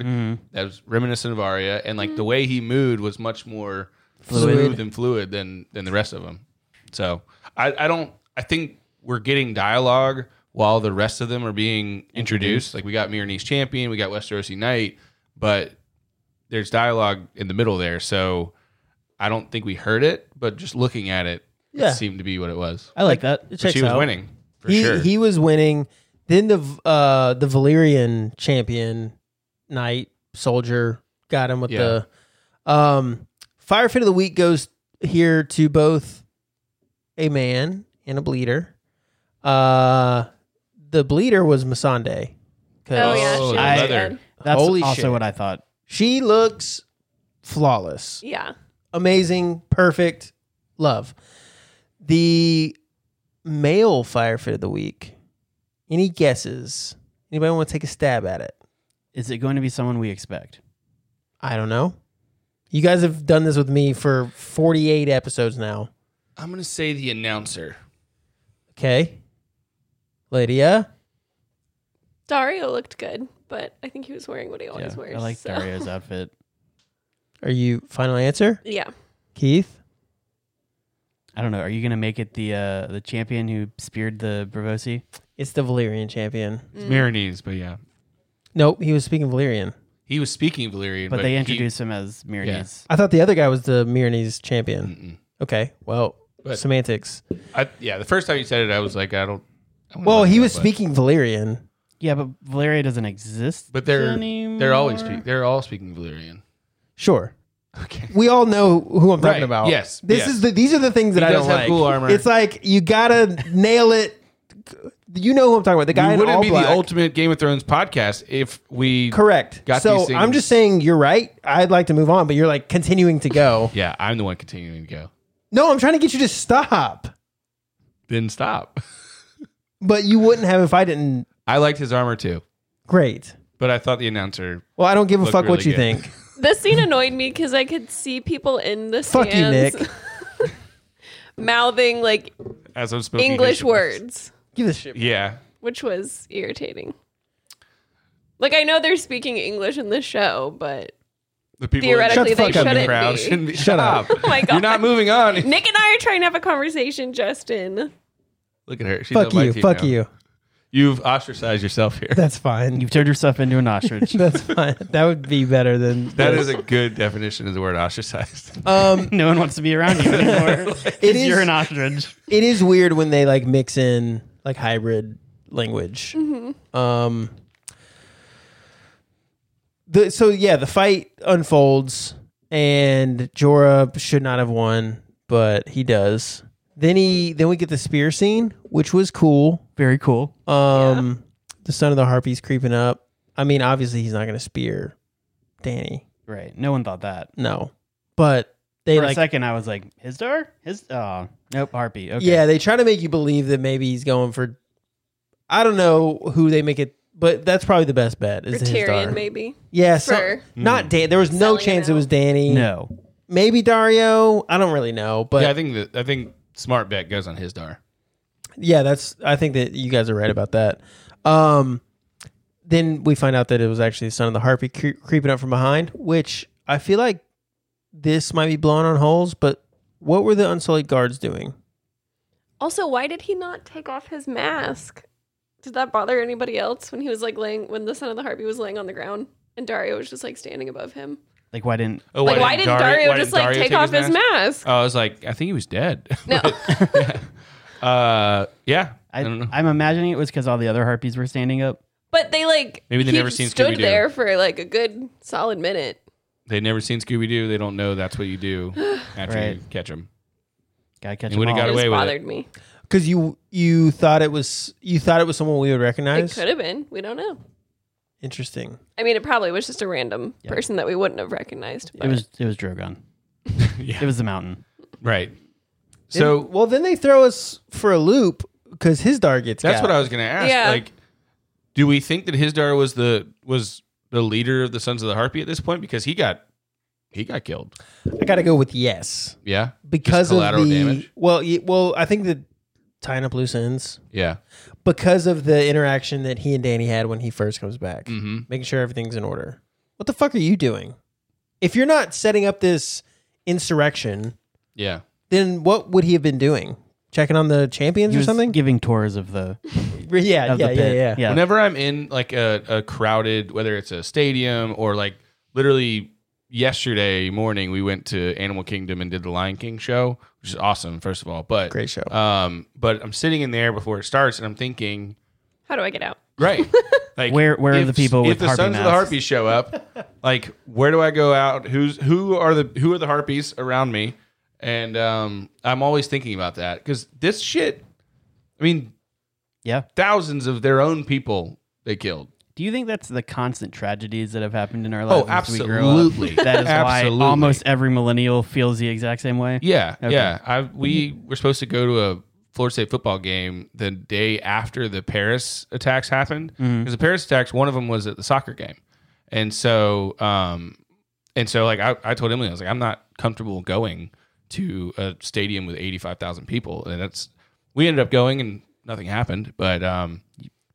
that was reminiscent of Arya, and like the way he moved was much more Fluid. fluid, and fluid than than the rest of them. So I, I don't I think we're getting dialogue while the rest of them are being introduced. Like we got Mirrenese champion, we got Westerosi knight, but there's dialogue in the middle there. So I don't think we heard it, but just looking at it, Yeah. it seemed to be what it was. I like that. It But checks she was out. winning for he sure. he was winning. Then the uh the Valyrian champion knight soldier got him with Yeah. the um fire fit of the week goes here to both a man and a bleeder. Uh, the bleeder was Masande. 'cause oh yeah, Oh, she the was leather. good. That's Holy also shit. what I thought. she looks flawless. Yeah. amazing, perfect, love. The male fire fit of the week. Any guesses? Anybody want to take a stab at it? Is it going to be someone we expect? I don't know. You guys have done this with me for 48 episodes now. I'm gonna say the announcer. Okay. Lydia, Dario looked good, but I think he was wearing what he always Yeah, wears. I like so- Dario's outfit. are you final answer? Yeah. Keith? I don't know. Are you going to make it the uh, the champion who speared the Bravosi? It's the Valyrian champion. It's Marinese, but yeah, Nope, he was speaking Valyrian. he was speaking Valyrian, But, they he- introduced him as Myriades. I thought the other guy was the Myronese champion. Okay, well, But- semantics. I, yeah, the first time you said it, I was like, I don't. I don't Well, know he that, was but- speaking Valyrian. Yeah, but Valeria doesn't exist. but they're anymore. they're always speak, they're all speaking Valyrian. Sure. Okay. we all know who I'm talking Right. about. Yes. This Yes. is the these are the things that He I does don't have like. cool armor. It's like you gotta nail it. You know who I'm talking about. The guy We in wouldn't all be black. the ultimate Game of Thrones podcast if we. Correct. Got so these things. I'm just saying you're right. I'd like to move on, but you're like continuing to go. Yeah, I'm the one continuing to go. No, I'm trying to get you to stop. Then stop. But you wouldn't have if I didn't. I liked his armor too, Great. but I thought the announcer. Well, I don't give a Looked fuck what really you good. think. This scene annoyed me because I could see people in the Fuck you, stands Nick. mouthing like As I'm smoking English his- words, Give this shit. Yeah, which was irritating. Like I know they're speaking English in the show, but the people Theoretically, in the they fucking shouldn't crowd be. shouldn't be. Shut up. oh my god, You're not moving on. Nick and I are trying to have a conversation, Justin. Look at her. She's Fuck on my you. team Fuck now. you. You've ostracized yourself here. That's fine. You've turned yourself into an ostrich. That's fine. That would be better than That is a good definition of the word ostracized. Um, no one wants to be around you anymore. it You're is. an ostrich. It is weird when they like mix in like hybrid language. Um, the so yeah, the fight unfolds and Jorah should not have won, but he does. Then he then we get the spear scene, which was cool. Very cool. Um, the son of the harpy's creeping up. I mean, obviously he's not going to spear Danny. Right. No one thought that. No, but they For a like, second, I was like, his door? His? Oh, nope. Harpy. Okay. yeah, they try to make you believe that maybe he's going for. I don't know who they make it, but that's probably the best bet. Or Is his daughter. Tyrion, maybe. Yeah, so- For- not Dan. There was no Selling him chance it out. was Danny. No. maybe Dario. I don't really know, but yeah, I yeah, think that I think smart bet goes on his dar. that's. I think that you guys are right about that. Um, then we find out that it was actually the son of the harpy cre- creeping up from behind, which I feel like this might be blown on holes. But what were the unsullied guards doing? Also, why did he not take off his mask? Did that bother anybody else when he was like laying when the son of the harpy was laying on the ground and Dario was just like standing above him? Like, why didn't? Oh, like, why did not Dario, just like take, off his mask? Oh, I was like, I think he was dead. No, uh, yeah, I, I, don't know. I'm imagining it was because all the other harpies were standing up. but they like Maybe they he never seen stood Scooby-Doo. there for like a good solid minute. They've never seen Scooby Doo. They don't know that's what you do after you Right. catch them. Gotta catch He him would've all. got It just away with it. bothered me. Because you you thought it was you thought it was someone we would It recognize. could have been. We don't know. Interesting. I mean, it probably was just a random Yeah. person that we wouldn't have recognized. But It was it was Drogon. Yeah. It was the mountain. Right. So Then- well, then they throw us for a loop because his dar gets. that's got. what I was going to ask. Yeah. Like, do we think that his dar was the was the leader of the Sons of the Harpy at this point because he got he got killed? I got to go with yes Yeah. because of collateral the damage? well, y- well, I think the tying up loose ends Yeah. because of the interaction that he and Danny had when he first comes back, Mm-hmm. making sure everything's in order. What the fuck are you doing? If you're not setting up this insurrection, Yeah. then what would he have been doing? Checking on the champions He or was something? giving tours of the yeah, of yeah, the yeah, pit. yeah, yeah. Whenever I'm in like a, a crowded, whether it's a stadium or like literally yesterday morning, we went to Animal Kingdom and did the Lion King show, which is awesome, first of all. But Great show. Um, but I'm sitting in there before it starts, and I'm thinking, how do I get out? right, like Where- where are the people If with the harpy sons of the masks? harpies show up, like where do I go out? Who's who are the who are the harpies around me? And um, I'm always thinking about that because this shit. I mean, Yeah. thousands of their own people they killed. Do you think that's the constant tragedies that have happened in our Oh, lives? as we grow up? absolutely. That is Absolutely. why almost every millennial feels the exact same way. Yeah, Okay. yeah. I we were supposed to go to a Florida State football game the day after the Paris attacks happened because the Paris attacks, one of them was at the soccer game, and so um, and so like I, I told Emily, I was like, I'm not comfortable going to a stadium with 85,000 people, and that's we ended up going and nothing happened, but um,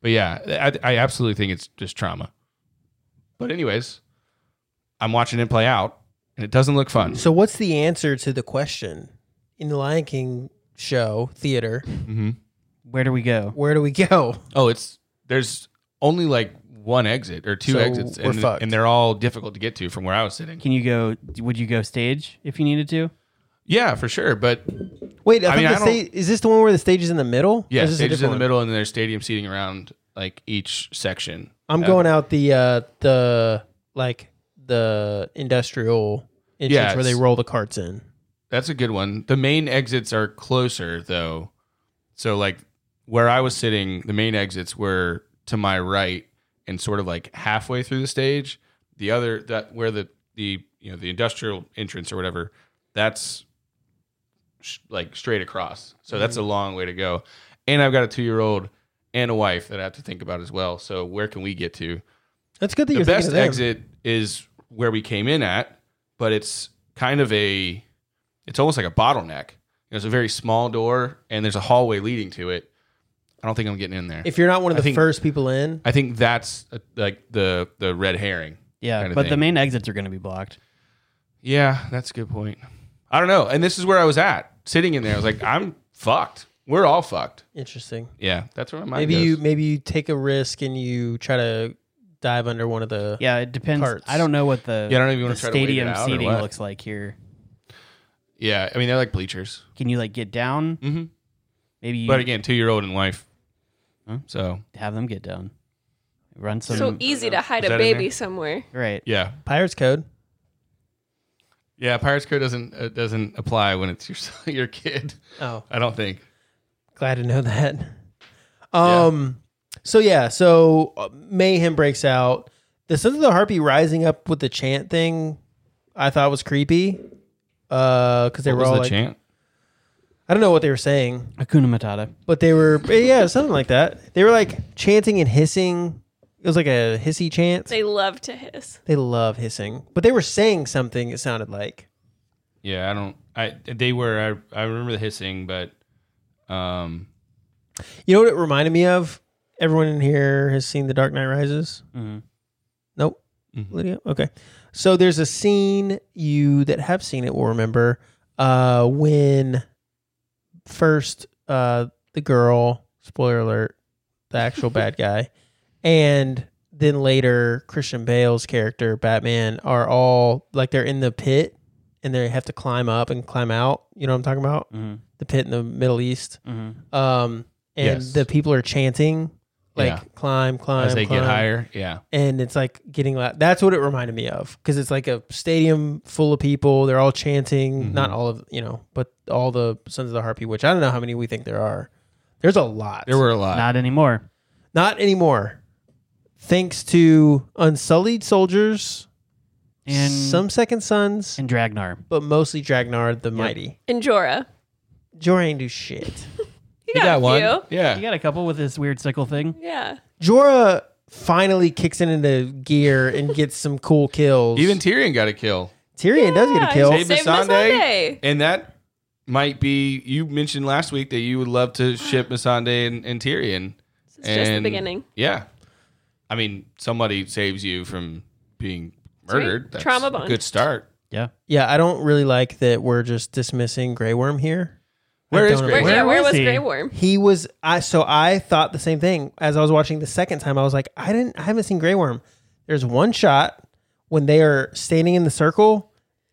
but yeah, I, I absolutely think it's just trauma. But anyways, I'm watching it play out, and it doesn't look fun. So, what's the answer to the question in the Lion King show theater? Where do we go? Where do we go? Oh, it's there's only like one exit or two So exits, we're and, fucked. and they're all difficult to get to from where I was sitting. Can you go? Would you go stage if you needed to? Yeah, for sure. But Wait, I, I think mean, the I don't- stage, is this the one where the stage is in the middle? Or yeah, is this a stages in the different one? middle, and then there's stadium seating around like each section. I'm going out the uh the like the industrial entrance Yeah, where they it's- roll the carts in. That's a good one. The main exits are closer though, so like where I was sitting, the main exits were to my right and sort of like halfway through the stage. The other that where the the you know the industrial entrance or whatever, that's sh- like straight across. So that's a long way to go. And I've got a two year old and a wife that I have to think about as well. So where can we get to? That's good that the you're best thinking of them. exit is where we came in at, but it's kind of a it's almost like a bottleneck. There's a very small door and there's a hallway leading to it. I don't think I'm getting in there. If you're not one of I the think- first people in, I think that's uh, like the the red herring. Yeah, kinda but the thing. main exits are going to be blocked. Yeah, that's a good point. I don't know. And this is where I was at, sitting in there. I was like, I'm fucked. We're all fucked. interesting. Yeah, that's where my mind Maybe goes. you maybe you take a risk and you try to dive under one of the. Yeah, it depends. Parts. I don't know what the, Yeah, I don't know if you the wanna try to wait it stadium out or seating what. looks like here. yeah, I mean they're like bleachers. Can you like get down? Mm-hmm. Mhm. Maybe you But again, two year old and wife. Huh? So have them get down. Run some. uh, so e easy to hide Is a that in baby there? somewhere. right. yeah, Pirates code. Yeah, Pirates Code doesn't uh, doesn't apply when it's your son- your kid. Oh, I don't think. glad to know that. Um. So yeah. So uh, mayhem breaks out. The sense of the harpy rising up with the chant thing, I thought was creepy. Uh, because they were all like, chant? I don't know what they were saying. Akuna Matata. but they were eh, yeah something like that they were like chanting and hissing it was like a hissy chant they, They love to hiss. love hissing but they were saying something it sounded like Yeah, I don't. I they were. I I remember the hissing, but um, you know what it reminded me of everyone in here has seen the dark knight rises Mhm. nope Mm-hmm. lydia okay so there's a scene you that have seen it will remember uh when first uh the girl spoiler alert the actual bad guy and then later christian bale's character batman are all like they're in the pit and they have to climb up and climb out you know what i'm talking about Mm-hmm. Mhm. the pit in the middle east Mhm. um and Yes. the people are chanting like Yeah. climb climb as they climb get higher, yeah, and it's like getting loud. That's what it reminded me of because it's like a stadium full of people. They're all chanting, not all of you know, but all the Sons of the Harpy, which I don't know how many we think there are. There's a lot. there were a lot. Not anymore. not anymore, thanks to Unsullied soldiers And some Second Sons, and Dragnar. but mostly Dragnar the Mighty. And Jorah. Jorah ain't do shit. You They got, a one. few. Yeah, You got a couple with this weird sickle thing. Yeah. Jorah finally kicks it into gear and gets some cool kills. even Tyrion got a kill. Tyrion does get a Yeah, kill. he's- Save Save Missandei, Missandei. and that might be. You mentioned last week that you would love to ship Missandei and, and Tyrion. It's just the beginning. Yeah, I mean, somebody saves you from being right. murdered. That's Trauma a bond. Good start. Yeah. Yeah, I don't really like that we're just dismissing Grey Worm here. Where I is don't Grey Where, know. Worm? yeah, where was was he? Grey Worm? He was I so I thought the same thing as I was watching the second time. I was like, I didn't I haven't seen Grey Worm. There's one shot when they are standing in the circle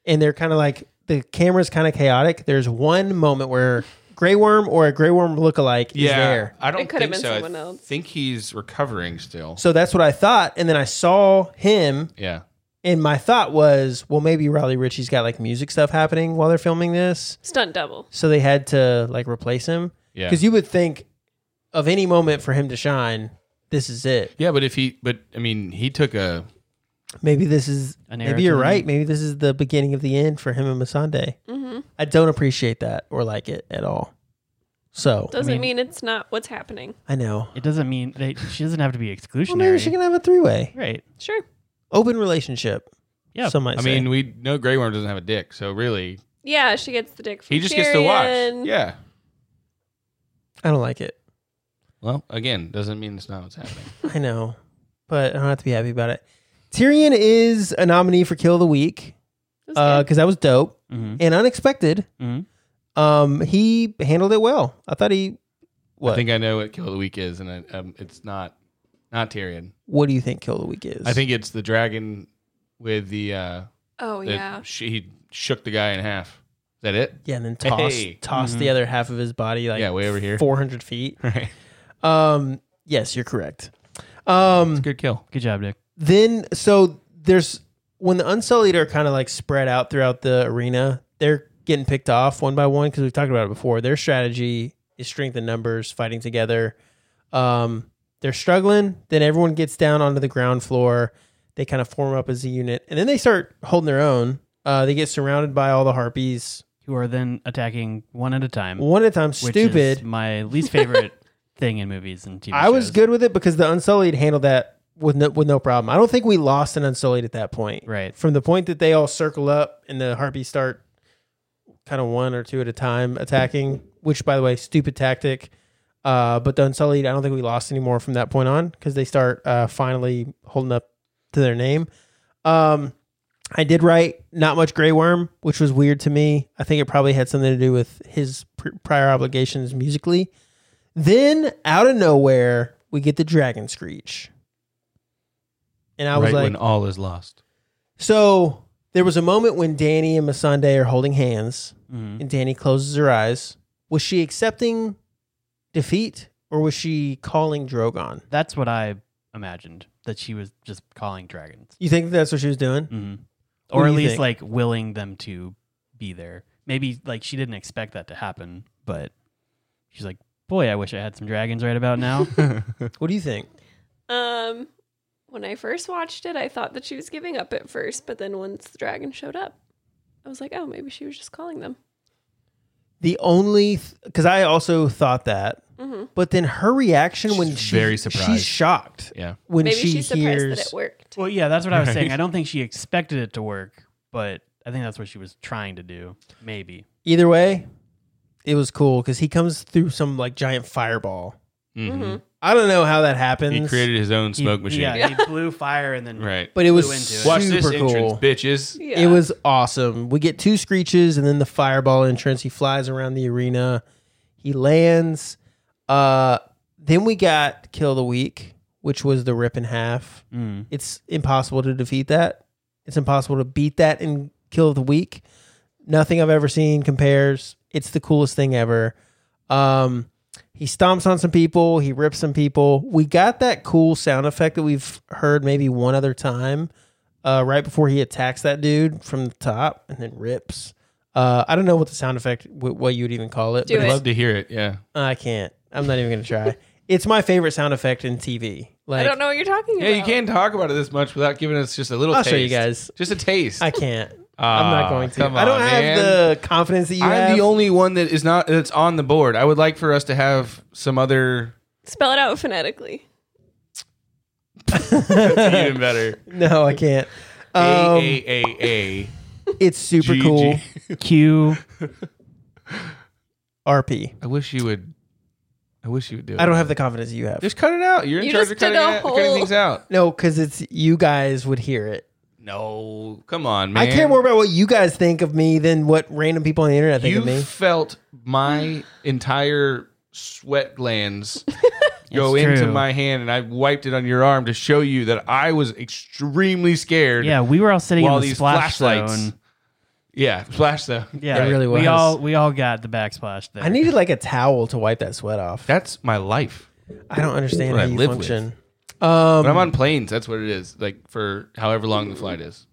and they're kind of like the camera's kind of chaotic. There's one moment where Grey Worm or a Grey Worm lookalike is there. I don't It could have think been so. someone I else. think he's recovering still. So that's what I thought. And then I saw him yeah. and my thought was, well, maybe Riley Ritchie's got like music stuff happening while they're filming this. Stunt double. so they had to like replace him. Yeah. because you would think of any moment for him to shine, this is it. Yeah, but if he but I mean, he took a Maybe this is. An era maybe you're to the- right. Maybe this is the beginning of the end for him and Masande. hmm I don't appreciate that or like it at all. So Doesn't mean- mean it's not what's happening. I know. It doesn't mean they, she doesn't have to be exclusionary. Well, maybe she can have a three way right. Sure. open relationship. Yeah. some might I say. mean, we know Grey Worm doesn't have a dick, so really Yeah, she gets the dick from he just gets to Tyrion. watch. Yeah. I don't like it. Well, again, doesn't mean it's not what's happening. I know, but I don't have to be happy about it. Tyrion is a nominee for Kill of the Week That's because Uh, good. that was dope Mhm. and unexpected. Mhm. Um, he handled it well. I thought he. What? I think I know what Kill of the Week is, and I, um, it's not not Tyrion. what do you think Kill of the Week is? I think it's the dragon with the uh oh the- yeah. she he shook the guy in half. Is that it? Yeah, and then toss Hey. toss the other half of his body like Yeah, way over here. four hundred feet. Right. Um, yes, you're correct. Um, Good kill. Good job, Dick. then so there's when the Unsullied are kind of like spread out throughout the arena, they're getting picked off one by one because we've talked about it before. Their strategy is strength in numbers, fighting together. Um, they're struggling. Then everyone gets down onto the ground floor. They kind of form up as a unit, and then they start holding their own. Uh, they get surrounded by all the harpies. who are then attacking one at a time. One at a time, which stupid. Is my least favorite thing in movies and TV I was shows. good with it because the Unsullied handled that with no, with no problem. I don't think we lost an Unsullied at that point. Right. From the point that they all circle up and the Harpies start kind of one or two at a time attacking, which, by the way, stupid tactic. Uh, but the Unsullied, I don't think we lost anymore from that point on because they start uh, finally holding up to their name. Um, I did write not much Grey Worm, which was weird to me. I think it probably had something to do with his pr- prior obligations musically. Then out of nowhere, we get the Dragon Screech, and I was right like, when all is lost. so there was a moment when Danny and Masande are holding hands, Mhm. and Danny closes her eyes. Was she accepting defeat, or was she calling Drogon? That's what I imagined that she was just calling dragons, You think that's what she was doing? mm-hmm. What or do at you least think? like willing them to be there. Maybe like she didn't expect that to happen, but she's like, "Boy, I wish I had some dragons right about now." What do you think? Um, when I first watched it, I thought that she was giving up at first, but then once the dragon showed up, I was like, oh, maybe she was just calling them. The only because I also thought that, hmm but then her reaction when She's she very she's surprised. shocked. Yeah. when Maybe she she's surprised hears that it worked. well, yeah, that's what I was saying. Right. I don't think she expected it to work, but I think that's what she was trying to do. Maybe. either way. It was cool because he comes through some like giant fireball. Mm-hmm. Mhm. I don't know how that happens. He created his own He- smoke machine. Yeah, he blew fire and then Right. but it was Blew into it. super Watch this entrance, cool. bitches. Yeah. It was awesome. We get two screeches and then the fireball entrance. He flies around the arena. He lands. Uh, then we got Kill of the Week, which was the rip in half. Mm. It's impossible to defeat that. It's impossible to beat that in Kill of the Week. Nothing I've ever seen compares. It's the coolest thing ever. Um, he stomps on some people. He rips some people. We got that cool sound effect that we've heard maybe one other time, uh, right before he attacks that dude from the top and then rips. Uh, I don't know what the sound effect, w- what you would even call it. Do but it. Love to hear it. Yeah. I can't. I'm not even gonna try. it's my favorite sound effect in TV. I Like don't know what you're talking Yeah, about. you can't talk about it this much without giving us just a little I'll taste. show you guys. Just a taste. I can't. I'm not Ah, going to. come I don't on, have man. the confidence that you I'm have. the only one that is not that's on the board. I would like for us to have some other Spell it out phonetically. even better. no, I can't. A Um, A A A. it's super G, cool. G. Q. RP. I wish you would. I wish you would do it. I don't have the confidence you have. Just cut it out. You're in You charge just of cutting, did a it, cutting whole- things out. No, because it's you guys would hear it. No, come on, man. I care more about what you guys think of me than what random people on the internet think You of me. felt my entire sweat glands go It's into true. my hand, and I wiped it on your arm to show you that I was extremely scared. Yeah, we were all sitting While in the these splash flashlights- zone. yeah. Flash though. Yeah, It really was. We all we all got the backsplash there. I needed like a towel to wipe that sweat off. That's my life. I don't understand what how I you live function. When I'm Um, on planes, that's what it is. Like for however long the flight is,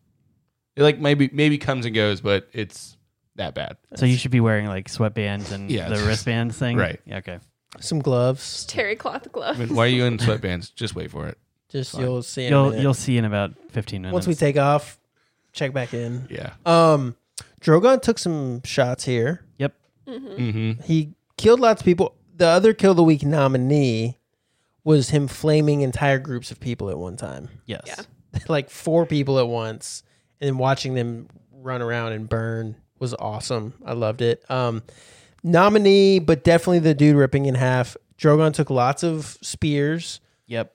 it like maybe maybe comes and goes, but it's that bad. so you should be wearing like sweatbands and Yeah. the wristbands thing. Right. Yeah, okay. some gloves. Terry cloth I glove. mean, why are you in sweatbands? Just wait for it. Just you'll see. In a You'll minute. you'll see in about fifteen minutes. Once we take off, check back in. Yeah. Um, Drogon took some shots here. Yep. Mm-hmm. He killed lots of people. The other kill of the week nominee was him flaming entire groups of people at one time, Yes. Yeah. like four people at once, and then watching them run around and burn was awesome. I loved it. Um, nominee, but definitely the dude ripping in half. Drogon took lots of spears. Yep.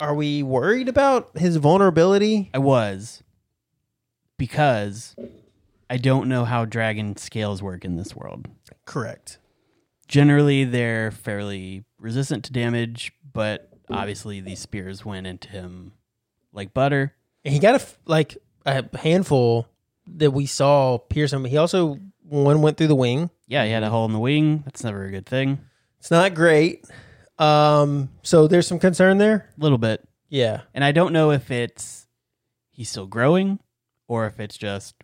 Are we worried about his vulnerability? I was because I don't know how dragon scales work in this world. Correct. Generally, they're fairly resistant to damage, but obviously these spears went into him like butter. And he got a f- like a handful that we saw pierce him. He also one went through the wing. Yeah, he had a hole in the wing. That's never a good thing. It's not great. Um, so there's some concern there. A little bit. Yeah, And I don't know if it's he's still growing or if it's just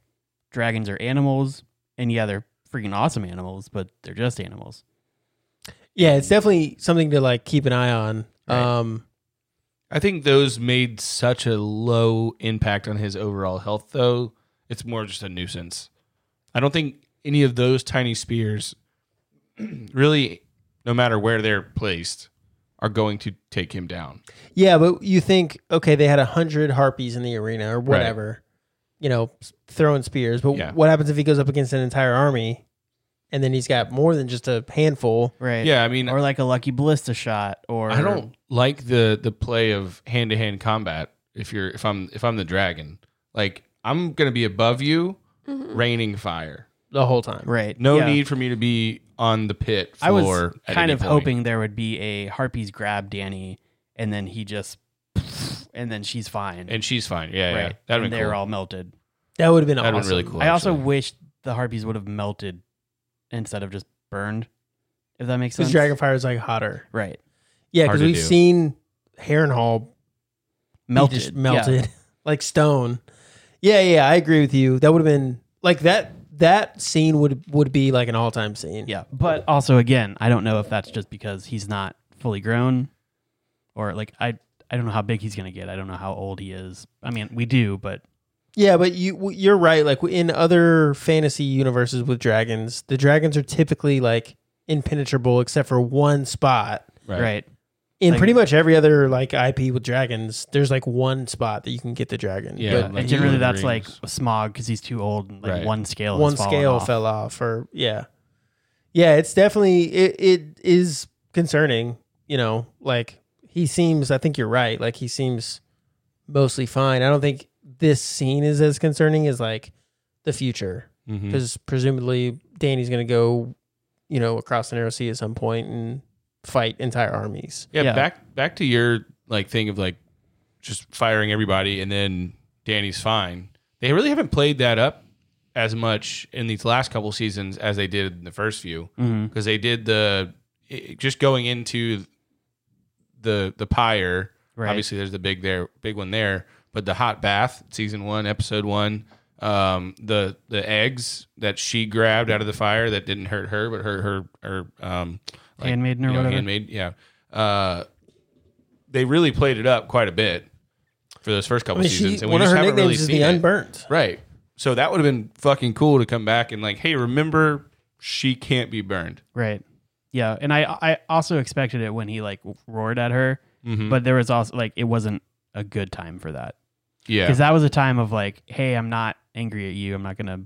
dragons are animals. And yeah, they're freaking awesome animals, but they're just animals. yeah. It's definitely something to like keep an eye on. Right. Um, I think those made such a low impact on his overall health, though. It's more just a nuisance. I don't think any of those tiny spears really, no matter where they're placed, are going to take him down. Yeah, but you think okay, they had a hundred harpies in the arena or whatever, you know, s- throwing spears. But Yeah. what happens if he goes up against an entire army, and then he's got more than just a handful? Right. Yeah, I mean, Or like a lucky ballista shot or I don't like the the play of hand to hand combat. If you're if I'm if I'm the dragon, like I'm gonna be above you, raining fire. The whole time, Right. No yeah. need for me to be on the pit floor. I was at kind any of point. hoping there would be a Harpies grab Danny and then he just and then she's fine. and she's fine. Yeah, yeah, right. that'd and be they're cool. all melted. That would have been That'd awesome. been really cool. I also actually. wish the Harpies would have melted instead of just burned. If that makes sense. Because Dragonfire is like hotter. right. Yeah, Hard because to we've do. seen Harrenhal be Melted. just yeah. melted like stone. Yeah, yeah, I agree with you. That would have been like that. That scene would would be like an all time scene. Yeah, but also again, I don't know if that's just because he's not fully grown, or like I I don't know how big he's gonna get. I don't know how old he is. I mean, we do, but Yeah, but you w- you're right. Like in other fantasy universes with dragons, the dragons are typically like impenetrable except for one spot. right. right, In Like- pretty much every other like IP with dragons, there's like one spot that you can get the dragon. Yeah, But like and Lord generally of the that's like Rings. smog because he's too old and like Right. one scale. one has fallen scale off. fell off or yeah yeah it's definitely it, it is concerning you know like he seems i think you're right like he seems mostly fine i don't think this scene is as concerning as like the future Mhm. because presumably danny's going to go you know across the narrow sea at some point and fight entire armies Yeah, Yeah. back back to your like thing of like just firing everybody and then Danny's fine. They really haven't played that up as much in these last couple seasons as they did in the first few Mhm. because they did the it, just going into the the pyre. Right. Obviously, there's the big there big one there, but the hot bath season one episode one. Um, the the eggs that she grabbed out of the fire that didn't hurt her, but hurt her her um like, Handmaiden or you know, whatever. handmaid yeah. Uh, they really played it up quite a bit for those first couple I mean, seasons, she, and we one of just her haven't nicknames really is seen the it. unburnt Right. So that would have been fucking cool to come back and like, hey, remember she can't be burned. Right. Yeah, and I I also expected it when he like roared at her, Mm-hmm. but there was also like it wasn't a good time for that Yeah. because that was a time of like, hey, I'm not angry at you. I'm not gonna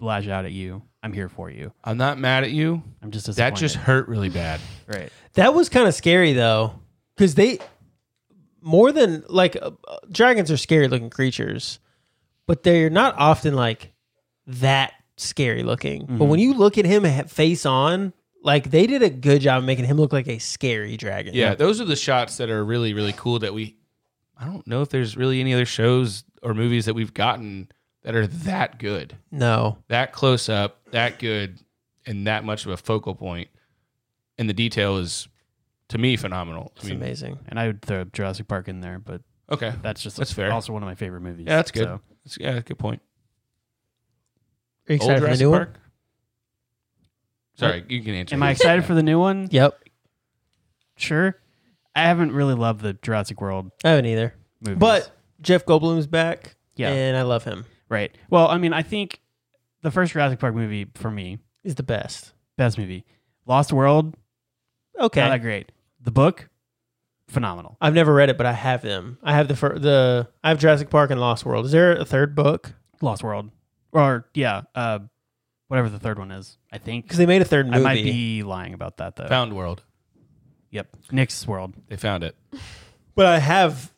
lash out at you. I'm here for you. I'm not mad at you. I'm just That just hurt really bad. right. That was kind of scary though, because they more than like uh, uh, dragons are scary looking creatures, but they're not often like that scary looking. Mm-hmm. But when you look at him ha- face on, like they did a good job of making him look like a scary dragon. Yeah, those are the shots that are really, really cool that we I don't know if there's really any other shows or movies that we've gotten that are that good. No. That close up, that good, and that much of a focal point. And the detail is to me phenomenal. I It's mean, amazing. And I would throw Jurassic Park in there, but Okay. that's just That's fair. also one of my favorite movies. Yeah, that's good. So, That's, yeah, good point. Are you excited for the Jurassic new one? Park? Sorry, you can answer. am I excited for the new one? Yep. Sure. I haven't really loved the Jurassic World I haven't either. movies. But Jeff Goldblum's back. Yeah. And I love him. right. Well, I mean, I think the first Jurassic Park movie for me, He's the best. best movie. Lost World, Okay. not that great. The book, phenomenal. I've never read it, but I have them. I have the fir- the I have Jurassic Park and Lost World. Is there a third book? Lost World. Or yeah, uh whatever the third one is, I think. Because they made a third movie. I might be lying about that though. Found World. Yep. Nick's World. They found it. but I have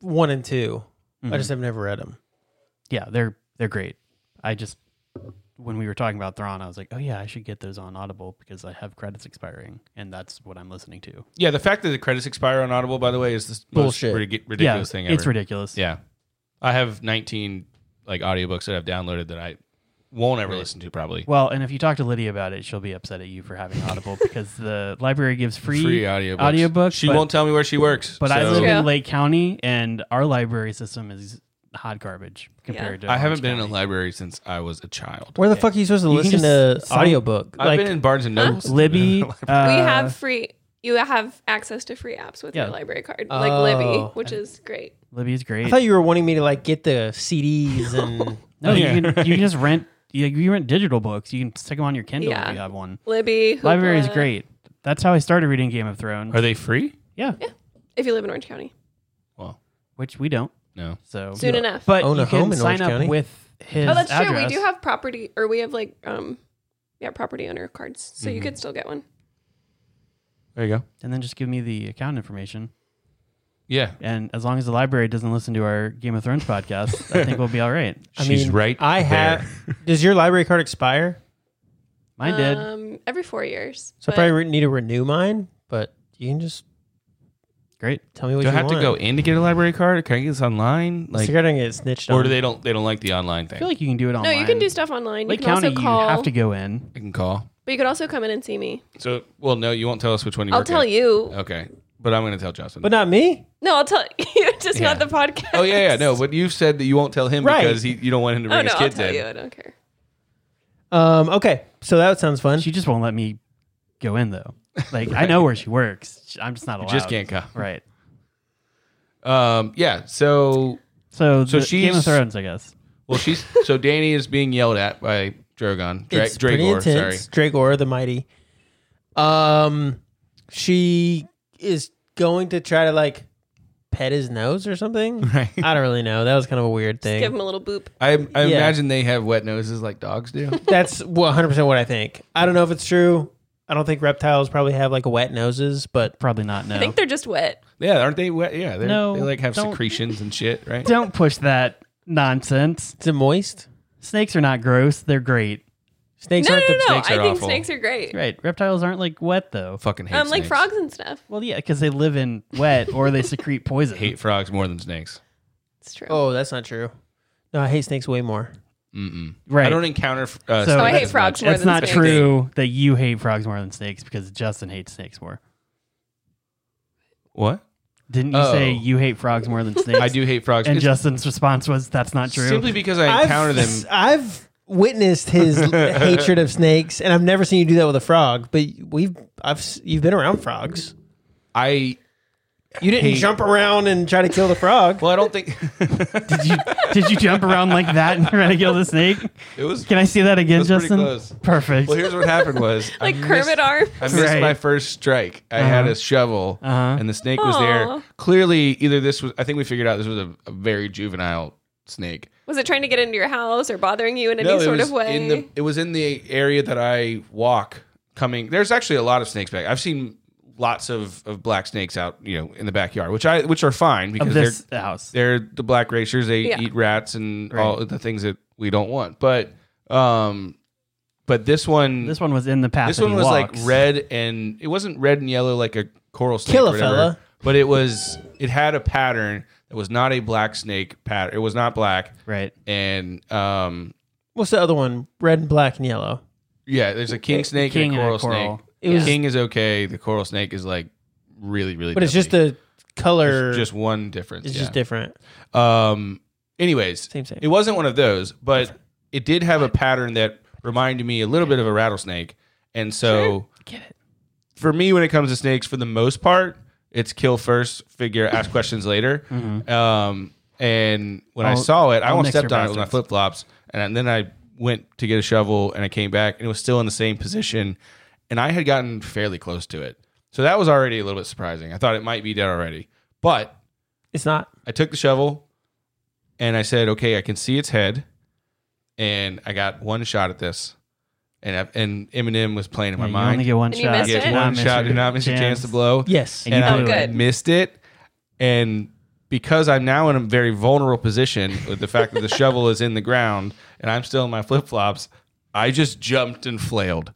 one and 2 Mm-hmm. I just have never read them. yeah, they're they're great. I just when we were talking about Thrawn, I was like, oh yeah, I should get those on Audible because I have credits expiring, and that's what I'm listening to. Yeah, the fact that the credits expire on Audible, by the way, is the most Bullshit. ridic- ridiculous yeah, thing ever. it's ridiculous. Yeah, I have 19 like audiobooks that I've downloaded that I won't ever listen to probably. Well, and if you talk to Lydia about it, she'll be upset at you for having Audible because the library gives free, Free audiobooks. audiobooks, She but- won't tell me where she works. But I so- live Yeah. in Lake County, and our library system is hot garbage compared to. I haven't been in a Orange library since I was a child. Where the fuck are you um, supposed to can listen to just sign- audiobook? I've like been in Barnes and Noble. County. Libby. uh, we have free. You have access to free apps with Yeah. your library card, like Libby, Oh, which is great. Libby's great. I thought you were wanting me to like get the CDs and no, you, can, you can just rent you, you rent digital books. You can stick them on your Kindle Yeah. if you have one. Libby. Library is Hoopla, great. That's how I started reading Game of Thrones. Are they free? yeah, If you live in Orange County, which we don't. No. So soon enough. but Own you a can home in sign Orange up County? with his. oh, that's true. We address. do have property, or we have like um, yeah, property owner cards, so you Mm-hmm. could still get one. There you go. and then just give me the account information. Yeah. And as long as the library doesn't listen to our Game of Thrones podcast, I think we'll be all right. I She's mean, right I have. Does your library card expire? Mine did. Um, every four years. So but- I probably re- need to renew mine, but you can just Great. tell me what Do I you have want. to go in to get a library card? Can I get this online? Like, Like, Cigarette don't get snitched or on. do they don't they don't like the online I thing? feel like you can do it no, online. you can do stuff online. Lake you can County. also call, You have to go in. I can call. but you could also come in and see me. So, well, no, you won't tell us which one you. I'll work tell at. Oh. you. Okay, but I'm going to tell Justin. but not me. No, I'll tell you. Just not Yeah. the podcast. oh yeah, yeah, no. But you've said that you won't tell him Right. because he, you don't want him to bring Oh no, his I'll kids tell in. you. I don't care. Um. Okay. So that sounds fun. She just won't let me go in though. Like I know where she works. She- I'm just not allowed. Just can't come. Right. Um, yeah. So, So, So the Game of she's- Thrones, I guess. well, she's so Danny is being yelled at by Drogon. Dra- it's pretty Dragor, sorry. intense. Dragor the Mighty. Um, she is going to try to like pet his nose or something. Right. I don't really know. That was kind of a weird Give him thing. a little boop. I, I Yeah. imagine they have wet noses like dogs do. That's one hundred percent what I think. I don't know if it's true. I don't think reptiles probably have like wet noses, but Probably not. No. I think they're just wet. yeah, aren't they wet? Yeah, they're, No, they like have don't- secretions and shit, right? Don't push that nonsense. is it moist? Snakes are not gross. They're great. Snakes No, no, aren't no. the no. I snakes are think awful. snakes are great. Right. Reptiles aren't like wet though. Fucking hate Um, like snakes. frogs and stuff. Well, yeah, because they live in wet or they secrete poison. Hate frogs more than snakes. It's true. Oh, that's not true. No, I hate snakes way more. Mm-mm. Right. I don't encounter. f- Uh, So- oh, snakes I hate as frogs much. more it's than not snakes. true that you hate frogs more than snakes because Justin hates snakes more. What? Didn't you Oh. say you hate frogs more than snakes? I do hate frogs. And It's Justin's response was, "That's not true." Simply because I encounter I've, them. I've witnessed his hatred of snakes, and I've never seen you do that with a frog. But we've, I've, s- you've been around frogs. I You didn't hate- jump around and try to kill the frog. well, I don't think Did you did you jump around like that and try to kill the snake? it was. Can I see that again, That's pretty Justin? close. Perfect. Well, here's what happened was Like I Kermit missed, arm. I missed Right. my first strike. I had a shovel, Uh-huh. and the snake was Aw. there. Clearly, either this was. I think we figured out this was a, a very juvenile snake. Was it trying to get into your house or bothering you in any it sort was of way? in the. It was in the area that I walk. Coming, there's actually a lot of snakes back. I've seen lots of, of black snakes out, you know, in the backyard, which I which are fine because of they're this house. they're the black racers. They Yeah. eat rats and all the things that we don't want. But um, but this one, This one was in the path. this that one he was walks. like red and it wasn't red and yellow like a coral snake, Kill or a whatever, fella. But it was it had a pattern that was not a black snake pattern. It was not black, Right. and um, What's the other one? Red and black and yellow. yeah, there's a king snake king and a coral, snake. It The was- king is okay. The coral snake is like really really, But it's just deadly. the color. It's just one difference. it's yeah. just different. Um. Anyways, Same, same. it wasn't one of those, but it did have a pattern that reminded me a little bit of a rattlesnake, and so Get it. for me, when it comes to snakes, for the most part, it's kill first, figure, ask questions later. Mm-hmm. Um. And when I All- saw it, I all almost mixer stepped on it with my bastards. flip flops, and then I went to get a shovel, and I came back, and it was still in the same position, and I had gotten fairly close to it, so that was already a little bit surprising. I thought it might be dead already, but It's not. I took the shovel and I said, "Okay, I can see its head." And I got one shot at this, and I, and Eminem was playing in my Yeah, You mind. only get one And you shot. missed You it? get one shot. Do not miss your chance to blow. Yes. And you and I blew Oh, it. good. missed it. And because I'm now in a very vulnerable position with the fact that the shovel is in the ground and I'm still in my flip flops, I just jumped and flailed.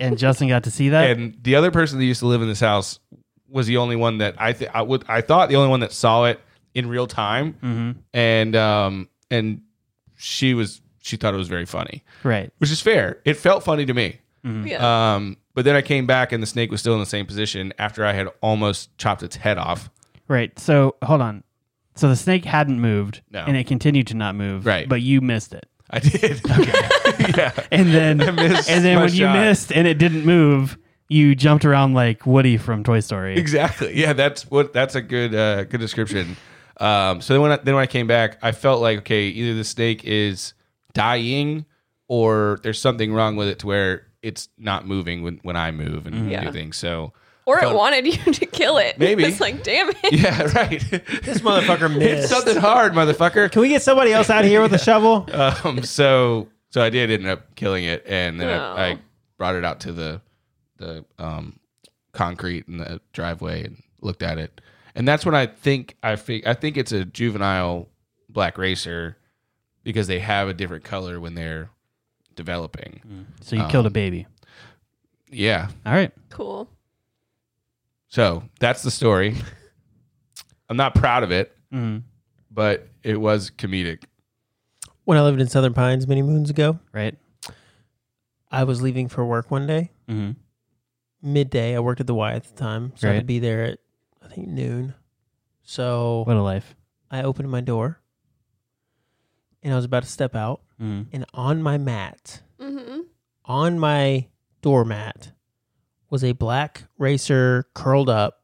And Justin got to see that. And the other person that used to live in this house was the only one that I th- I would I thought the only one that saw it in real time mm-hmm. and um and she was she thought it was very funny Right. which is fair it felt funny to me yeah. um but then i came back and the snake was still in the same position after i had almost chopped its head off Right. So hold on. So the snake hadn't moved, No. and it continued to not move. Right. But you missed it. i did yeah And then, and missed then my when you shot. missed and it didn't move, you jumped around like Woody from Toy Story. exactly yeah that's what that's a good uh good description um so then when I, then when i came back i felt like okay either the snake is dying or there's something wrong with it to where it's not moving when, when I move and Yeah. do things. So Or it Felt- wanted you to kill it. Maybe. It's like, damn it. yeah, right. This motherfucker it's missed. something hard, motherfucker. Can we get somebody else out here with a shovel? um, so so I did end up killing it, and then No. I, I brought it out to the the um, concrete in the driveway and looked at it, and that's when I think I fig- I think it's a juvenile black racer because they have a different color when they're developing. So you Oh. killed a baby. Yeah, All right. Cool. so that's the story. I'm not proud of it, Mm, but it was comedic. When I lived in Southern Pines many moons ago, right. I was leaving for work one day, Mm-hmm. hmm midday. I worked at the Y at the time, so I had to Right. be there at I think noon. So What a life. I opened my door, and I was about to step out, Mm-hmm. Mm. and on my mat, Mm-hmm. on my doormat, was a black racer curled up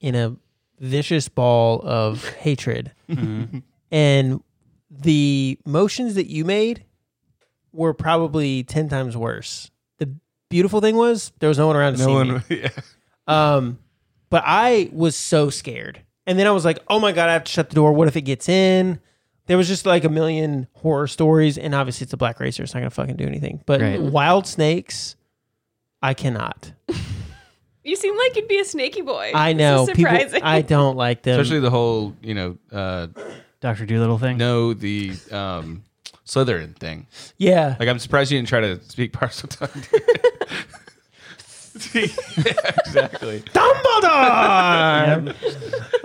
in a vicious ball of hatred. Mm-hmm. Mhm. and the motions that you made were probably 10 times worse. The beautiful thing was there was no one around to see No me. one, yeah. Um, but I was so scared. And then I was like, oh my God, I have to shut the door. What if it gets in? There was just like a million horror stories. And obviously, it's a black racer. It's not going to fucking do anything. But Right. wild snakes, I cannot. You seem like you'd be a snaky boy. I This know. is People, surprising. I don't like them. especially the whole you know uh, Dr. Doolittle thing. know the um, Slytherin thing. yeah. Like I'm surprised you didn't try to speak partial tongue. yeah, exactly. Dumbledore.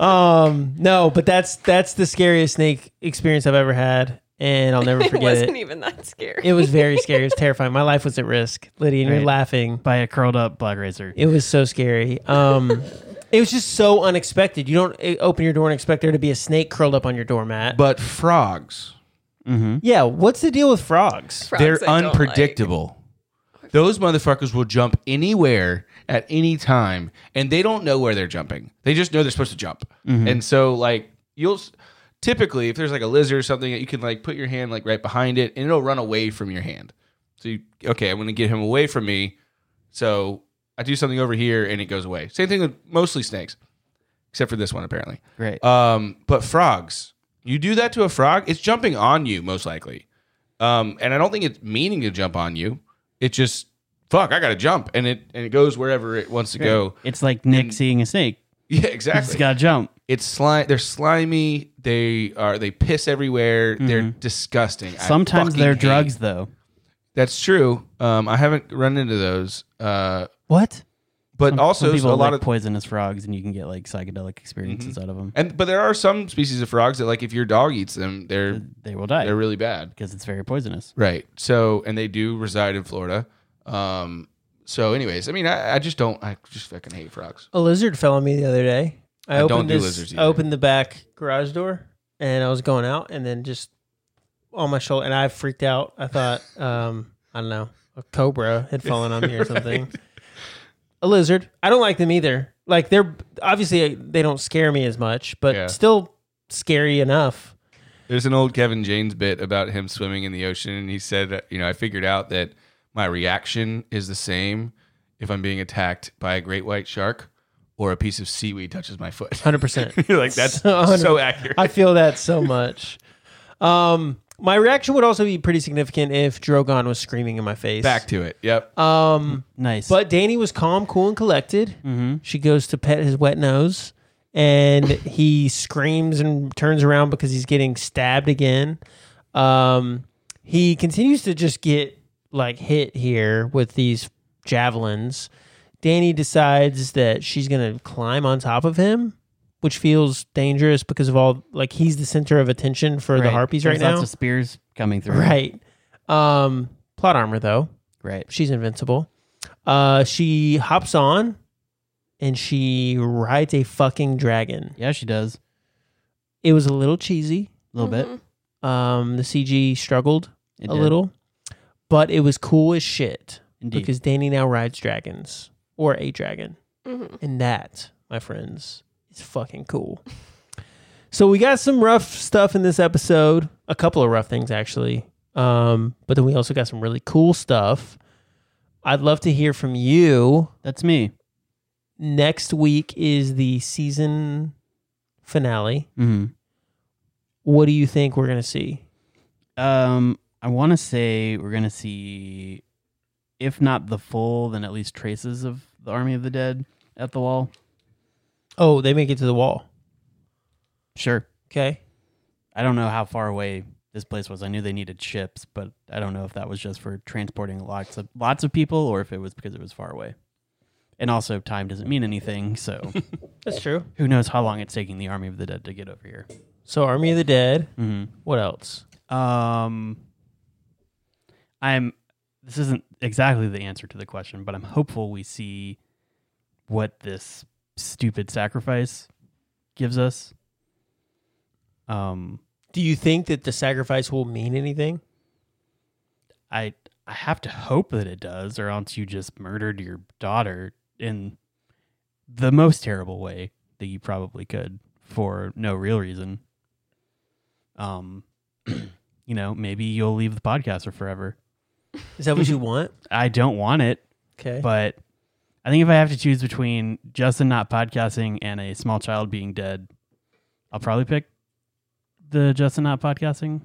um, no, but that's that's the scariest snake experience I've ever had, and I'll never it forget wasn't it. even that scary. It was very scary. It was terrifying. My life was at risk. Lydia, and you're Right. laughing. By a curled up black racer. It was so scary. Um, it was just so unexpected. You don't eh, open your door and expect there to be a snake curled up on your doormat. But frogs, Mm-hmm. yeah, what's the deal with frogs? Frogs they're I don't like. unpredictable. Those motherfuckers will jump anywhere at any time, and they don't know where they're jumping. They just know they're supposed to jump. And so, like, you'll s- typically, if there's like a lizard or something, you can like put your hand like right behind it, and it'll run away from your hand. So, you, okay, I'm going to get him away from me. So I do something over here, and it goes away. Same thing with mostly snakes, except for this one apparently. Great. Um, but frogs, you do that to a frog, it's jumping on you most likely. Um, and I don't think it's meaning to jump on you. It just fuck, I gotta jump, and it and it goes wherever it wants to go. It's like Nick seeing a snake. Yeah, He's exactly. got to jump. it's slime. They're slimy. They are. They piss everywhere. They're disgusting. I Mm-hmm. Sometimes fucking they're hate- drugs, though. That's true. Um, I haven't run into those. Uh, What? but Some- also some a people lot like of Mm-hmm. poisonous frogs, and you can get like psychedelic experiences out of them. and but there are some species of frogs that like if your dog eats them, they're They will die they're really bad. because it's very poisonous. Right. So, and they do reside in Florida. Um, so, anyways, I mean, I, I just don't, I just fucking hate frogs. A lizard fell on me the other day. I I, opened don't do this- lizards I either. opened the back garage door and I was going out and then just on my shoulder and I freaked out. I thought, um, I don't know, a cobra had fallen on me or something. A lizard. I don't like them either. Like they're obviously they don't scare me as much, but Yeah. still scary enough. There's an old Kevin James bit about him swimming in the ocean. And he said, uh, you know, I figured out that my reaction is the same if I'm being attacked by a great white shark or a piece of seaweed touches my foot. Hundred percent. You're like, that's So so, 100 accurate. I feel that so much. Um, my reaction would also be pretty significant if Drogon was screaming in my face. Back to it. Yep. Um, Nice. But Danny was calm, cool, and collected. Mhm. She goes to pet his wet nose, and he screams and turns around because he's getting stabbed again. Um, he continues to just get like hit here with these javelins. Danny decides that she's gonna climb on top of him, which feels dangerous because of all like he's the center of attention for the Right. harpies right There's now. Lots of spears coming through. right. Um, plot armor though Right. she's invincible. Uh, she hops on and she rides a fucking dragon. Yeah, she does. It was a little cheesy. A little bit. Um, the CG struggled It a did. little, but it was cool as shit Indeed. because Danny now rides dragons or a dragon. Mhm. And that, my friends, is fucking cool. so we got some rough stuff in this episode. A couple of rough things actually. Um, but then we also got some really cool stuff. I'd love to hear from you. That's me. Next week is the season finale. Mm-hmm. What do you think we're gonna see? Um, I want to say we're gonna see, if not the full, then at least traces of the Army of the Dead at the wall. Oh, they make it to the wall. Sure. Okay. I don't know how far away this place was. I knew they needed ships, but I don't know if that was just for transporting lots of lots of people or if it was because it was far away. And also, time doesn't mean anything, so That's true. who knows how long it's taking the Army of the Dead to get over here. So Army of the Dead. Mm-hmm. What else? Um, I'm. This isn't exactly the answer to the question, but I'm hopeful we see what this stupid sacrifice gives us. Um, Do you think that the sacrifice will mean anything? I I have to hope that it does, or else you just murdered your daughter in the most terrible way that you probably could for no real reason. Um, you know, maybe you'll leave the podcast for forever. Is that what you want? I don't want it. Okay. but I think if I have to choose between Justin not podcasting and a small child being dead, I'll probably pick the Justin not podcasting.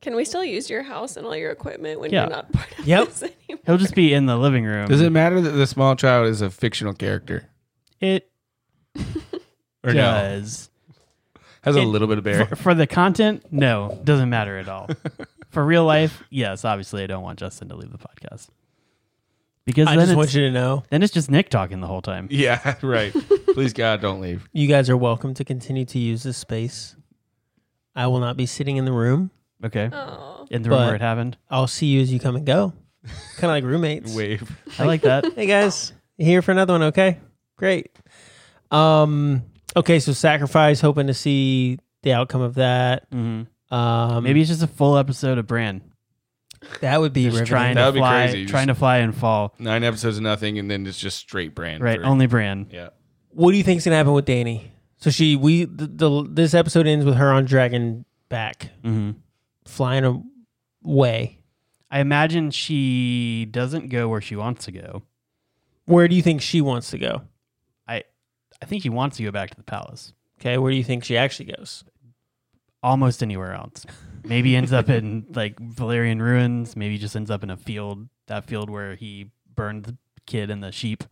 Can we still use your house and all your equipment when Yeah. you're not part of Yep. this anymore? He'll just be in the living room. Does it matter that the small child is a fictional character? It Or no? does Has it- a little bit of bear. for, for the content. No, doesn't matter at all. for real life, yes, obviously I don't want Justin to leave the podcast because I then just it's, want you to know then it's just Nick talking the whole time. Yeah, right. Please God, don't leave. you guys are welcome to continue to use this space. I will not be sitting in the room. Okay, Oh, in the room where But- it happened. I'll see you as you come and go. kind of like roommates. Wave. I like that. Hey guys, here for another one, okay? Great. Um okay, so sacrifice hoping to see the outcome of that. hmm Um Maybe it's just a full episode of Brand. that would be Just riveting. trying That to would be fly, crazy. trying to fly and fall. Nine episodes of nothing, and then it's just straight brand. Right, for- only brand. yeah. What do you think's going to happen with Danny? So she we the, the this episode ends with her on dragon back Mm-hmm. hmm flying away. I imagine she doesn't go where she wants to go. Where do you think she wants to go? I think she wants to go back to the palace. Okay, where do you think she actually goes? Almost anywhere else. Maybe ends up in like Valerian ruins. Maybe just ends up in a field. That field where he burned the kid and the sheep.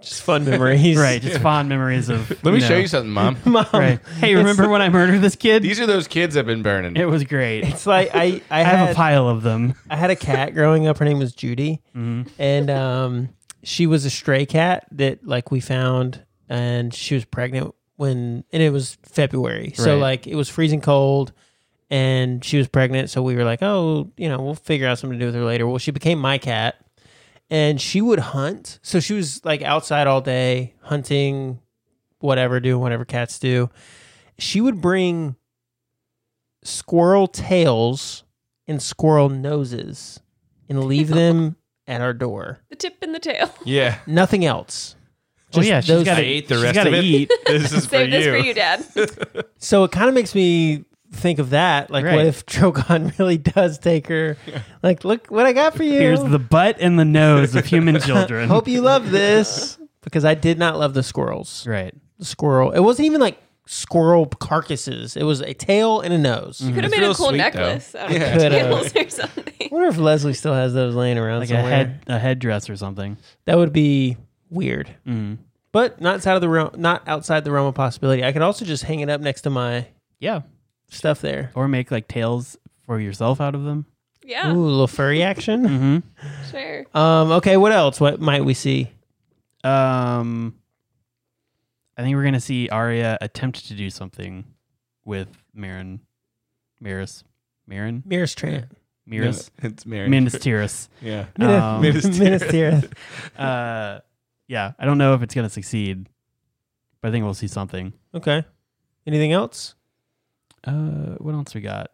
Just fun memories. Right, just fond memories of. Let me show know, you something, Mom. Mom. Right. Hey, remember when I murdered this kid? These are those kids I've been burning. It was great. It's like I I, I have a had, pile of them. I had a cat growing up. Her name was Judy, and um, she was a stray cat that like we found, and she was pregnant when, and it was February, so Right. like it was freezing cold, and she was pregnant. So we were like, oh, you know, we'll figure out something to do with her later. Well, she became my cat, and she would hunt. So she was like outside all day hunting, whatever, doing whatever cats do. She would bring squirrel tails and squirrel noses and leave them at our door. the tip and the tail. yeah. Nothing else. Oh yeah, she's those- got to I ate the she's rest gotta of it. Eat. This is for Save this for you. you, Dad. So it kind of makes me think of that. Like, Right. what if Trogon really does take her? Like, look what I got for you. Here's the butt and the nose of human children. Hope you love this because I did not love the squirrels. right. The squirrel. It wasn't even like squirrel carcasses. It was a tail and a nose. Mm-hmm. Could have It's made a real cool sweet, though. necklace out of Yeah. the Coulda. tails or something. I wonder if Leslie still has those laying around like a somewhere. head a headdress or something. That would be weird. Mm-hmm. But not outside of the realm, not outside the realm of possibility. I could also just hang it up next to my Yeah, stuff there. or make like tails for yourself out of them. Yeah, Ooh, a little furry action. Mm-hmm. sure. um, okay, what else? What might we see? Um, I think we're gonna see Arya attempt to do something with Marin, Maris, Marin, Mirror's Trant. Miris, It's Mary. Minas Tirith. yeah. Um, Minas Tirith. Minas Tirith. uh, yeah, I don't know if it's gonna succeed, but I think we'll see something. Okay. Anything else? Uh, what else we got?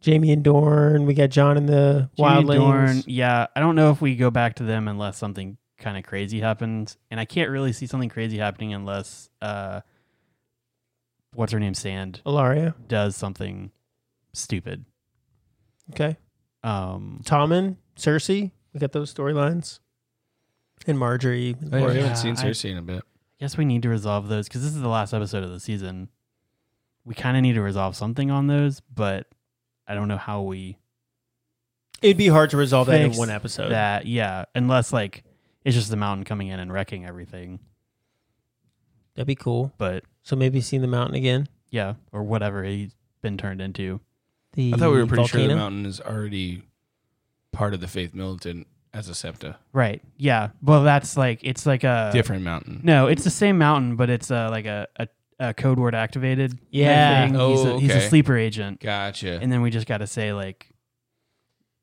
Jamie and Dorn. We got John and the Jimmy Wildlings. Dorn, yeah, I don't know if we go back to them unless something kind of crazy happens, and I can't really see something crazy happening unless uh, what's her name, Sand, Alaria. does something stupid. Okay. Um, Tommen, Cersei, we got those storylines. And Marjorie. and I Oh, Laura. haven't seen I- Cersei in a bit. I guess we need to resolve those because this is the last episode of the season. We kind of need to resolve something on those, but I don't know how we It'd be hard to resolve that in fix one episode. That yeah, unless like it's just the mountain coming in and wrecking everything. That'd be cool. But So maybe seeing the mountain again. yeah, or whatever he's been turned into. The I thought we were pretty volcano. sure the mountain is already part of the faith militant as a septa. Right. Yeah. Well, that's like it's like a Different mountain. Uh, No, it's the same mountain, but it's uh, like a, a, a code word activated. kind of Yeah. thing. Oh, he's, a, he's a okay. sleeper agent, Gotcha. and then we just got to say like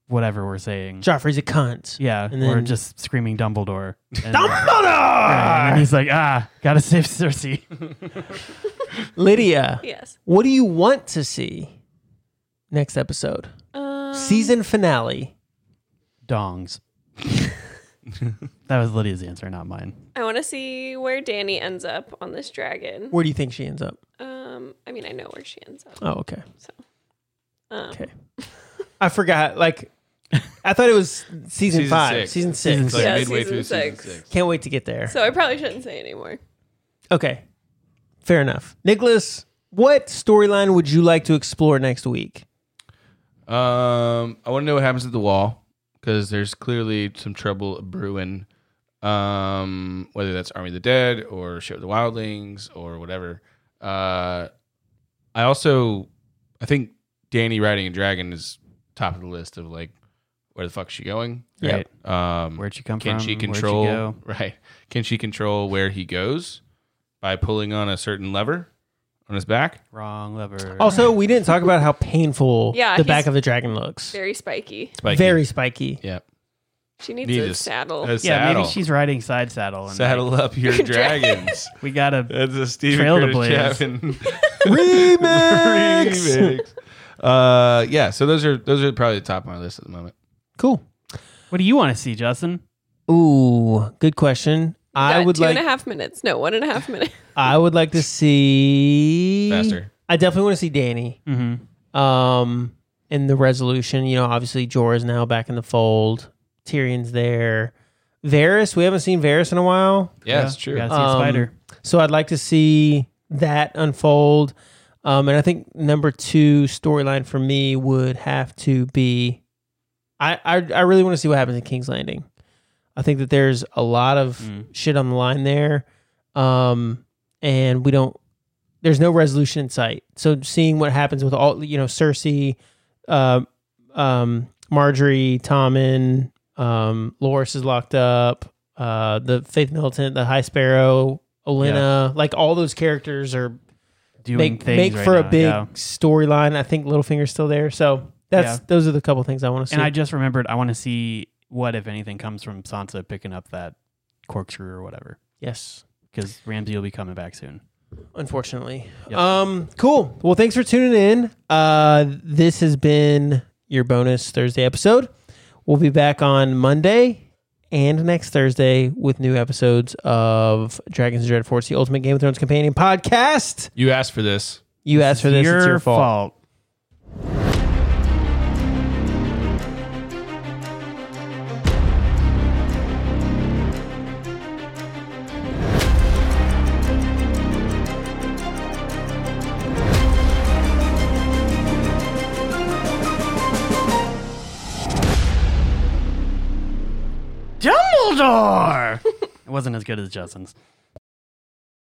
whatever we're saying. Joffrey's a cunt. Yeah, And or then- just screaming Dumbledore. And, Dumbledore! Yeah, and he's like, ah, gotta save Cersei. Lydia, Yes. what do you want to see next episode? Um, Season finale. Dongs. that was Lydia's answer, not mine. I want to see where Danny ends up on this dragon. Where do you think she ends up? Um, I mean, I know where she ends up. Oh, okay. Um, Okay. I forgot. Like, I thought it was season, five, six. season six. Season It's like Yeah, midway season through six. season six. Can't wait to get there. So I probably shouldn't say anymore. okay. Fair enough. Nicholas, what storyline would you like to explore next week? Um, I want to know what happens at the wall because there's clearly some trouble brewing. Um, whether that's Army of the Dead or Ship of the Wildlings or whatever. Uh, I also, I think Danny riding a dragon is top of the list of like, where the fuck's she going? Right? Um, Where'd she come can from? she Where'd control go? right can she control where he goes by pulling on a certain lever on his back Wrong lever. Oh, Also, we didn't talk about how painful Yeah, the he's- back of the dragon looks. Very spiky. Spiky. Very spiky. yeah She needs Need a to s- saddle. a yeah, saddle. maybe she's riding side saddle. And saddle up your dragons like, we gotta. that's a Stephen Trail to Curtis blaze. Chapman Remix! remix uh yeah so those are those are probably the top of my list at the moment Cool. What do you want to see, Justin? Ooh, good question. I Got would two like and a half minutes. No, one and a half minutes. I would like to see Faster. I definitely want to see Danny. Mm-hmm. Um in the resolution, you know, obviously Jorah's now back in the fold. Tyrion's there. Varys, we haven't seen Varys in a while. yeah, that's true Gotta see a Um, spider. So I'd like to see that unfold. Um, and I think number two storyline for me would have to be I, I I really want to see what happens in King's Landing. I think that there's a lot of Mm. shit on the line there. Um, and we don't there's no resolution in sight. So seeing what happens with all you know, Cersei, uh, um, Marjorie, Tommen, um, Loris is locked up, uh, the Faith Militant, the High Sparrow, Olenna, like all those characters are Doing make things make right for now, a big yeah. storyline. I think Littlefinger's still there. So that's Yeah. those are the couple things I want to see. And I just remembered I want to see what, if anything, comes from Sansa picking up that corkscrew or whatever. yes. Because Ramsey will be coming back soon. unfortunately. Yep. Um, cool. Well, thanks for tuning in. Uh, this has been your bonus Thursday episode. We'll be back on Monday and next Thursday with new episodes of Dragons and Dreadforts, the Ultimate Game of Thrones Companion podcast. you asked for this You asked for this; it's your fault. fault. Dumbledore. it wasn't as good as Justin's.